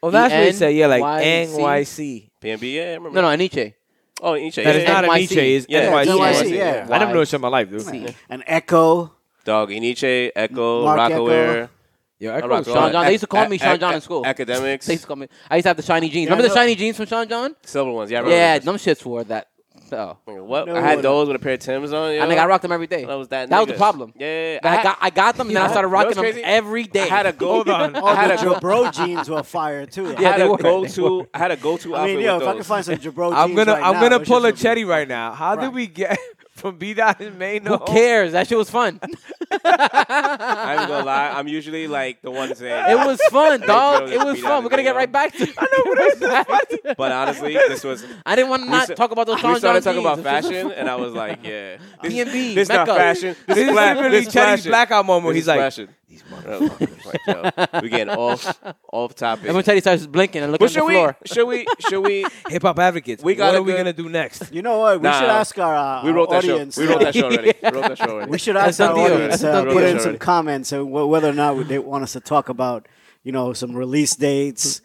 Oh, that's what he said. Yeah, like
ENYC.
NYC.
PNB, yeah, I remember.
No, no, Aniche.
Oh, Nietzsche.
That
yeah,
is not a
NYC.
Nietzsche. It's
Yeah,
NYC.
NYC, yeah.
I never knew this shit in my life,
See.
dude.
An Echo.
Dog, Iniche, Echo,
Mark
Rockaware.
Yo,
I
Echo
rock
was
with all that.
Sean John. They used to call
Ac-
me Sean
ac-
John in school.
Academics,
They used to call me. I used to have the shiny jeans.
Yeah,
Remember the
I know.
shiny jeans from Sean John?
silver ones. Yeah, I remember
Yeah,
those.
dumb shits wore that. No.
Like, What?
No
I had
one-
those with a pair of Tims on. You
I think
know?
I rocked them every day.
That was that.
That was the
nigga.
problem.
Yeah, yeah, yeah.
I, got I got them, and then I started
You know
rocking
what's
them
crazy?
every day.
I had a go.
Hold on.
I had
the
a go.
Jabro jeans were fire too.
I had
they
a
were.
go to. I had a go to
I
outfit
mean, yo,
with
if
those.
I could find some Jabro
I'm
jeans
gonna
right
I'm
now,
gonna
it's
pull a
just-
Chetty right now. How did
Right.
we get from B dot and Maine?
Who cares? That shit was fun.
I'm gonna lie. I'm usually like the one saying
It was fun, dog.
girls
It
that
was
beat
fun.
out
We're
the
gonna get
nigga.
right back to. I
But honestly, this was.
didn't want to
We
not
sta-
talk about those
We
Sean
started
John
talking about
jeans.
fashion, and I was like, yeah, this,
B&B,
this not
Mecca.
fashion. This,
This
is
is
black.
literally
This is fashion.
Chetty's blackout moment.
This
He's
is
like,
fashies. These motherfuckers. Like, yo, we getting off off topic.
And when Teddy starts blinking and looking
But
at the
should we,
floor,
should we? Should we?
hip hop advocates.
We
We
got
got what
a
are we
good-
gonna do next?
You know what? We
Nah,
should ask our uh,
We wrote
our
that show.
audience.
We wrote that show already. We wrote that show already.
We should ask
That's
our
a deal.
audience
That's
to
a
put in
deal.
some comments and wh- whether or not they want us to talk about, you know, some release dates,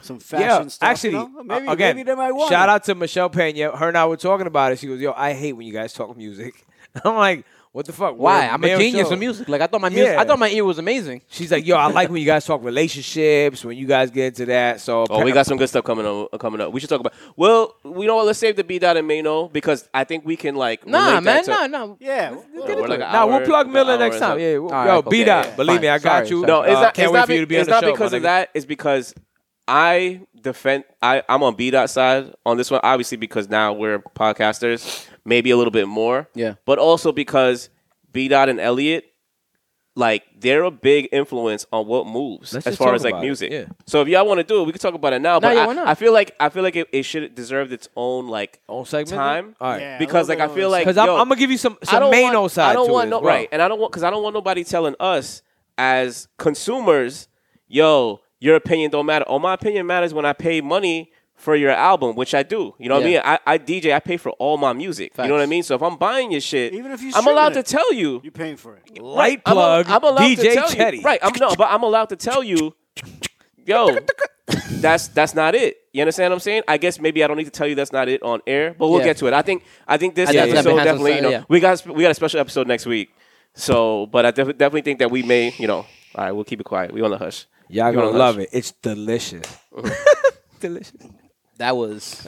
some fashion
Yeah,
stuff.
actually,
you know? maybe,
uh, again,
maybe they might want.
shout
it.
out to Michelle Pena. Her and I were talking about it. She goes, "Yo, I hate when you guys talk music." I'm like, "What the fuck?
why?
We're
I'm a
male
genius
show.
in music. Like I thought my music,
Yeah.
I thought my ear was amazing.
She's like, "Yo, I like when you guys talk relationships. When you guys get into that." So,
Oh, we got some good stuff coming up. uh, Coming up, we should talk about. Well, we know what? Let's save the B dot and Mano because I think we can like.
Nah,
relate that
man,
to-
nah, nah.
Yeah,
We're like an
Now
hour-
we'll plug
an
Miller
hour
next
or
time.
something.
Yeah,
All
yo,
right,
B
okay,
dot.
yeah,
Believe
fine.
me, I got
Sorry,
you.
sorry.
No, it's
Uh,
not.
Can't
It's
wait
not,
for
be-
you to be on
it's
the
not
show. my
because of
nigga.
that. It's because I defend. I I'm on B dot side on this one, obviously because now we're podcasters, maybe a little bit more.
Yeah.
But also because B dot and Elliot, like they're a big influence on what moves
Let's
as
just
far
talk
as like
about it,
music.
yeah.
So if y'all want to do it, we can talk about it now. But
yeah,
I,
why not?
I feel like I feel like it, it should deserve its own like
Own segment?
time.
All right.
Yeah, a
because
little
like
bit
I
of
feel
a-
like
Because I'm,
yo,
I'm gonna give you some
I
some
don't
Mano
want,
side.
I don't
to
want
it
no
as well.
right, and I don't want because I don't want nobody telling us as consumers, yo, your opinion don't matter. Oh, my opinion matters when I pay money for your album, which I do. You know what
Yeah.
I mean? I, I DJ, I pay for all my music. You know what I
Facts.
mean? So if I'm buying your shit,
Even if you
I'm allowed to
streaming it.
tell you.
you're paying for it.
Light
I'm al-
plug.
I'm allowed
DJ
to tell
Chetty.
You, right. I'm no, but I'm allowed to tell you, yo, that's that's not it. You understand what I'm saying? I guess maybe I don't need to tell you that's not it on air, but we'll
Yeah.
get to it. I think I think this
I think that's
episode
gonna be
definitely,
handsome,
you know,
so, yeah.
we got sp- we got a special episode next week. So, but I def- definitely think that we may, you know, all right, we'll keep it quiet. We on the hush.
Y'all
We on
gonna
the
love
hush.
it. It's delicious. delicious.
That was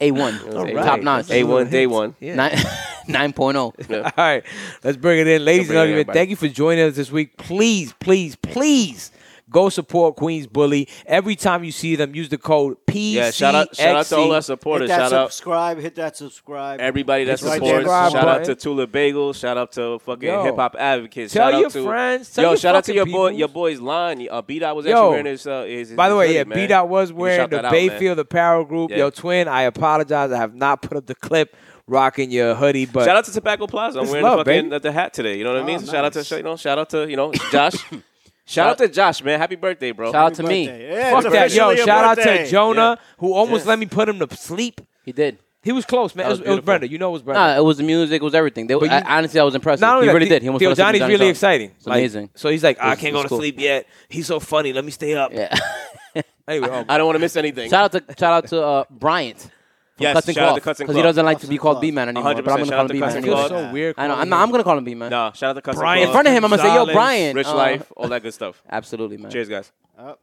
a one,
right.
top notch,
A one, day one.
Yeah.
nine nine point oh.
All right, let's bring it in,
Bring it in,
ladies and gentlemen.
everybody.
Thank you for joining us this week. Please, please, please go support Queens Bully. Every time you see them, use the code PCXC.
Yeah, shout out, shout out to all our supporters.
Hit that
Shout out
subscribe. Hit that subscribe.
everybody that
Hit that
supports.
subscribe
Shout out to
button.
Tula Bagel. Shout out to
Yo.
fucking hip hop advocates.
Tell
shout
your
out to,
friends. Tell
Yo,
your
shout out to
fucking
your boy,
peoples.
your boy's line. Uh, B Dot was
Yo.
actually wearing his. Uh, his, his
By the way,
hoodie,
yeah,
man.
B Dot was
You can
wearing
shout
the
that out, man.
Bayfield Apparel Group.
Yeah.
Yo, twin, I apologize. I have not put up the clip rocking your hoodie, but
Shout out to Tobacco Plaza. I'm
It's
wearing
love,
the fucking
baby.
the, the hat today. You know what I mean?
Oh,
So Shout out
nice.
to you know, shout out to you know Josh. shout out to Josh, man. Happy birthday, bro.
Shout out to me.
Birthday. Yeah,
fuck
it's
that, yo!
officially a
Shout out to
birthday.
Jonah, who almost let me put him to sleep.
He did.
He was close, man.
That
It
was
was, it was
beautiful.
Brenda. You know it was Brenda.
Nah, it was the music, it was everything. They,
But you-
I, honestly, I was impressed.
Not only
he
that,
really
Theo-
did. He almost
Theo
fell
Johnny's
asleep with
really
Johnny Song.
exciting.
It's
Like,
amazing.
So he's like, I
It's-
can't
it's
go to
cool.
sleep yet. He's so funny. Let me stay up.
Yeah.
Anyway, um,
I don't want to miss anything.
shout out to shout out to uh, Bryant. From
Yes,
Cuts and
shout out to Cuts and
because he
Cloth.
doesn't like to be
Cuts
called
and
B man anymore.
100%
But I'm gonna
shout
call
out
him
to
B
Cuts
man.
and
it feels
Cloth.
anymore.
so weird.
I know.
calling
I'm, not, I'm
you.
gonna call him B man.
No, shout out to Cuts and
Brian-
Cloth.
In front of him, I'm gonna say, "Yo,
Gonzalez,
Brian,
Rich
uh,
Life, all that good stuff.
Absolutely, man.
Cheers, guys.
Up.